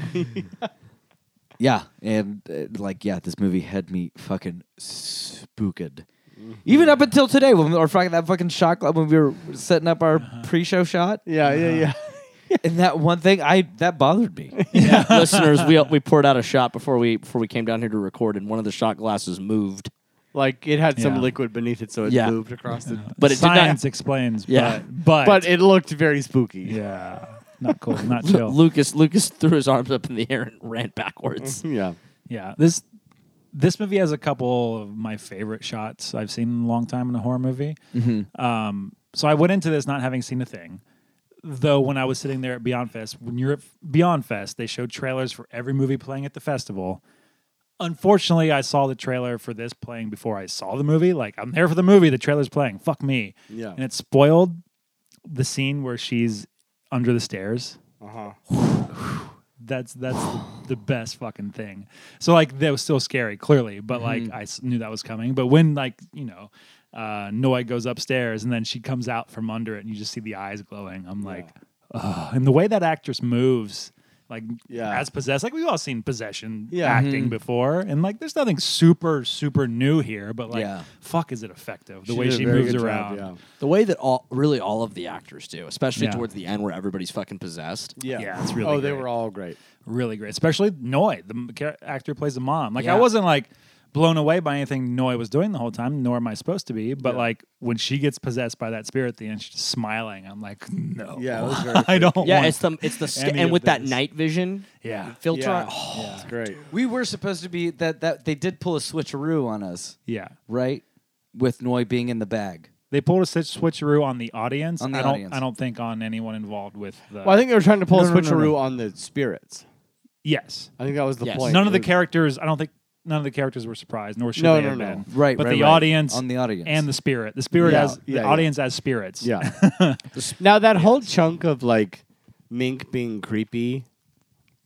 yeah and uh, like yeah this movie had me fucking spooked Mm-hmm. even up until today when we were fucking that fucking shot clock when we were setting up our Uh-huh. pre-show shot Yeah, yeah, yeah. and that one thing i that bothered me Listeners, we we poured out a shot before we before we came down here to record, and one of the shot glasses moved, Like it had some Yeah. liquid beneath it, so it Yeah. moved across the. but it Science explains. Yeah. But, but, But it looked very spooky. yeah, not cool, not did not. chill. Lucas Lucas threw his arms up in the air and ran backwards. Yeah. yeah, this this movie has a couple of my favorite shots I've seen in a long time in a horror movie. Um, so I went into this not having seen a thing. Though when I was sitting there at Beyond Fest, when you're at Beyond Fest, they showed trailers for every movie playing at the festival. Unfortunately, I saw the trailer for this playing before I saw the movie. Like I'm there for the movie, the trailer's playing. Fuck me. Yeah. And it spoiled the scene where she's under the stairs that's that's the, the best fucking thing. So like that was still scary, clearly, but like Mm-hmm. I s- knew that was coming. But when like you know, uh, Noi goes upstairs and then she comes out from under it, and you just see the eyes glowing. I'm like, Ugh. and the way that actress moves. Like Yeah. as possessed, like we've all seen possession Yeah. Mm-hmm. acting before, and like there's nothing super super new here, but like Yeah. fuck, is it effective the She way did a she very moves good job, around? yeah. The way that all really all of the actors do, especially Yeah. towards the end where everybody's fucking possessed. Yeah. Yeah, it's really Oh, they great. were all great. really great, especially Noi, the m- char- actor who plays the mom. Like I Yeah. wasn't like blown away by anything Noi was doing the whole time, nor am I supposed to be. But like when she gets possessed by that spirit at the end, she's just smiling. I'm like, no, Yeah, that was very I don't. Yeah, want it's the it's the sca- any and of with that this. night vision yeah, filter. Yeah. oh, It's great. We were supposed to be that that they did pull a switcheroo on us, yeah. right? With Noi being in the bag. They pulled a switch- switcheroo on the audience. On the I don't. audience. I don't think on anyone involved with the. Well, I think they were trying to pull No, a no, no, switcheroo no. on the spirits. yes. I think that was the Yes. point. None of the It was- characters. I don't think none of the characters were surprised, nor should No, they no, have no. been. Right, but right, the right. audience On the audience. and the spirit. The spirit Yeah, as yeah, the yeah. audience as spirits. Yeah. now that whole chunk of like Mink being creepy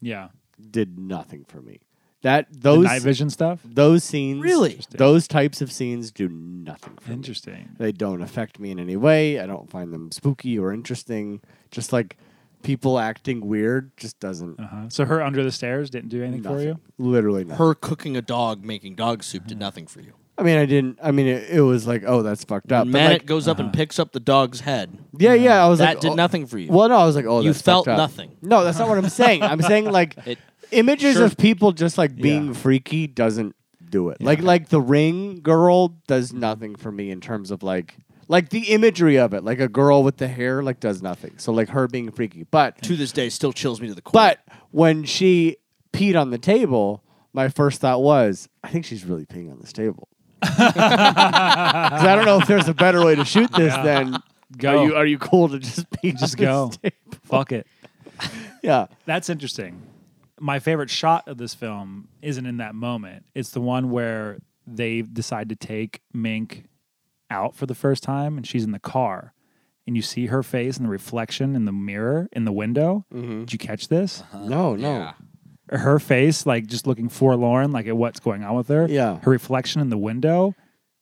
yeah. did nothing for me. That The those night vision stuff. those scenes Really? those types of scenes do nothing for me. Interesting. They don't affect me in any way. I don't find them spooky or interesting. Just like people acting weird just doesn't Uh-huh. So her under the stairs didn't do anything for nothing. you. Literally nothing. her cooking a dog, making dog soup did nothing for you. I mean, I didn't. I mean, it, it was like, oh, that's fucked up. When But Manet like, goes up and picks up the dog's head. yeah, yeah. I was That like, did oh- nothing for you. Well, no, I was like, oh, You that's felt fucked up. nothing. No, that's not what I'm saying. I'm saying like It- images sure. of people just like being Yeah. freaky doesn't do it. Like like the ring girl does nothing for me in terms of like like the imagery of it. Like a girl with the hair like does nothing. So like her being freaky, but to this day, still chills me to the core. but when she peed on the table, my first thought was, I think she's really peeing on this table. 'Cause I don't know if there's a better way to shoot this than Go. Are you are you cool to just pee? Just on this go. table? Fuck it. Yeah. That's interesting. My favorite shot of this film isn't in that moment. It's the one where they decide to take Mink out for the first time and she's in the car. And you see her face in the reflection in the mirror in the window. Did you catch this? No, no. Her face, like just looking forlorn, like at what's going on with her. Yeah. Her reflection in the window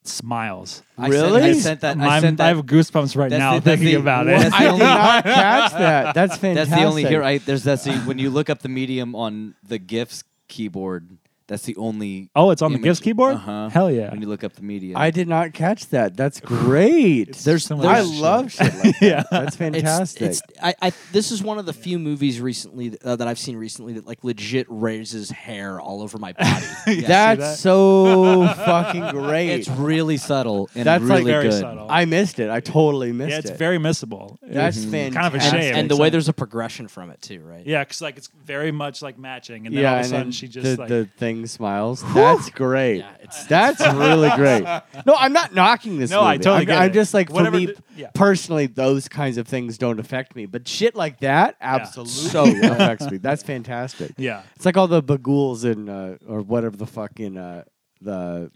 smiles. Really? I sent that. I I'm- sent that. I have goosebumps right That's now the- that's thinking the- about what- it. That's I the did only- not catch that. That's fantastic. That's the only here. I there's that's the, when you look up the medium on the GIFs keyboard. That's the only. Oh, it's on the image- GIFs keyboard? Uh-huh. Hell yeah. When you look up the medium, I did not catch that. That's great. There's- some of I that shit. love shit like that. Yeah. That's fantastic. It's, it's I, I this is one of the few movies recently uh, that I've seen recently that like legit raises hair all over my body. That's that? so fucking great. it's really subtle and That's like really very good. subtle. I missed it. I totally missed yeah, it's it. very missable. That's It's fantastic. Kind of a and, shame. and the way there's a progression from it too, right? yeah, because like it's very much like matching, and then yeah, all of a and sudden then she just the, like the thing smiles. That's great. Yeah, it's- That's really great. No, I'm not knocking this. No, I movie. totally I'm, get I'm it. just like for Whatever me the- yeah. personally, those kinds of things don't affect me, but shit like that absolutely affects me. That's fantastic. yeah. It's like all the bagools in uh, or whatever the fuck in uh, the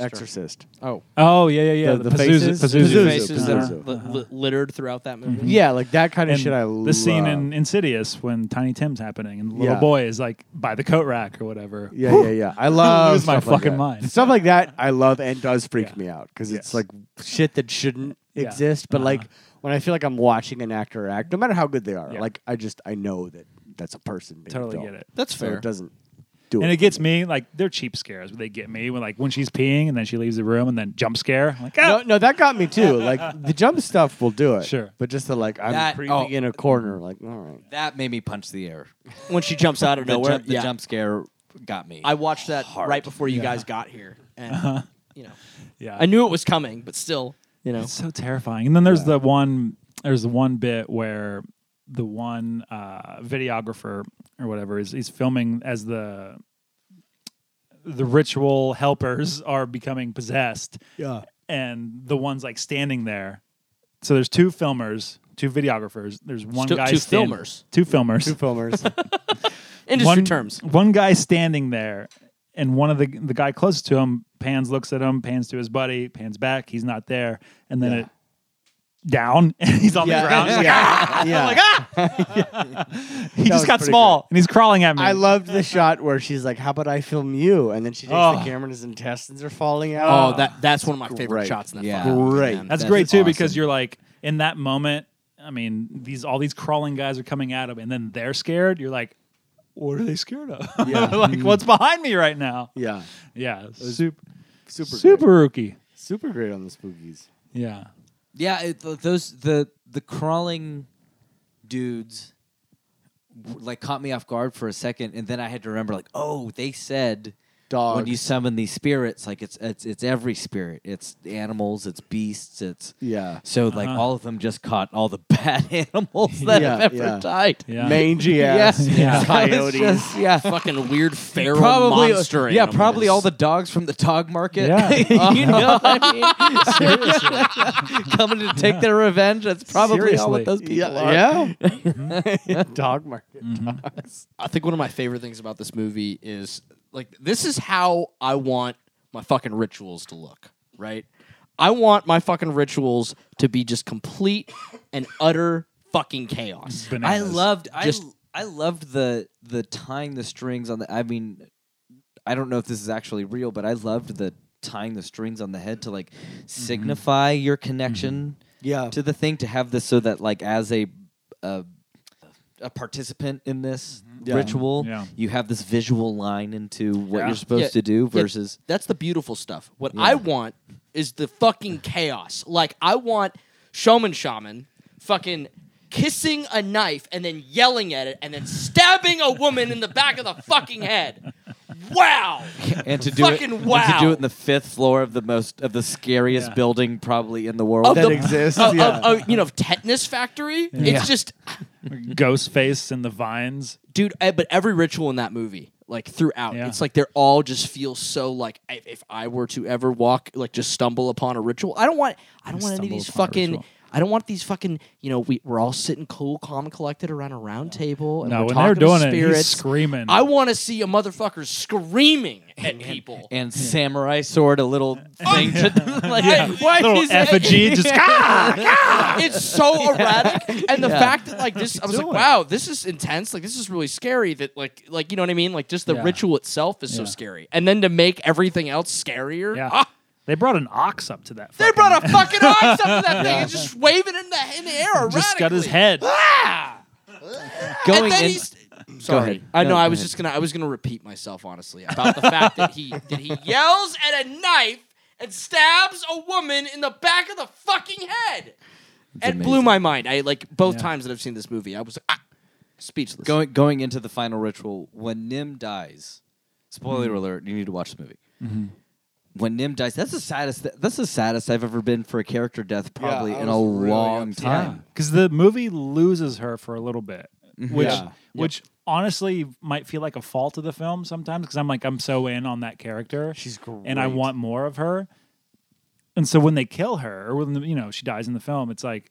Exorcist. Oh, Oh yeah, yeah, yeah. The- the faces? the Pazuzu, faces that are Pazuzu. li- li- littered throughout that movie. Yeah, like that kind of Uh-huh. And shit. I the scene love. in Insidious when Tiny Tim's happening and the little Yeah. boy is like by the coat rack or whatever. Yeah, yeah, yeah. I love Lose my stuff like fucking that. mind. Stuff like that I love and does freak Yeah. me out because Yes. it's like shit that shouldn't Yeah. Uh-huh. exist. But like when I feel like I'm watching an actor act, no matter how good they are, Yeah. like I just I know that that's a person. Being Totally filmed. get it. That's So fair. it doesn't do it. And it for gets me. me like they're cheap scares, but they get me when like when she's peeing and then she leaves the room and then jump scare. I'm like No, ah! no, that got me too. Like the jump stuff will do it. Sure. But just the like I'm That- creepy oh. in a corner, like, all right. That made me punch the air. When she jumps out of The, nowhere, jump, the yeah. jump scare got me. I watched that Hard. right before you guys got here, and you know, yeah. I knew it was coming, but still, you know, It's so terrifying. And then there's the one there's the one bit where the one uh, videographer or whatever is he's filming as the the ritual helpers are becoming possessed. Yeah. And the one's like standing there. So there's two filmers, two videographers. There's one Still- guy two stand- filmers. Two filmers. Two filmers. Industry terms. One guy standing there, and one of the the guy closest to him pans, looks at him, pans to his buddy, pans back. He's not there, and then it down, and he's on the ground. He's like, yeah. yeah. "Ah!" he was just got pretty small, and he's crawling at me. I loved the shot where she's like, "How about I film you?" And then she takes Oh. the camera and his intestines are falling out. Oh, that that's one of my favorite Great. shots in that Yeah. fucking movie, Great. man. That's That great is too awesome. because you're like in that moment. I mean, these all these crawling guys are coming at him, and then they're scared. You're like, what are they scared of? Yeah. like what's behind me right now? yeah, Yeah, super, super, super great. rookie. super great on the spookies. Yeah, Yeah, it, th- those the the crawling dudes w- like caught me off guard for a second, and then I had to remember like, oh, they said Dogs. when you summon these spirits, like it's it's it's every spirit, it's animals, it's beasts, it's Yeah. So like Uh-huh. all of them just caught all the bad animals that Yeah, have ever yeah. died. yeah. Mangy ass Yeah. coyotes. It's just- yeah. fucking weird feral Probably, uh, monster. yeah. animals. Probably all the dogs from the dog market. Yeah. you know what I mean? Coming to take their revenge. That's probably all Seriously. what those people are. yeah, yeah. Mm-hmm. dog market. I think one of my favorite things about this movie is like this is how I want my fucking rituals to look, right? I want my fucking rituals to be just complete and utter fucking chaos. I Bananas. loved I Just- I loved the the tying the strings on the I mean I don't know if this is actually real, but I loved the tying the strings on the head to like Mm-hmm. signify your connection Yeah. to the thing to have this so that like as a a, a participant in this Mm-hmm. ritual, Yeah. you have this visual line into what Yeah. you're supposed Yeah, to do yeah, versus that's the beautiful stuff. What I want is the fucking chaos. Like I want Showman Shaman fucking kissing a knife and then yelling at it and then stabbing a woman in the back of the fucking head. Wow. and to do Fucking it and wow. to do it in the fifth floor of the most of the scariest Yeah. building probably in the world. Of That the- exists, of- of- yeah. of, you know, tetanus factory. Yeah. It's just Ghost face and the vines. dude eh, but every ritual in that movie like throughout Yeah. it's like they're all just feel so like I- if i were to ever walk like just stumble upon a ritual i don't want i don't want any of Stumble these upon a fucking ritual. i don't want these fucking you know we, we're all sitting cool calm and collected around a round table and No, we're when talking they're doing to it, he's spirits screaming. i want to see a motherfucker screaming at people and samurai sword, a little thing to like why Little is that- effigy just "Ah!" it's so erratic and the Yeah. fact that like this i was like wow this is intense like this is really scary that like like you know what i mean like just the Yeah. ritual itself is so Yeah. scary and then to make everything else scarier Yeah. ah, They brought an ox up to that. they fucking- brought a fucking ox up to that thing and just waving in the in the air erratically. just got his head. Ah! going and then in- he's sorry ahead. i No, know go i was ahead. just gonna i was gonna repeat myself honestly about the fact that he that he yells at a knife and stabs a woman in the back of the fucking head it blew amazing. my mind i like both Yeah. times that i've seen this movie i was ah, speechless going going into the final ritual when Nim dies. Spoiler alert! You need to watch the movie. When Nim dies, that's the saddest. That's the saddest I've ever been for a character death, probably I in a was really long upset. time. Because the movie loses her for a little bit, which Yeah. which honestly might feel like a fault of the film sometimes. Because I'm like, I'm so in on that character. She's great, and I want more of her. And so when they kill her, or when the, you know she dies in the film, it's like,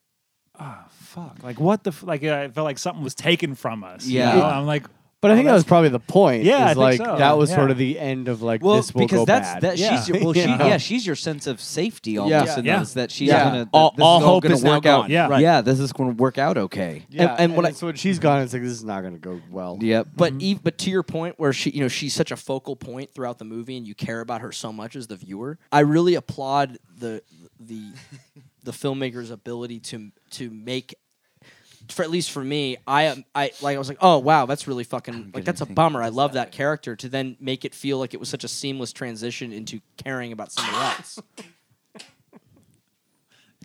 oh, fuck! Like what the f-? like? I felt like something was taken from us. you Yeah. know? I'm like, But I think that was probably the point. Yeah, I is think like so. that was Yeah. sort of the end of like Well, this will because go that's bad. that. She's your, well, she, yeah, she's your sense of safety almost in Yeah. this. That she's Yeah. gonna that All- this all is all hope gonna is now work gone. out. Yeah. Right. yeah, this is gonna work out okay. Yeah, and- and when I- it's when she's gone, it's like this is not going to go well. Yep. But ev- but to your point, where she you know she's such a focal point throughout the movie, and you care about her so much as the viewer. I really applaud the the the filmmaker's ability to to make. For at least for me, I um, I like I was like, oh wow, that's really fucking like that's a bummer. I love that character to then make it feel like it was such a seamless transition into caring about somebody else.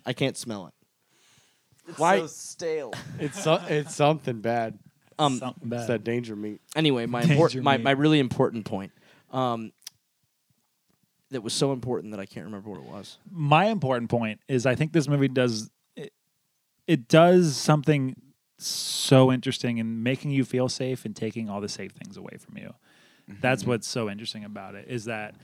I can't smell it. Why? It's so, it's something bad. um, something It's bad. that danger meat. anyway, my Danger important, my, meat. my really important point, um, that was so important that I can't remember what it was. my important point is I think this movie does it, it does something so interesting in making you feel safe and taking all the safe things away from you. That's Mm-hmm. what's so interesting about it is that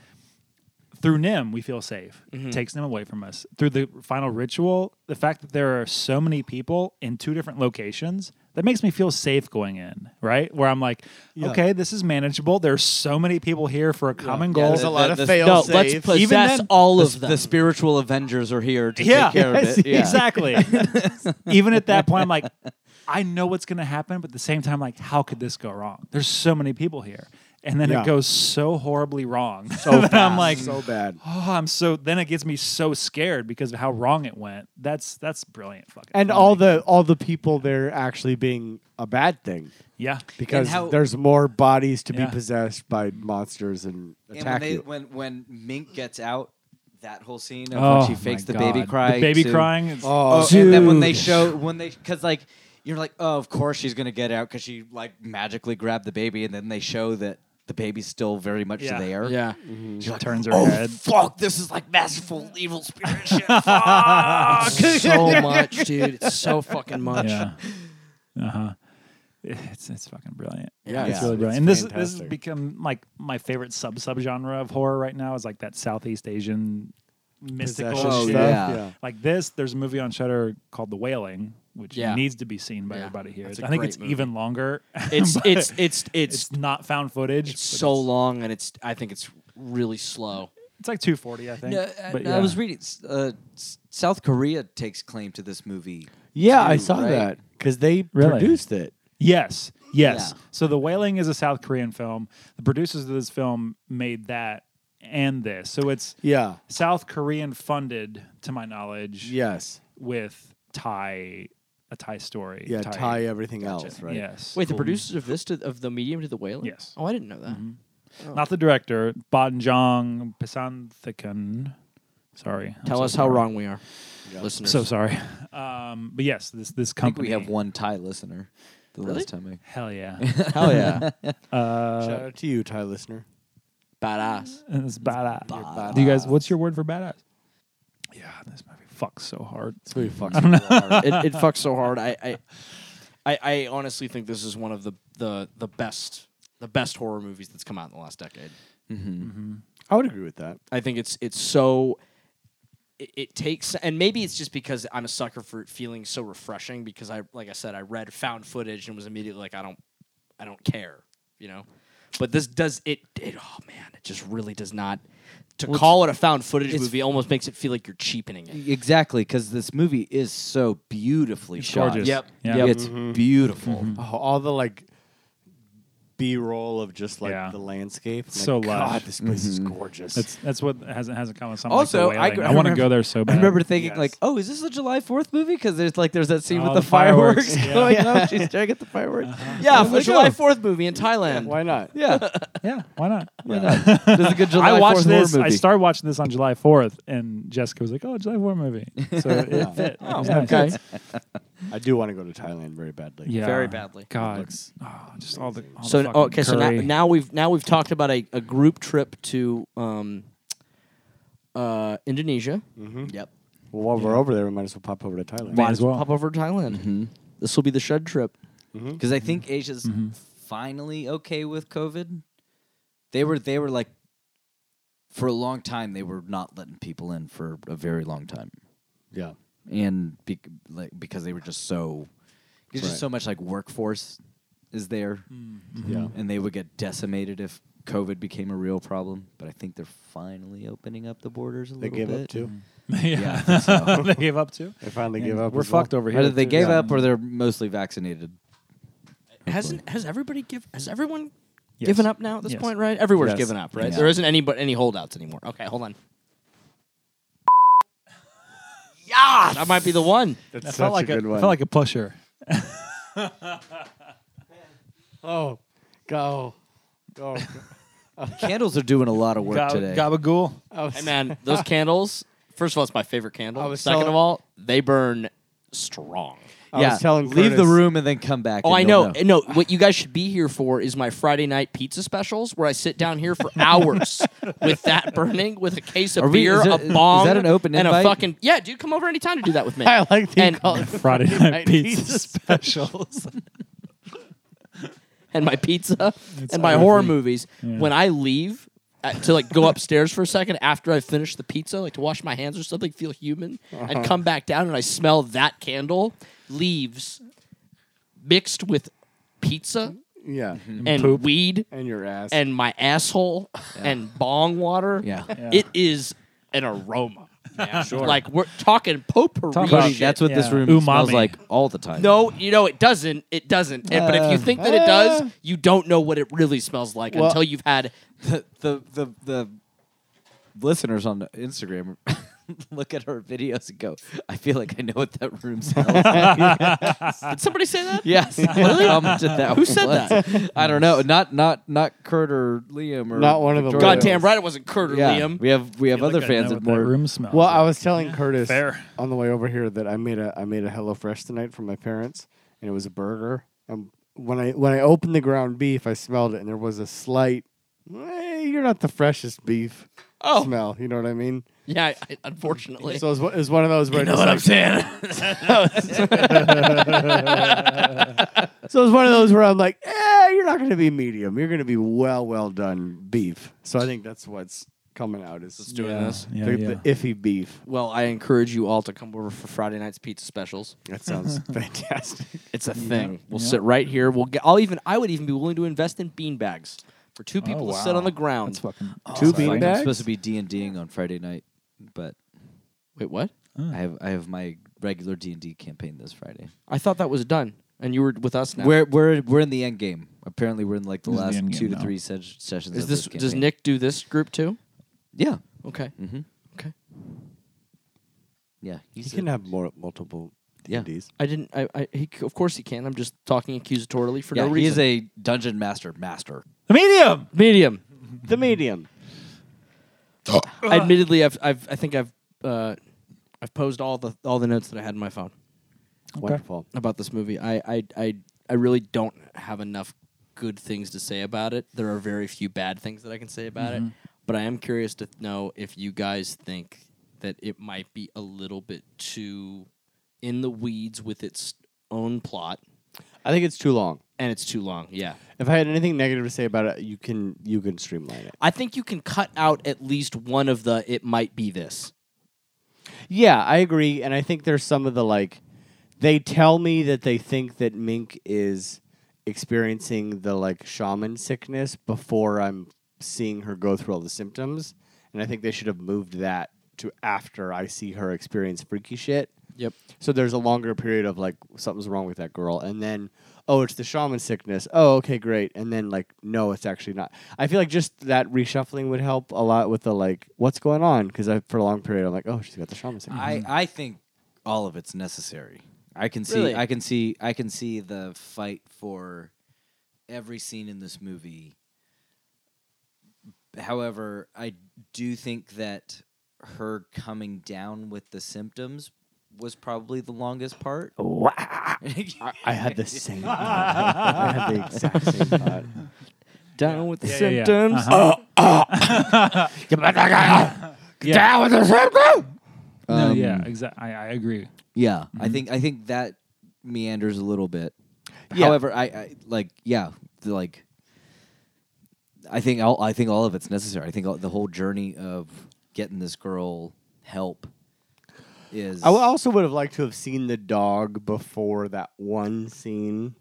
through Nim we feel safe. Mm-hmm. It takes Nim away from us. Through the final ritual, the fact that there are so many people in two different locations that makes me feel safe going in, right? Where I'm like, okay, this is manageable. There's so many people here for a common goal. There's a lot of the- fail No, let's saves. possess Even then, all the, of them. the spiritual Avengers are here to yeah, take care of it. Yeah. exactly. Even at that point, I'm like, I know what's going to happen, but at the same time, like, how could this go wrong? There's so many people here, and then Yeah. it goes so horribly wrong. So I'm like, so bad. oh, I'm so. Then it gets me so scared because of how wrong it went. That's that's brilliant. Fucking And filmmaking. all the all the people there actually being a bad thing yeah. because how- there's more bodies to Yeah. be possessed by monsters and And when, attack they, you. when when Mink gets out, that whole scene of Oh, when she fakes my the baby God. The crying, baby to- crying. It's, oh, Oh, and then when they dude. show when they because like you're like oh of course she's gonna get out because she like magically grabbed the baby and then they show that the baby's still very much Yeah. there. yeah. she turns Oh, her head. Fuck! This is like masterful evil spirit shit. so much, dude. It's so fucking much. Yeah. Uh huh. It's it's fucking brilliant. Yeah, it's it's- really brilliant. it's and this this has fantastic. become like my favorite sub subgenre of horror right now is like that Southeast Asian mystical Possession Oh, shit. stuff, yeah. Like this, there's a movie on Shutter called The Wailing, which Yeah. needs to be seen by Yeah, everybody here. that's a I think great it's movie. even longer. It's, but it's it's it's it's not found footage. it's but so long, and it's I think it's really slow. It's like 240, I think. but I yeah. was reading. s- Uh, s- South Korea takes claim to this movie. Yeah, I too, saw right? that because they Really? produced it. Yes, yes. Yeah. So The Wailing is a South Korean film. The producers of this film made that and this. So it's Yeah. South Korean funded, to my knowledge, Yes. with Thai, a Thai story. Yeah. Tie, everything else, right? Yes. Wait, the producers of this to, of the medium to the whaling? Yes. Mm-hmm. Oh, I didn't know that. Not the director, Banjong Pisanthikan. Sorry. I'm Tell so us how sorry. wrong we are, listeners. So sorry. Um, but yes, this this I think company. we have one Thai listener. The last time Hell yeah. I. Hell yeah! Shout out to you, Thai listener. badass. it's badass. Do you guys, what's your word for badass? Yeah, this movie fucks so hard. This movie fucks me hard. it, it fucks so hard. I, I, I, I honestly think this is one of the the the best the best horror movies that's come out in the last decade. I would agree with that. I think it's it's so it, it takes and maybe it's just because I'm a sucker for it feeling so refreshing because I like I said I read found footage and was immediately like I don't I don't care, you know. But this does it it oh man, it just really does not to call it a found footage movie almost makes it feel like you're cheapening it. exactly, because this movie is so beautifully shot. gorgeous. Yep. Yeah. Mm-hmm. It's beautiful. Oh, all the like B roll of just like Yeah. the landscape. Mm-hmm. I'm So like, lush. God, this place is gorgeous. That's that's what hasn't hasn't come with something. Also, like the I Wailing. gr- I, I want to remember- go there so bad. I remember thinking Yes. like, oh, is this a July Fourth movie? Because there's like there's that scene Oh, with the, the fireworks, fireworks, yeah. Uh-huh. going up. She's staring at the fireworks. Yeah, for for July July 4th movie in Thailand. Why not? Yeah, yeah, why not? why not? This is a good July I watched 4th this. horror I movie. started watching this on July fourth, and Jessica was like, "Oh, July Fourth movie." So it fit. Oh, Okay. I do want to go to Thailand very badly. Very badly. God, oh, just all the all the So fucking okay, so now, curry. now we've now we've talked about a, a group trip to um, uh, Indonesia. Yep. Well, while we're over there, we might as well pop over to Thailand. Might as well. Pop over to Thailand. This will be the shed trip. Because Mm-hmm. I Mm-hmm. think Asia's finally okay with COVID. They were they were like, for a long time they were not letting people in for a very long time, Yeah. and be, like because they were just so, there's Right. just so much like workforce is there. Mm. Yeah. and they would get decimated if COVID became a real problem. But I think they're finally opening up the borders a They little gave bit. up too. Yeah, I yeah, think so. they gave up too. They finally And gave up. We're as well. fucked over here. Either they too. gave Yeah. up or they're mostly vaccinated. Hasn't has everybody give has everyone Yes. given up now at this Yes. point? Right, everywhere's Yes. given up. Right, Yeah. there isn't any but any holdouts anymore. Okay, hold on. Yeah, that might be the one. That's Felt such like a good one. felt like a pusher. oh, go, go. Candles are doing a lot of work Gab- today. Gabagool. I was, Hey man, those candles. First of all, it's my favorite candle. I was Second telling- of all, they burn strong. I yeah, was telling leave the Curtis- room and then come back. Oh, and I you'll know. No, what you guys should be here for is my Friday night pizza specials, where I sit down here for hours with that burning, with a case of Are we- beer, is it- a is- is bong, that an open and invite? a fucking yeah, dude, come over anytime to do that with me. I like the And- call it Friday night pizza specials. and my pizza and my horror movies, when I leave uh, to like go upstairs for a second after I finish the pizza, like to wash my hands or something, feel human, and come back down and I smell that candle leaves mixed with pizza Yeah. and weed And your ass. and my asshole and bong water. Yeah. It is an aroma. Like we're talking potpourri. Talk about- Buddy, shit. that's what this Yeah. room Umami. smells like all the time. No, you know it doesn't. It doesn't. And- but if you think that it does, you don't know what it really smells like Well- until you've had. the the the, the listeners on Instagram look at our videos and go, I feel like I know what that room smells like. Did somebody say that? yes. Really? Commented that Who said once. I don't know. Not not not Kurt or Liam or Not one of them. Victoria. Goddamn right, it wasn't Kurt or Yeah. Liam. We have we have Like, other I fans know what that that more room smells. Well, like. I was telling Curtis Fair. on the way over here that I made a I made a HelloFresh tonight for my parents, and it was a burger. And when I when I opened the ground beef, I smelled it, and there was a slight. "Eh, you're not the freshest beef Oh. smell. You know what I mean? Yeah, I, unfortunately. So it was, it was one of those. Where you know what I'm saying? so it was one of those where I'm like, eh, you're not going to be medium. You're going to be well, well done beef. So I think that's what's coming out is just doing this. Yeah, the, yeah. the iffy beef. Well, I encourage you all to come over for Friday night's pizza specials. That sounds fantastic. It's a thing. We'll sit right here. We'll get. I'll even. I would even be willing to invest in bean bags for two people to sit on the ground. That's fucking Two Sorry, bean I'm bags. supposed to be D and Ding on Friday night, but Wait, what? I have I have my regular D and D campaign this Friday. I thought that was done, and you were with us now. We're we're we're in the end game. Apparently, we're in like the This is the last end two game to now. three ses- sessions. is of this? this? Does campaign. Nick do this group too? Yeah. Okay. Mhm. Okay. Yeah. He's You can have more, multiple Yeah. DDs. I didn't. I. I he, of course he can. I'm just talking accusatorily for yeah, no he reason. is a dungeon master master. the medium. medium. The medium. Admittedly, I've, I've. I think I've. Uh, I've posed all the all the notes that I had in my phone Wonderful. about this movie. I. I. I. I really don't have enough good things to say about it. There are very few bad things that I can say about it. But I am curious to know if you guys think that it might be a little bit too in the weeds with its own plot, I think it's too long. and it's too long. Yeah. If I had anything negative to say about it, you can you can streamline it. I think you can cut out at least one of the it might be this. Yeah, I agree, and I think there's some of the like, they tell me that they think that Mink is experiencing the like shaman sickness before I'm seeing her go through all the symptoms, and I think they should have moved that to after I see her experience freaky shit. Yep. So there's a longer period of like something's wrong with that girl, and then oh, it's the shaman sickness. Oh, okay, great. And then like no, it's actually not. I feel like just that reshuffling would help a lot with the like what's going on because I for a long period I'm like oh she's got the shaman sickness. I, I think all of it's necessary. I can see Really? I can see I can see the fight for every scene in this movie. However, I do think that her coming down with the symptoms was probably the longest part. Oh. I, I had the same. thought. I had the exact same thought. Down with the Yeah, yeah, yeah. symptoms. Uh-huh. Down with the circle! no, Um, yeah, exactly. I, I agree. Yeah, I think I think that meanders a little bit. Yeah. However, I, I like yeah, the, like I think all, I think all of it's necessary. I think all, the whole journey of getting this girl help is I also would have liked to have seen the dog before that one scene,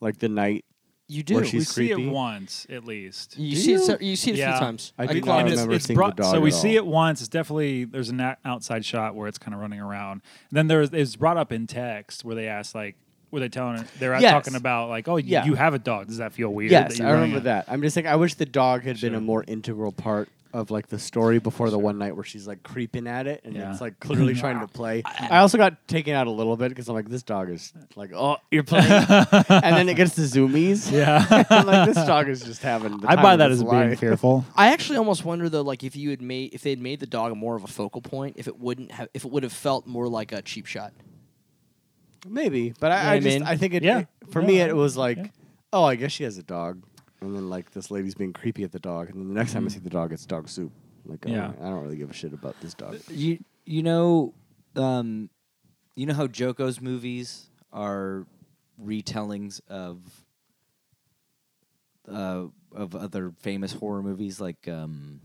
like the night. You do. Where she's we see creepy. it once at least. you see it. se- You see it a Yeah. few times. I I, do can not clock And it. remember seeing brought- the dog So we at see all. it once. It's definitely there's an o- outside shot where it's kind of running around. And then there's it's brought up in text where they ask like, were they telling? They're Yes. talking about like, oh, y- Yeah. you have a dog. Does that feel weird? Yes, you're I running remember a- that. I'm just saying, I wish the dog had been Sure. a more integral part of like the story before the one night where she's like creeping at it and Yeah. it's like clearly trying to play. I also got taken out a little bit because I'm like, this dog is like, oh, you're playing, and then it gets the zoomies. Yeah, I'm like this dog is just having. The I time buy of that as its being life. fearful. I actually almost wonder though, like if you had made, if they'd made the dog more of a focal point, if it wouldn't have, if it would have felt more like a cheap shot. Maybe, but You know I, what I I just mean? I think it, Yeah. it- for Yeah, me I- it was like, yeah. oh, I guess she has a dog, and then like this lady's being creepy at the dog, and then the next time I Mm-hmm. see the dog, it's dog soup. Like, oh, Yeah. I don't really give a shit about this dog. you you know um, you know how Joko's movies are retellings of uh, of other famous horror movies like um,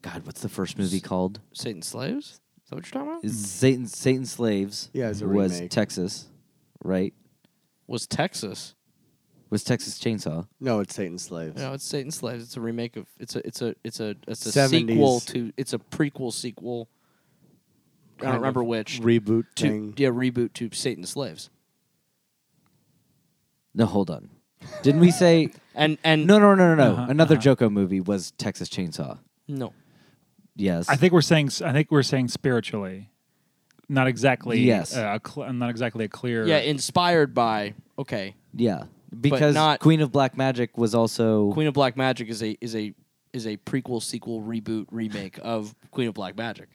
God, what's the first movie called? Satan slaves. Is that what you're talking about? Is Satan Satan Slaves? Yeah, it's a was remake. Texas, right? Was Texas? Was Texas Chainsaw? No, it's Satan's slaves. No, it's Satan slaves. It's a remake of. It's a. It's a. It's a. It's a 70s. sequel to. It's a prequel sequel. I Kind don't of remember which. reboot to, thing. yeah, reboot to Satan slaves. No, hold on. Didn't we say? And and No, no, no, no, no. Uh-huh, Another uh-huh. Joko movie was Texas Chainsaw. no. Yes, I think we're saying I think we're saying spiritually, not exactly. Yes. uh, a cl- not exactly a clear. Yeah, inspired by. Okay, yeah, because not- Queen of Black Magic was also Queen of Black Magic is a is a is a prequel sequel reboot remake of Queen of Black Magic.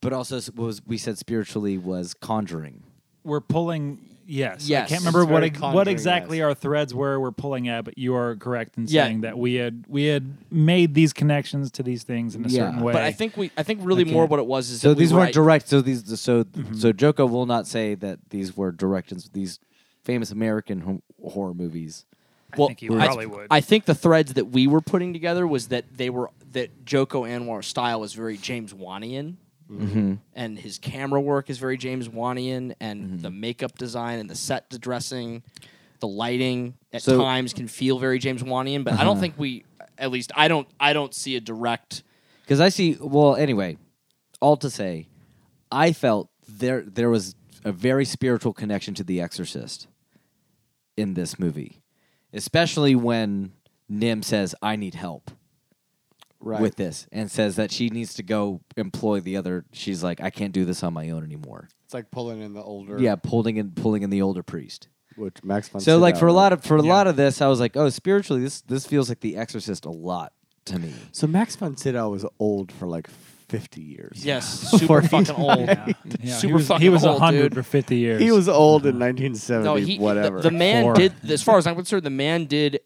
but also s- was we said spiritually was Conjuring. we're pulling. Yes, I Yes. can't remember It's what very ex- what Conjuring-esque. exactly our threads were. We're pulling at, but you are correct in Yeah. saying that we had we had made these connections to these things in a Yeah. certain way. But I think we I think really Okay. more what it was is So that we these were weren't at- direct. So these so Mm-hmm. so Joko will not say that these were directions. These famous American ho- horror movies. well, think you probably would. I think the threads that we were putting together was that they were that Joko Anwar's style was very James Wanian, and his camera work is very James Wanian, and the makeup design and the set dressing, the lighting at So- times can feel very James Wanian. But I don't think we, at least I don't, I don't see a direct. Because I see. Well, anyway, all to say, I felt there there was a very spiritual connection to The Exorcist in this movie, especially when Nim says, "I need help." Right. With this, and says that she needs to go employ the other. She's like, I can't do this on my own anymore. It's like pulling in the older. Yeah, pulling in, pulling in the older priest. Which Max von So like Sydow for a wrote. lot of for a lot of this, I was like, oh, spiritually, this this feels like The Exorcist a lot to me. So Max von Sydow was old for like 50 years. Yes, super fucking old. Yeah, Super he was, he fucking was old, 100 dude. for 50 years. He was old in 1970, No, he whatever. The, the man Four. did. As far as I'm concerned, the man did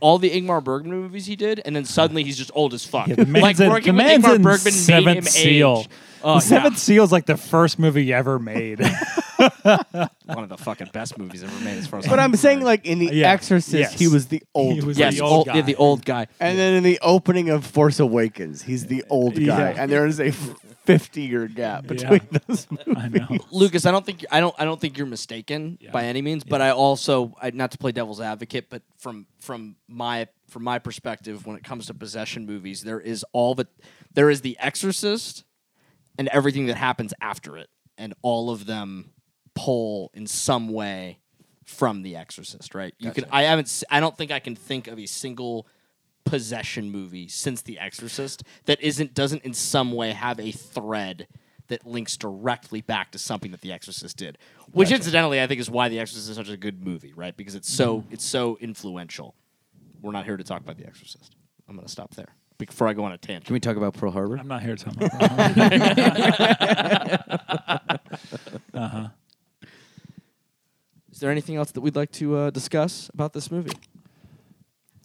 all the Ingmar Bergman movies he did, and then suddenly he's just old as fuck. Yeah, the like man's in, working the with man's Ingmar in Bergman made Seventh him Seal. age. Oh, the Seventh Seal is like the first movie ever made. yeah. one of the fucking best movies ever made. As far as but I'm saying, like in The Yeah. Exorcist, Yes. he was the old. was guy. yes, the old, old yeah, guy. the old guy. and then in the opening of Force Awakens, he's the old guy, Yeah. and there is a 50 year gap between those. movies. I know. Lucas, I don't think I don't I don't think you're mistaken Yeah. by any means, but I also I, not to play devil's advocate, but from from my from my perspective, when it comes to possession movies, there is all that there is The Exorcist and everything that happens after it, and all of them pull in some way from The Exorcist, right? You can I haven't s- I don't think I can think of a single possession movie since The Exorcist that isn't doesn't in some way have a thread that links directly back to something that The Exorcist did. Which incidentally I think is why The Exorcist is such a good movie, right? Because it's so it's so influential. We're not here to talk about The Exorcist. I'm going to stop there before I go on a tangent. Can we talk about Pearl Harbor? I'm not here to tell my Is there anything else that we'd like to uh, discuss about this movie?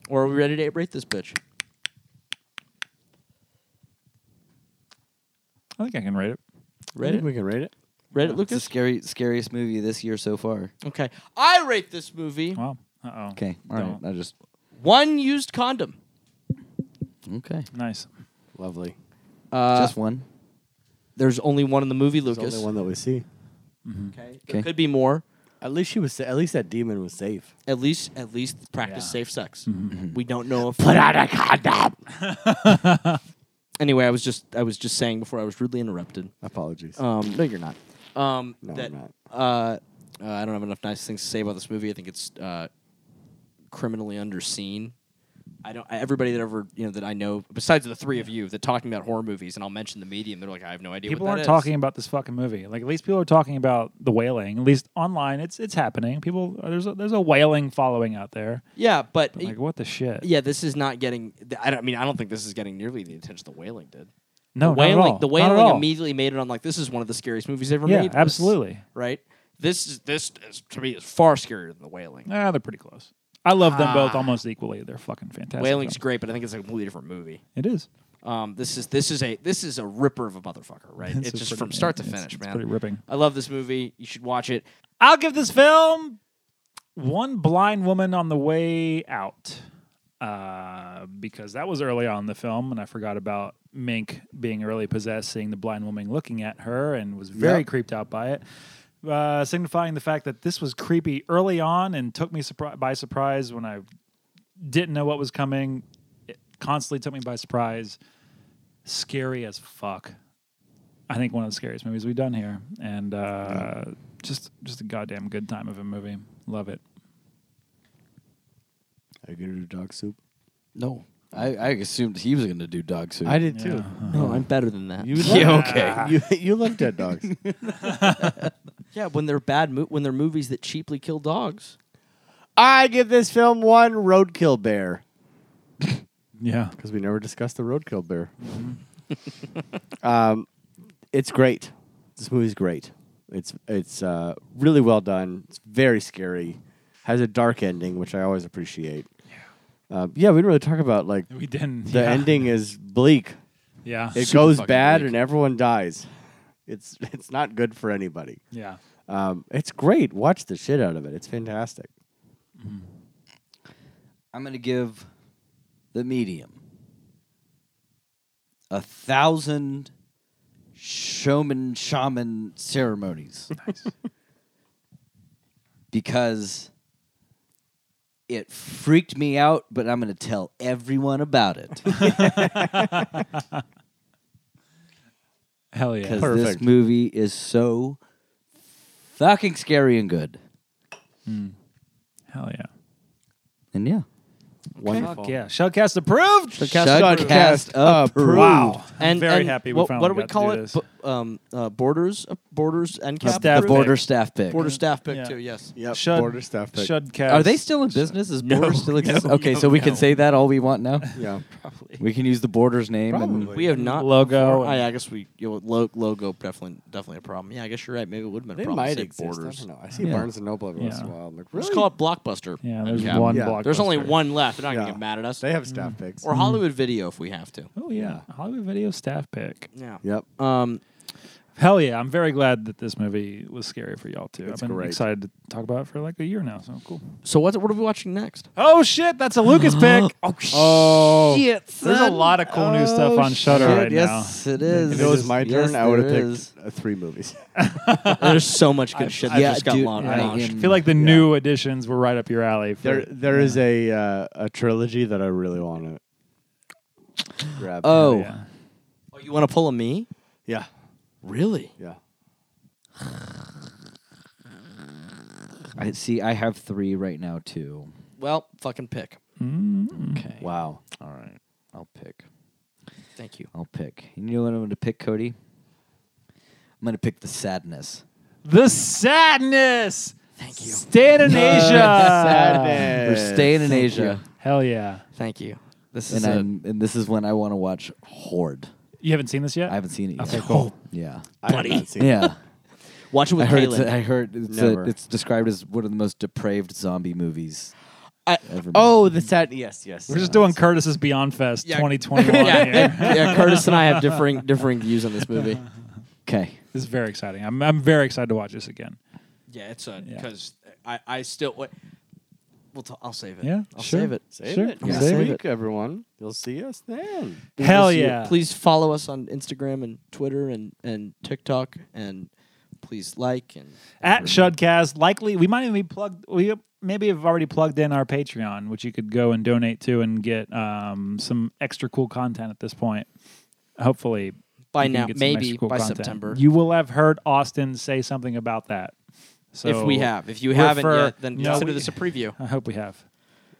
Or are we ready to rate this bitch? I think I can rate it. Rate it? We can rate it. Rate it, It's the Lucas? scary scariest movie this year so far. Okay. I rate this movie Wow. Uh oh. Okay, all right. I just one used condom. okay. Nice. Lovely. just one. There's only one in the movie, It's the Lucas. only one that we see. Okay. Okay. There could be more. At least she was. sa- At least that demon was safe. At least, at least practice Yeah. safe sex. We don't know if. Mm-hmm. Put on a condom. Anyway, I was just, I was just saying before I was rudely interrupted. Apologies. Um, no, you're not. Um, No, that, I'm Uh, uh, I don't have enough nice things to say about this movie. I think it's uh, criminally underseen. I don't. I, everybody that ever you know that I know, besides the three of you, that talking about horror movies, and I'll mention the medium. They're like, I have no idea. People what aren't that is." talking about this fucking movie. Like at least people are talking about the wailing. At least online, it's it's happening. People uh, there's a, there's a wailing following out there. Yeah, but, But like what the shit? yeah, this is not getting. I, don't, I mean, I don't think this is getting nearly the attention the Wailing did. No, the wailing, not at all. The Not at wailing all. immediately made it on like this is one of the scariest movies ever Yeah, made. absolutely. Right. This is this is, to me is far scarier than the wailing. Nah, they're pretty close. I love them both Ah. almost equally. They're fucking fantastic. Wailing's films. great, but I think it's a completely different movie. It is. Um, this is this is a this is a ripper of a motherfucker, right? This it's is just pretty- from start to it's- finish, it's man. pretty ripping. I love this movie. You should watch it. I'll give this film one blind woman on the way out uh, because that was early on in the film, and I forgot about Mink being early possessed, seeing the blind woman looking at her, and was very creeped out by it, uh, signifying the fact that this was creepy early on and took me surpri- by surprise when I didn't know what was coming. It constantly took me by surprise. Scary as fuck. I think one of the scariest movies we've done here, and uh, just just a goddamn good time of a movie. Love it. Are you gonna do dog soup? No, I, I assumed he was going to do dog soup. I did too. Oh, no, I'm better than that. You Yeah, love- okay. You, you love dead dogs. yeah, when they're bad, mo- when they're movies that cheaply kill dogs. I give this film one roadkill bear Yeah. because we never discussed the roadkill bear. um, it's great. This movie's great. It's it's uh, really well done. It's very scary. Has a dark ending, which I always appreciate. Yeah. Uh, yeah, we didn't really talk about like We didn't. the yeah. ending is bleak. Yeah. It Super goes fucking bad bleak. and everyone dies. It's it's not good for anybody. yeah. Um, it's great. Watch the shit out of it. It's fantastic. I'm going to give the medium a thousand showman shaman ceremonies. because it freaked me out, but I'm going to tell everyone about it. Hell yeah. Because Per- this Perfect. movie is so fucking scary and good. Hell yeah. And yeah. Fuck yeah. Shellcast approved. Shudcast approved. Wow. And Very and happy we what, finally what do we got to call do it? this. Bu- um, uh, borders, uh, borders, and cap Staff approved? Border staff pick. border staff pick Yeah. too. Yes. Yep. Shud- Border stuff. pick. Shudcast. Are they still in business? Is Border still exist? okay, so we can say that all we want now. Yeah. We can use the Border's name. And We have not Logo before- and- I, I guess we you know, lo- logo definitely definitely a problem. Yeah, I guess you're right. Maybe it would have been a They problem. to might say exist. I borders. don't know. I see Yeah. Barnes and Noble every once in a Yeah. while. I'm like, Let's really? call it blockbuster. Yeah. There's Yeah. one Yeah. block. There's only one left. They're not Yeah. gonna get mad at us. They have staff picks. or Hollywood Video if we have to. Oh yeah. Hollywood Video staff pick. Yeah. Yep. Um. Hell yeah. I'm very glad that this movie was scary for y'all too. It's I've been great. excited to talk about it for like a year now. So cool. So what what are we watching next? Oh shit. That's a Lucas pick. Oh shit. There's a lot of cool new stuff on Shutter Shit, right yes, it is. If it was my Yes, turn, I would have there picked is. uh, three movies. There's so much good shit that yeah, just got dude, launched. I launched. am- now. I feel like the new additions were right up your alley. For, there, there is a uh, a trilogy that I really want to grab. Oh, yeah. Oh, you want to pull a me? yeah, Really? yeah. I see. I have three right now too. Well, fucking pick. Okay. Wow. All right. I'll pick. Thank you. I'll pick. You know what I'm going to pick, Cody? I'm going to pick the sadness. The sadness. Thank you. Staying in Uh, Asia. We're staying in Asia, Hell yeah. Thank you. This and is a, I'm, and this is when I want to watch Horde. You haven't seen this yet? I haven't seen it yet. Okay, cool. Yeah. I have not seen it. Yeah. watch it I with heard. It's, Kaylin. I heard. It's, a, Never. it's described as one of the most depraved zombie movies. I- ever Oh, the sad. Yes, yes. We're just doing Curtis's Beyond Fest Yeah. 2021 here. yeah, yeah, Curtis and I have differing differing views on this movie. Okay. This is very exciting. I'm, I'm very excited to watch this again. Yeah, it's a Yeah. because I I still wait. We'll t- I'll save it. Yeah, I'll sure. save it. Save Sure. it. Yeah. Next Save week, everyone. You'll see us then. Hell We'll see you. yeah. Please follow us on Instagram and Twitter and and TikTok and please like and At Shudcast, likely, we might even be plugged, we maybe have already plugged in our Patreon, which you could go and donate to and get um, some extra cool content at this point. Hopefully. by you can now get some maybe extra cool by content. September You will have heard Austin say something about that. So if we have. If you We're haven't for- yet, then no, consider we- this a preview. I hope we have.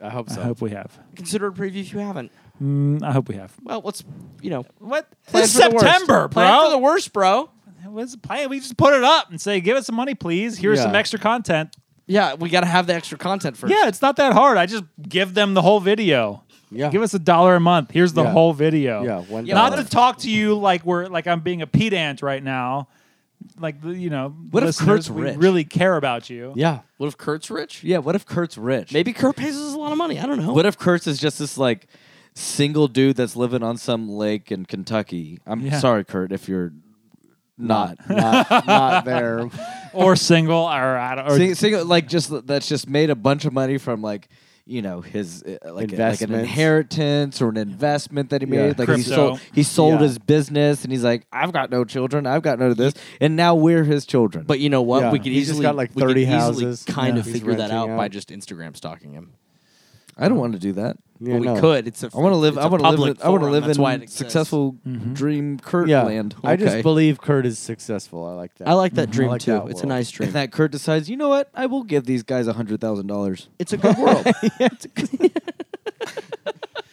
I hope I so. hope we have. Consider it a preview if you haven't. Mm, I hope we have. Well, let's you know What? plan It's for the worst. September, Plan bro. for the worst, bro. What's the plan? We just put it up and say, give us some money, please. Here's Yeah. some extra content. Yeah, we got to have the extra content first. Yeah, it's not that hard. I just give them the whole video. Yeah. Give us a dollar a month. Here's the Yeah. whole video. Yeah, one Yeah, Not dollar. to talk to you like we're like I'm being a pedant right now. Like the- you know, What if listeners, Kurt's we rich? really care about you. Yeah. What if Kurt's rich? Yeah. What if Kurt's rich? Maybe Kurt pays us a lot of money. I don't know. What if Kurtz is just this like single dude that's living on some lake in Kentucky? I'm Yeah. sorry, Kurt, if you're not. not, not there. or single, or I don't. Or Sing, single, like just that's just made a bunch of money from like you know his uh, like, a- like an Investments. inheritance or an investment that he made. Yeah. Like he Crypto. sold he sold Yeah. his business and he's like, I've got no children, I've got no this, and now we're his children. But you know what? Yeah. We could He's just easily got, like, we could 30 easily houses. Kind Yeah. of He's figure that renting out, by out. just Instagram stalking him. I don't want to do that. Yeah, but we no. could. It's a. I want to it's live. a I want to live. public In, I want to forum. live That's why it in exists. successful dream Kurt Yeah, land. I just Okay. believe Kurt is successful. I like that. I like that Mhm. dream I like too. that it's a world. nice dream. And that Kurt decides, you know what? I will give these guys a hundred thousand dollars. It's a good world.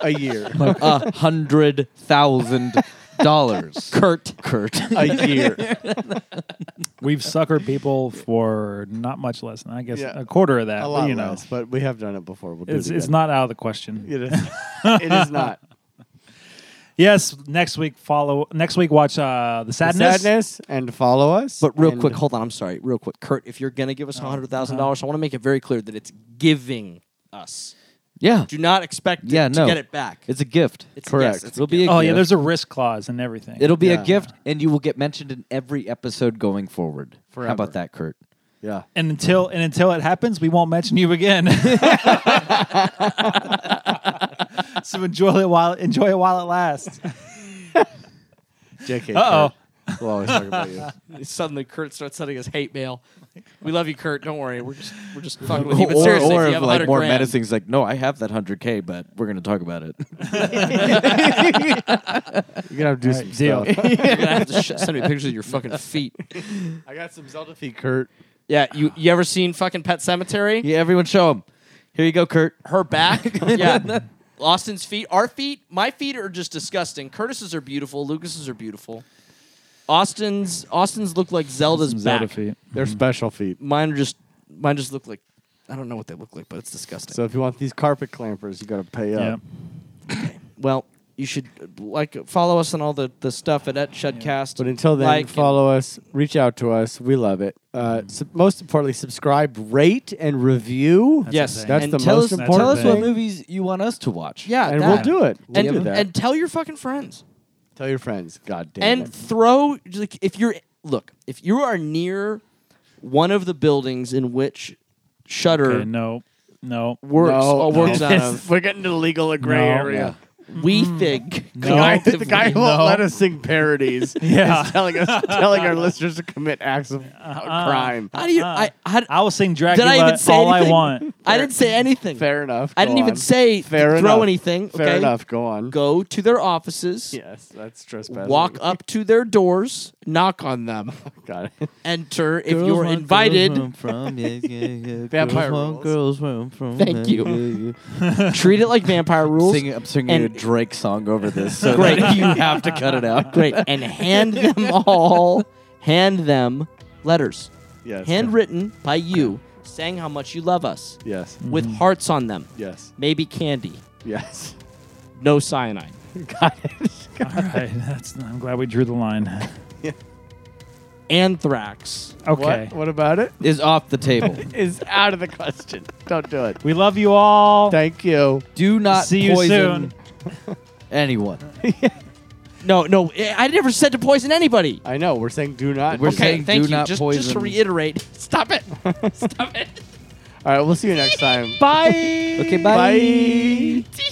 a year. A hundred thousand dollars. Kurt. Kurt. a year. we've suckered people for not much less than I guess Yeah. a quarter of that. a but, lot you know, less, but we have done it before. We'll do it's it it's again. not out of the question. It is. it is not. Yes, next week follow. Next week watch uh, the sadness. Sadness and follow us. But real and quick, hold on. I'm sorry. Real quick, Kurt. If you're gonna give us Uh-huh. hundred thousand dollars, I want to make it very clear that it's giving us. Yeah. Do not expect Yeah, to no. get it back. It's a gift. It's- Correct. yes, it's a It'll be a Oh gift. yeah, there's a risk clause and everything. It'll be Yeah. a gift, and you will get mentioned in every episode going forward. How Forever. about that, Kurt? Yeah. and until and until it happens, we won't mention you again. so enjoy it while enjoy it while it lasts. JK. Uh-oh. Kurt. We'll always talk about you. Suddenly, Kurt starts sending us hate mail. We love you, Kurt. Don't worry. We're just we're just fucking with you. But or seriously, or if you if have like 100 more grand, menacing is like, no, I have that hundred k, but we're gonna talk about it. You're gonna have to do some right, deal. stuff. you're gonna have to sh- send me pictures of your fucking feet. I got some Zelda feet, Kurt. Yeah, you you ever seen fucking Pet Cemetery? yeah, everyone, show him. Here you go, Kurt. Her back, yeah. Austin's feet, our feet, my feet are just disgusting. Curtis's are beautiful. Lucas's are beautiful. Austin's Austin's look like Zelda's back. Zelda feet. They're special feet. Mine are just mine just look like I don't know what they look like, but it's disgusting. So if you want these carpet clampers, you got to pay Yeah. up. well, you should uh, like follow us on all the, the stuff at, at Shedcast. But until then, Like and- follow us, reach out to us. We love it. Uh, sub- most importantly, subscribe, rate, and review. yes, the thing. that's and the tell most us, That's Tell important us what thing. movies you want us to watch. yeah, and that. we'll do it. We'll and, do that. and tell your fucking friends. tell your friends. God damn and it. throw like if you're look if you are near one of the buildings in which Shutter Okay, no, no, works No, uh, works no. out of, We're getting to legal gray No. area. we think No. collectively. the guy who won't let us sing parodies Yeah. is telling us, telling our listeners to commit acts of crime. How do you? I, how, I will sing did Dracula I even say all anything? I want. I didn't say anything. Fair enough. I Go didn't even on. say Fair throw enough. anything. Fair okay? enough. Go on. Go to their offices. Yes, that's trespassing. Walk up to their doors, knock on them, Got it. enter if you're invited. from, yeah, yeah, yeah. Vampire rules. girls want girls where I'm from. Thank yeah, you. yeah, yeah. Treat it like vampire rules. Sing- I'm singing a And- Drake song over this, so Great. that you have to cut it out. Great. And hand them all, hand them letters, Yes. handwritten by you, saying how much you love us, Yes. Mm-hmm. with hearts on them, Yes. maybe candy, Yes. no cyanide. Got it. All right, that's. I'm glad we drew the line. Anthrax. Okay, What? What about it? Is off the table. Is out of the question. Don't do it. we love you all. Thank you. Do not See you poison soon. anyone. No, no, I I never said to poison anybody. I know. We're saying do not. We're do Okay, saying thank do you. not just, just to poison. reiterate, stop it. Stop it. it. All right. We'll see you next time. Bye. Okay, Bye.